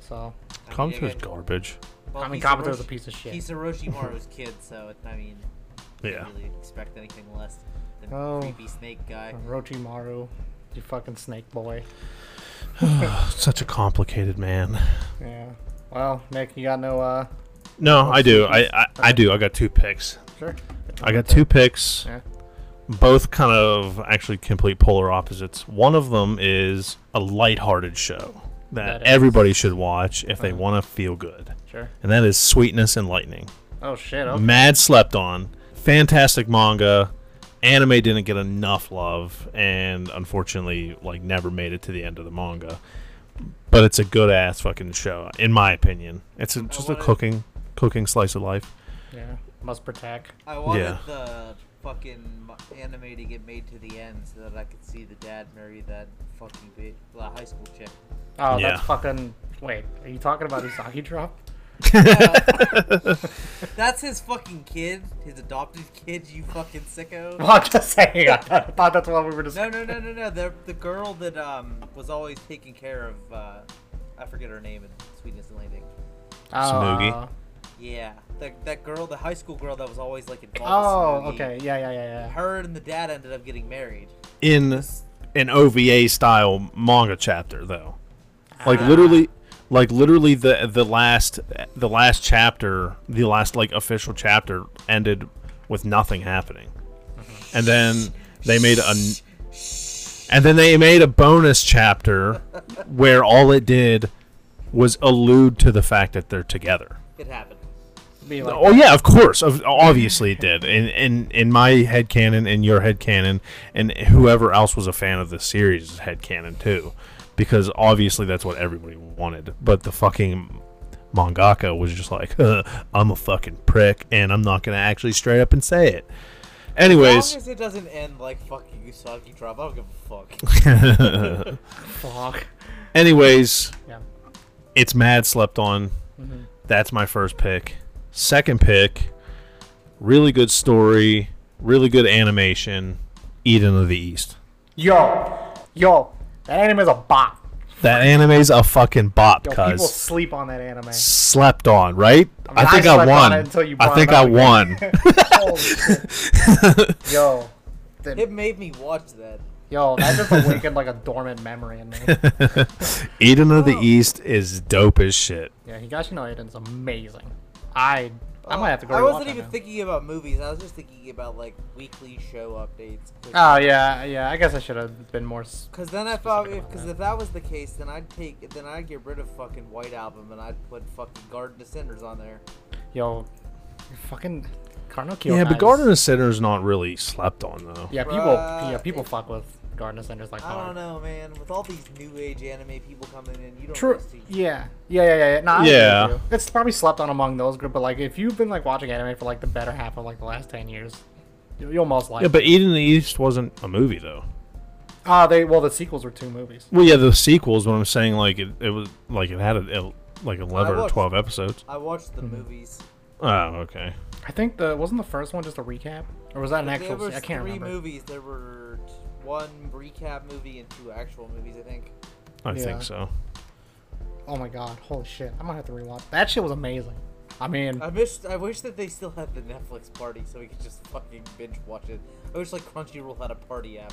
Speaker 1: So,
Speaker 3: I mean,
Speaker 2: Kabuto's
Speaker 3: again,
Speaker 2: garbage.
Speaker 3: well,
Speaker 1: I mean,
Speaker 3: he's
Speaker 1: Kabuto's a
Speaker 3: Orochi-
Speaker 1: piece of shit.
Speaker 3: He's Orochimaru's kid, so it, I mean, you
Speaker 2: Yeah.
Speaker 3: can't really expect anything less than
Speaker 1: Oh.
Speaker 3: creepy snake guy.
Speaker 1: Orochimaru, you fucking snake boy.
Speaker 2: Such a complicated man.
Speaker 1: Yeah. Well, Nick, you got no uh.
Speaker 2: No, I do. I. I, I do. I got two picks.
Speaker 1: Sure.
Speaker 2: I got two picks.
Speaker 1: Yeah.
Speaker 2: both kind of actually complete polar opposites. One of them is a lighthearted show that,
Speaker 1: That is. Uh-huh.
Speaker 2: everybody should watch if they want to feel good.
Speaker 1: Sure.
Speaker 2: And that is Sweetness and Lightning.
Speaker 1: Oh shit. Okay.
Speaker 2: Mad slept on. Fantastic manga. Anime didn't get enough love and unfortunately like never made it to the end of the manga. But it's a good ass fucking show in my opinion. It's a, just a
Speaker 3: wanna-
Speaker 2: cooking cooking slice of life.
Speaker 1: Oh, Yeah, must protect.
Speaker 3: I wanted
Speaker 2: Yeah.
Speaker 3: the fucking m- anime to get made to the end so that I could see the dad marry that fucking bitch, well, high school chick.
Speaker 1: Oh,
Speaker 2: Yeah.
Speaker 1: that's fucking. Wait, are you talking about Usagi Drop?
Speaker 3: That's his fucking kid, his adopted kid. You fucking sicko.
Speaker 1: Well, I'm just saying. I thought, I thought that's what we were
Speaker 3: No,
Speaker 1: discussing.
Speaker 3: no, no, no, no. The the girl that um was always taking care of, uh, I forget her name in Sweetness and Landing.
Speaker 2: Smoogie.
Speaker 1: uh,
Speaker 3: Yeah, that that girl, the high school girl that was always like involved.
Speaker 1: Oh,
Speaker 3: with Smokey.
Speaker 1: okay. Yeah, yeah, yeah, yeah.
Speaker 3: Her and the dad ended up getting married.
Speaker 2: in an OVA style manga chapter though. Like literally like literally the the last the last chapter, the last like official chapter ended with nothing happening. And then they made a and then they made a bonus chapter where all it did was allude to the fact that they're together.
Speaker 3: It happened.
Speaker 1: Be like,
Speaker 2: Oh yeah, of course. Of, obviously it did. In in in my head canon and your head canon and whoever else was a fan of the series head canon too. Because obviously that's what everybody wanted. But the fucking mangaka was just like, "Huh, I'm a fucking prick and I'm not going to actually straight up and say it.
Speaker 3: As
Speaker 2: Anyways,
Speaker 3: long as it doesn't end like fucking Usagi drop, I don't give a fuck.
Speaker 1: fuck.
Speaker 2: anyways,
Speaker 1: Yeah. Mm-hmm.
Speaker 2: it's mad slept on. That's my first pick. Second pick, really good story, really good animation, Eden of the East.
Speaker 1: Yo, yo, that anime is a bop.
Speaker 2: That anime's a fucking bop,
Speaker 1: Yo, people
Speaker 2: cuz.
Speaker 1: sleep on that anime.
Speaker 2: Slept on, right? I,
Speaker 1: I
Speaker 2: think I
Speaker 1: slept on
Speaker 2: won.
Speaker 1: it until you
Speaker 2: I
Speaker 1: brought
Speaker 2: think
Speaker 1: it
Speaker 2: I
Speaker 1: up
Speaker 2: won.
Speaker 1: Holy shit. Yo, the-
Speaker 3: it made me watch that.
Speaker 1: yo, that just awakened like a dormant memory in me.
Speaker 2: Eden of the East is dope as shit.
Speaker 1: Yeah, Higashi no Eiden's amazing. I, I might have to go.
Speaker 3: I
Speaker 1: rewatch
Speaker 3: wasn't
Speaker 1: that
Speaker 3: even
Speaker 1: now.
Speaker 3: thinking about movies. I was just thinking about like weekly show updates.
Speaker 1: Oh yeah, yeah. I guess I should have been more. s-
Speaker 3: Because then I thought,
Speaker 1: specific
Speaker 3: if
Speaker 1: about
Speaker 3: because
Speaker 1: that.
Speaker 3: if that was the case, then I'd take, then I'd get rid of fucking White Album and I'd put fucking Garden of Cinders on there.
Speaker 1: Yo, fucking Karno
Speaker 2: Yeah, but Garden of Sinner's not really slept on though.
Speaker 1: Yeah, people.
Speaker 3: Bruh,
Speaker 1: yeah, people
Speaker 3: it-
Speaker 1: fuck with Garden of Cinders like
Speaker 3: I
Speaker 1: hard.
Speaker 3: don't know, man. With all these new age anime people coming in, you don't
Speaker 1: True.
Speaker 3: really see.
Speaker 1: Yeah. Yeah. Yeah. Yeah. yeah. No, I agree
Speaker 2: Yeah.
Speaker 1: with you. It's probably slept on among those group, but like if you've been like watching anime for like the better half of like the last ten years, you- you'll most like.
Speaker 2: Yeah, but Eden of the East wasn't a movie though.
Speaker 1: ah, they well the sequels were two movies.
Speaker 2: Well, yeah, the sequels. What I'm saying, like it, it was like it had a, a- like eleven
Speaker 3: I
Speaker 2: or
Speaker 3: watched-
Speaker 2: twelve episodes.
Speaker 3: I watched the movies.
Speaker 2: Oh, okay.
Speaker 1: I think the wasn't the first one just a recap, or was that an
Speaker 3: there
Speaker 1: actual?
Speaker 3: was
Speaker 1: se- I can't
Speaker 3: three
Speaker 1: remember.
Speaker 3: movies. There were t- one recap movie and two actual movies. I think.
Speaker 2: I
Speaker 1: Yeah.
Speaker 2: think so.
Speaker 1: Oh my god! Holy shit! I'm gonna have to rewatch. That shit was amazing. I mean,
Speaker 3: I wish. I wish that they still had the Netflix party so we could just fucking binge watch it. I wish like Crunchyroll had a party app.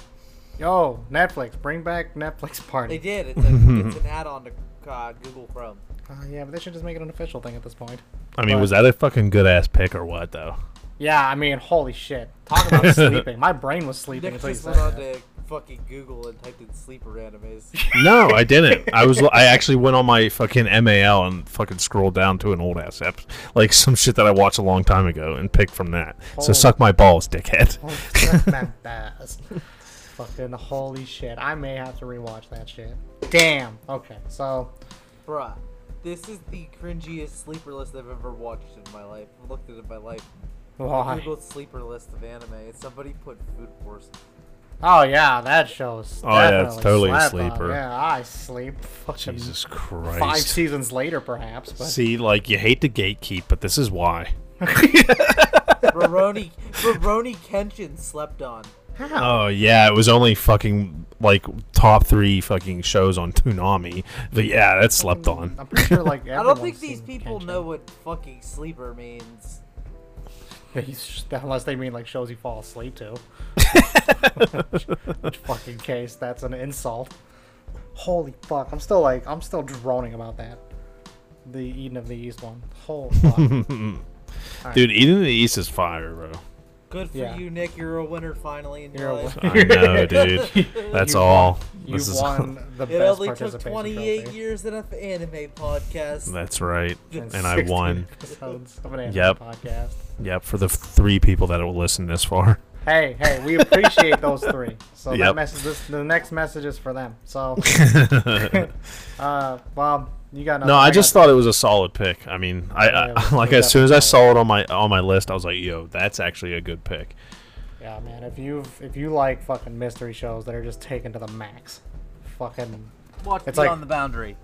Speaker 1: yo, Netflix, bring back Netflix
Speaker 3: They
Speaker 1: party.
Speaker 3: did. It's, a, it's an add-on to uh, Google Chrome.
Speaker 1: Uh, yeah, but they should just make it an official thing at this point.
Speaker 2: I mean,
Speaker 1: But-
Speaker 2: was that a fucking good ass pick or what though?
Speaker 1: Yeah, I mean, holy shit! Talk about sleeping. My brain was sleeping
Speaker 3: Nick
Speaker 1: until you
Speaker 3: just
Speaker 1: said
Speaker 3: went on
Speaker 1: that.
Speaker 3: to fucking Google and typed in sleeper animes.
Speaker 2: No, I didn't. I was I actually went on my fucking MAL and fucking scrolled down to an old ass app, like some shit that I watched a long time ago and picked from that. So
Speaker 1: Oh.
Speaker 2: suck my balls, dickhead.
Speaker 1: Oh, that's not bad. Fucking holy shit! I may have to rewatch that shit. Damn. Okay, so
Speaker 3: Bruh, this is the cringiest sleeper list I've ever watched in my life. I've looked at it in my life.
Speaker 1: why?
Speaker 3: Googled sleeper list of anime, and somebody put Food Wars.
Speaker 1: Oh yeah, that shows.
Speaker 2: Oh, yeah, it's
Speaker 1: definitely
Speaker 2: totally a
Speaker 1: slept on.
Speaker 2: sleeper.
Speaker 1: Yeah, I sleep. Fucking
Speaker 2: Jesus
Speaker 1: five
Speaker 2: Christ.
Speaker 1: seasons later, perhaps. But
Speaker 2: See, like you hate to gatekeep, but this is why.
Speaker 3: Roroni, Roroni Kenshin slept on.
Speaker 2: Oh yeah, it was only fucking like top three fucking shows on Toonami. But yeah, that slept on.
Speaker 1: I'm pretty sure like
Speaker 3: I don't think these people know what fucking sleeper means.
Speaker 1: unless they mean like shows you fall asleep to. which, which fucking case? That's an insult. Holy fuck! I'm still like I'm still droning about that. The Eden of the East one. Holy fuck.
Speaker 2: Dude, Eden of the East is fire, bro.
Speaker 3: Good for
Speaker 1: Yeah.
Speaker 3: you, Nick. You're a winner finally in
Speaker 1: You're
Speaker 3: your
Speaker 1: a
Speaker 3: life.
Speaker 1: winner.
Speaker 2: I know, dude. That's
Speaker 1: You
Speaker 2: all.
Speaker 1: you
Speaker 2: This is-
Speaker 1: won the
Speaker 3: It
Speaker 1: best
Speaker 3: only took
Speaker 1: participation
Speaker 3: 28
Speaker 1: trophy.
Speaker 3: years in an anime podcast.
Speaker 2: That's right.
Speaker 1: and
Speaker 2: And I
Speaker 1: 16
Speaker 2: won.
Speaker 1: Episodes of an anime
Speaker 2: Yep.
Speaker 1: podcast.
Speaker 2: Yep, for the three people that will listen this far.
Speaker 1: Hey, hey, we appreciate those three. So that
Speaker 2: Yep.
Speaker 1: message, this, the next message is for them. So,
Speaker 2: no,
Speaker 1: uh, Bob, you got nothing.
Speaker 2: I just
Speaker 1: got-
Speaker 2: thought it was a solid pick. I mean, I,
Speaker 1: Yeah, it
Speaker 2: I like
Speaker 1: was
Speaker 2: as soon as I saw it on my on my list, I was like, "Yo, that's actually a good pick."
Speaker 1: Yeah, man. If you if you like fucking mystery shows that are just taken to the max, fucking
Speaker 3: Watch
Speaker 1: It's like-
Speaker 3: Beyond the Boundary.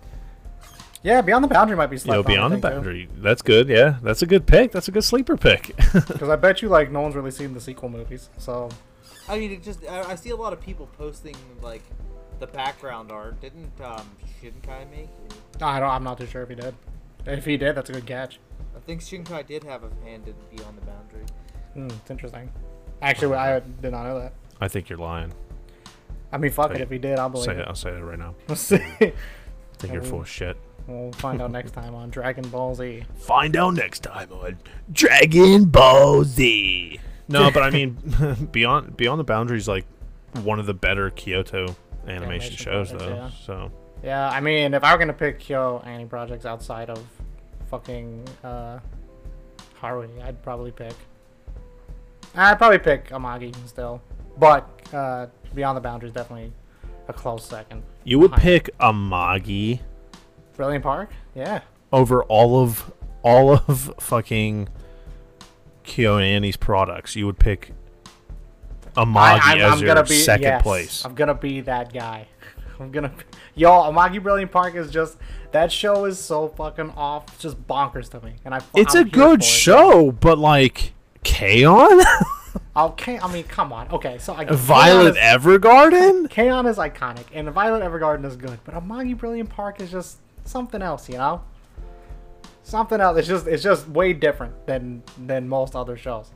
Speaker 1: yeah, Beyond the Boundary might be
Speaker 2: You know,
Speaker 1: slept
Speaker 2: beyond the boundary, that's good. Yeah, that's a good pick. That's a good sleeper pick.
Speaker 1: because I bet you like no one's really seen the sequel movies. So
Speaker 3: I mean, it just I, I see a lot of people posting like the background art. Didn't um Shinkai make? it?
Speaker 1: I don't. I'm not too sure if he did. If he did, that's a good catch.
Speaker 3: I think Shinkai did have a hand in Beyond the Boundary.
Speaker 1: Hmm, it's interesting. Actually, I did not know that.
Speaker 2: I think you're lying.
Speaker 1: I mean, fuck it.
Speaker 2: Say-
Speaker 1: If he did, I'll
Speaker 2: I'll
Speaker 1: believe
Speaker 2: say it.
Speaker 1: it.
Speaker 2: I'll say it right now.
Speaker 1: We'll see.
Speaker 2: I think you're full of shit.
Speaker 1: We'll find out next time on Dragon Ball Z.
Speaker 2: Find out next time on Dragon Ball Z. No, but I mean, beyond beyond the boundaries, like one of the better Kyoto animation
Speaker 1: Animation
Speaker 2: shows,
Speaker 1: projects,
Speaker 2: though.
Speaker 1: yeah.
Speaker 2: So
Speaker 1: Yeah, I mean, if I were gonna pick Kyo any projects outside of fucking uh, Harui, I'd probably pick. I'd probably pick Amagi still, but uh, Beyond the Boundaries definitely a close second.
Speaker 2: you would
Speaker 1: Hi.
Speaker 2: pick Amagi
Speaker 1: Brilliant Park, yeah,
Speaker 2: over all of all of fucking Kyoani's products. You would pick Amagi
Speaker 1: I, I'm,
Speaker 2: as
Speaker 1: I'm
Speaker 2: your
Speaker 1: gonna be
Speaker 2: second
Speaker 1: yes,
Speaker 2: place.
Speaker 1: I'm gonna be that guy. I'm gonna, y'all. Amagi Brilliant Park is just that show is so fucking off, it's just bonkers to me, and I.
Speaker 2: it's
Speaker 1: I'm
Speaker 2: a
Speaker 1: here
Speaker 2: good
Speaker 1: for it.
Speaker 2: show, but like Kaon,
Speaker 1: Okay, I mean, come on. Okay, so I
Speaker 2: Violet Evergarden.
Speaker 1: Kaon is iconic, and Violet Evergarden is good, but Amagi Brilliant Park is just something else, you know? Something else. It's just it's just way different than than most other shows.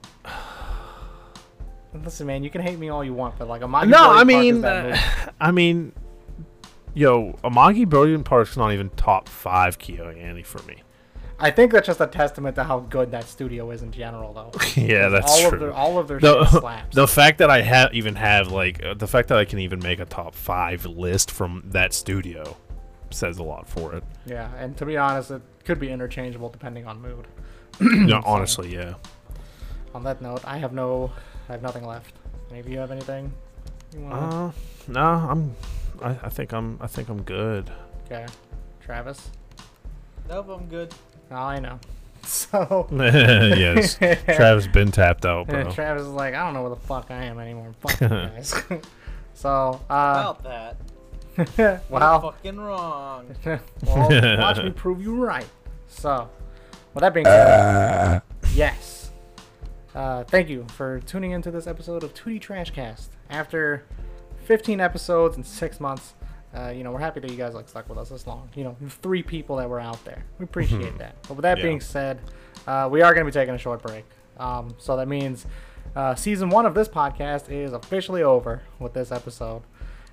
Speaker 1: Listen, man, you can hate me all you want, but like Amagi
Speaker 2: No,
Speaker 1: Brilliant
Speaker 2: I
Speaker 1: Park is
Speaker 2: mean,
Speaker 1: that
Speaker 2: uh,
Speaker 1: movie.
Speaker 2: I mean, yo, Amagi Brilliant Park's not even top five Kyoani for me.
Speaker 1: I think that's just a testament to how good that studio is in general, though.
Speaker 2: yeah, that's
Speaker 1: all
Speaker 2: true.
Speaker 1: of their all of their shit
Speaker 2: the,
Speaker 1: slaps.
Speaker 2: the fact that I have even have like uh, the fact that I can even make a top five list from that studio says a lot for it.
Speaker 1: yeah, and to be honest, it could be interchangeable depending on mood.
Speaker 2: no, honestly, yeah.
Speaker 1: On that note, I have no, I have nothing left. Any of you have anything? You wanna-
Speaker 2: Uh, no, I'm. I, I think I'm. I think I'm good.
Speaker 1: Okay, Travis.
Speaker 3: Nope, I'm good.
Speaker 1: Oh, I know. So
Speaker 2: yes, Travis been tapped out, bro.
Speaker 1: Travis is like, I don't know where the fuck I am anymore. Fuck you guys. so, uh,
Speaker 3: About that.
Speaker 1: well,
Speaker 3: You're fucking wrong.
Speaker 1: well, watch me prove you right. So, with that being said, yes. Uh, thank you for tuning into this episode of 2D Trashcast. After 15 episodes and six months, uh, you know we're happy that you guys like stuck with us this long. You know, three people that were out there. We appreciate that. But with that
Speaker 2: Yeah.
Speaker 1: being said, uh, we are going to be taking a short break. Um, so that means uh, season one of this podcast is officially over with this episode,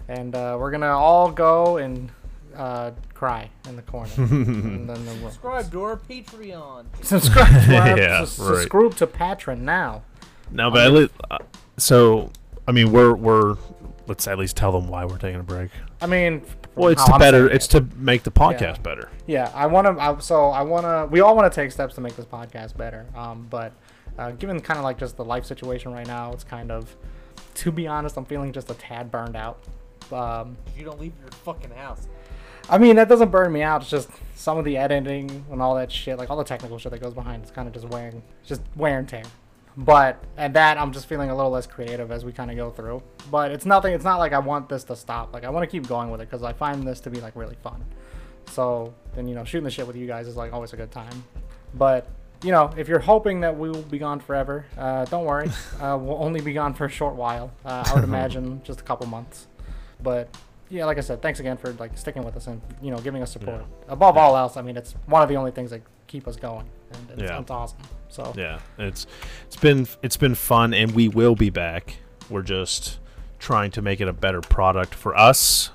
Speaker 1: and uh, we're gonna all go and uh, cry in the corner. and then the
Speaker 3: Subscribe to our Patreon.
Speaker 1: subscribe to our,
Speaker 2: Yeah,
Speaker 1: yeah,
Speaker 2: right.
Speaker 1: subscribe to patron now
Speaker 2: No, but at least, uh, so I mean, we're we're let's at least tell them why we're taking a break.
Speaker 1: i mean
Speaker 2: Well, it's
Speaker 1: how
Speaker 2: to
Speaker 1: I'm
Speaker 2: better.
Speaker 1: saying
Speaker 2: It's
Speaker 1: it.
Speaker 2: to make the podcast better.
Speaker 1: yeah i want to I, so i want to we all want to take steps to make this podcast better um but uh, given kind of like just the life situation right now it's kind of to be honest i'm feeling just a tad burned out um
Speaker 3: You don't leave your fucking house.
Speaker 1: I mean, that doesn't burn me out. It's just some of the editing and all that shit, like all the technical shit that goes behind, it's kind of just wearing, just wear and tear. But at that, I'm just feeling a little less creative as we kind of go through. But it's nothing. It's not like I want this to stop. Like I want to keep going with it because I find this to be like really fun. So then you know, shooting the shit with you guys is like always a good time. But you know, if you're hoping that we will be gone forever, uh, don't worry. uh, we'll only be gone for a short while. Uh, I would imagine just a couple months. But yeah, like I said, thanks again for like sticking with us and you know giving us support. Above all else, I mean, it's one of the only things that keep us going, and it's,
Speaker 2: Yeah.
Speaker 1: it's awesome. So
Speaker 2: Yeah, it's it's been it's been fun, and we will be back. We're just trying to make it a better product for us,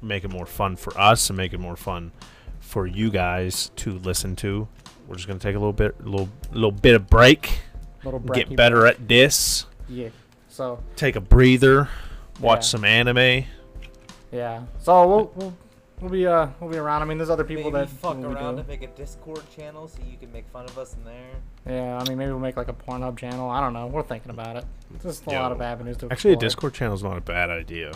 Speaker 2: make it more fun for us, and make it more fun for you guys to listen to. We're just gonna take a little bit, little little bit of break,
Speaker 1: little
Speaker 2: get
Speaker 1: breaky-
Speaker 2: better at this,
Speaker 1: Yeah. So
Speaker 2: take a breather, watch
Speaker 1: Yeah.
Speaker 2: some anime.
Speaker 1: yeah. So we'll, we'll We'll be uh we'll be around. I mean, there's other people
Speaker 3: Maybe
Speaker 1: that
Speaker 3: fuck
Speaker 1: will be
Speaker 3: around
Speaker 1: doing-
Speaker 3: and make a Discord channel so you can make fun of us in there.
Speaker 1: Yeah, I mean, maybe we'll make like a Pornhub channel. I don't know. We're thinking about it. Just a lot
Speaker 2: Yo.
Speaker 1: of avenues to
Speaker 2: Actually, a
Speaker 1: explore.
Speaker 2: Discord channel is not a bad idea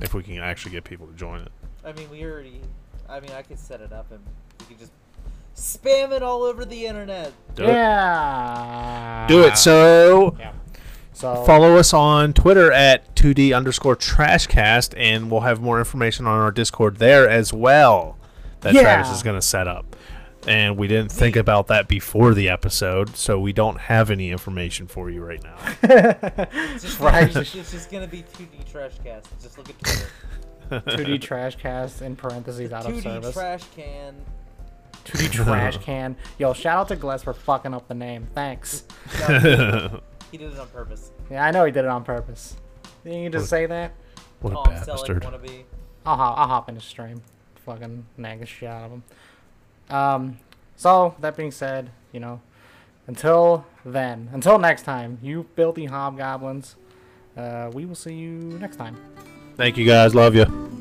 Speaker 2: if we can actually get people to join it.
Speaker 3: I mean, we already. I mean, I could set it up and we could just spam it all over the internet.
Speaker 2: Do it.
Speaker 1: Yeah.
Speaker 2: Do it. So
Speaker 1: Yeah. So
Speaker 2: follow us on Twitter at 2D underscore trashcast, and we'll have more information on our Discord there as well that
Speaker 1: Yeah.
Speaker 2: Travis is going to set up. And we didn't think about that before the episode, so we don't have any information for you right now.
Speaker 3: It's just
Speaker 1: Right.
Speaker 3: It's just gonna be 2D trash cast. Just look at Twitter.
Speaker 1: 2D trash cast in parentheses out of
Speaker 3: 2D
Speaker 1: service.
Speaker 3: trash can.
Speaker 1: 2D trash can. Yo, shout out to Gless for fucking up the name. Thanks.
Speaker 3: No, he did it on purpose.
Speaker 1: Yeah, I know he did it on purpose. You can just say that.
Speaker 2: what a
Speaker 3: Tom Selleck
Speaker 2: bastard.
Speaker 3: wannabe.
Speaker 1: I'll hop, I'll hop in the stream. Fucking nag the shit out of him. Um, so, that being said, you know, until then, until next time, you filthy hobgoblins, uh, we will see you next time.
Speaker 2: Thank you guys. Love you.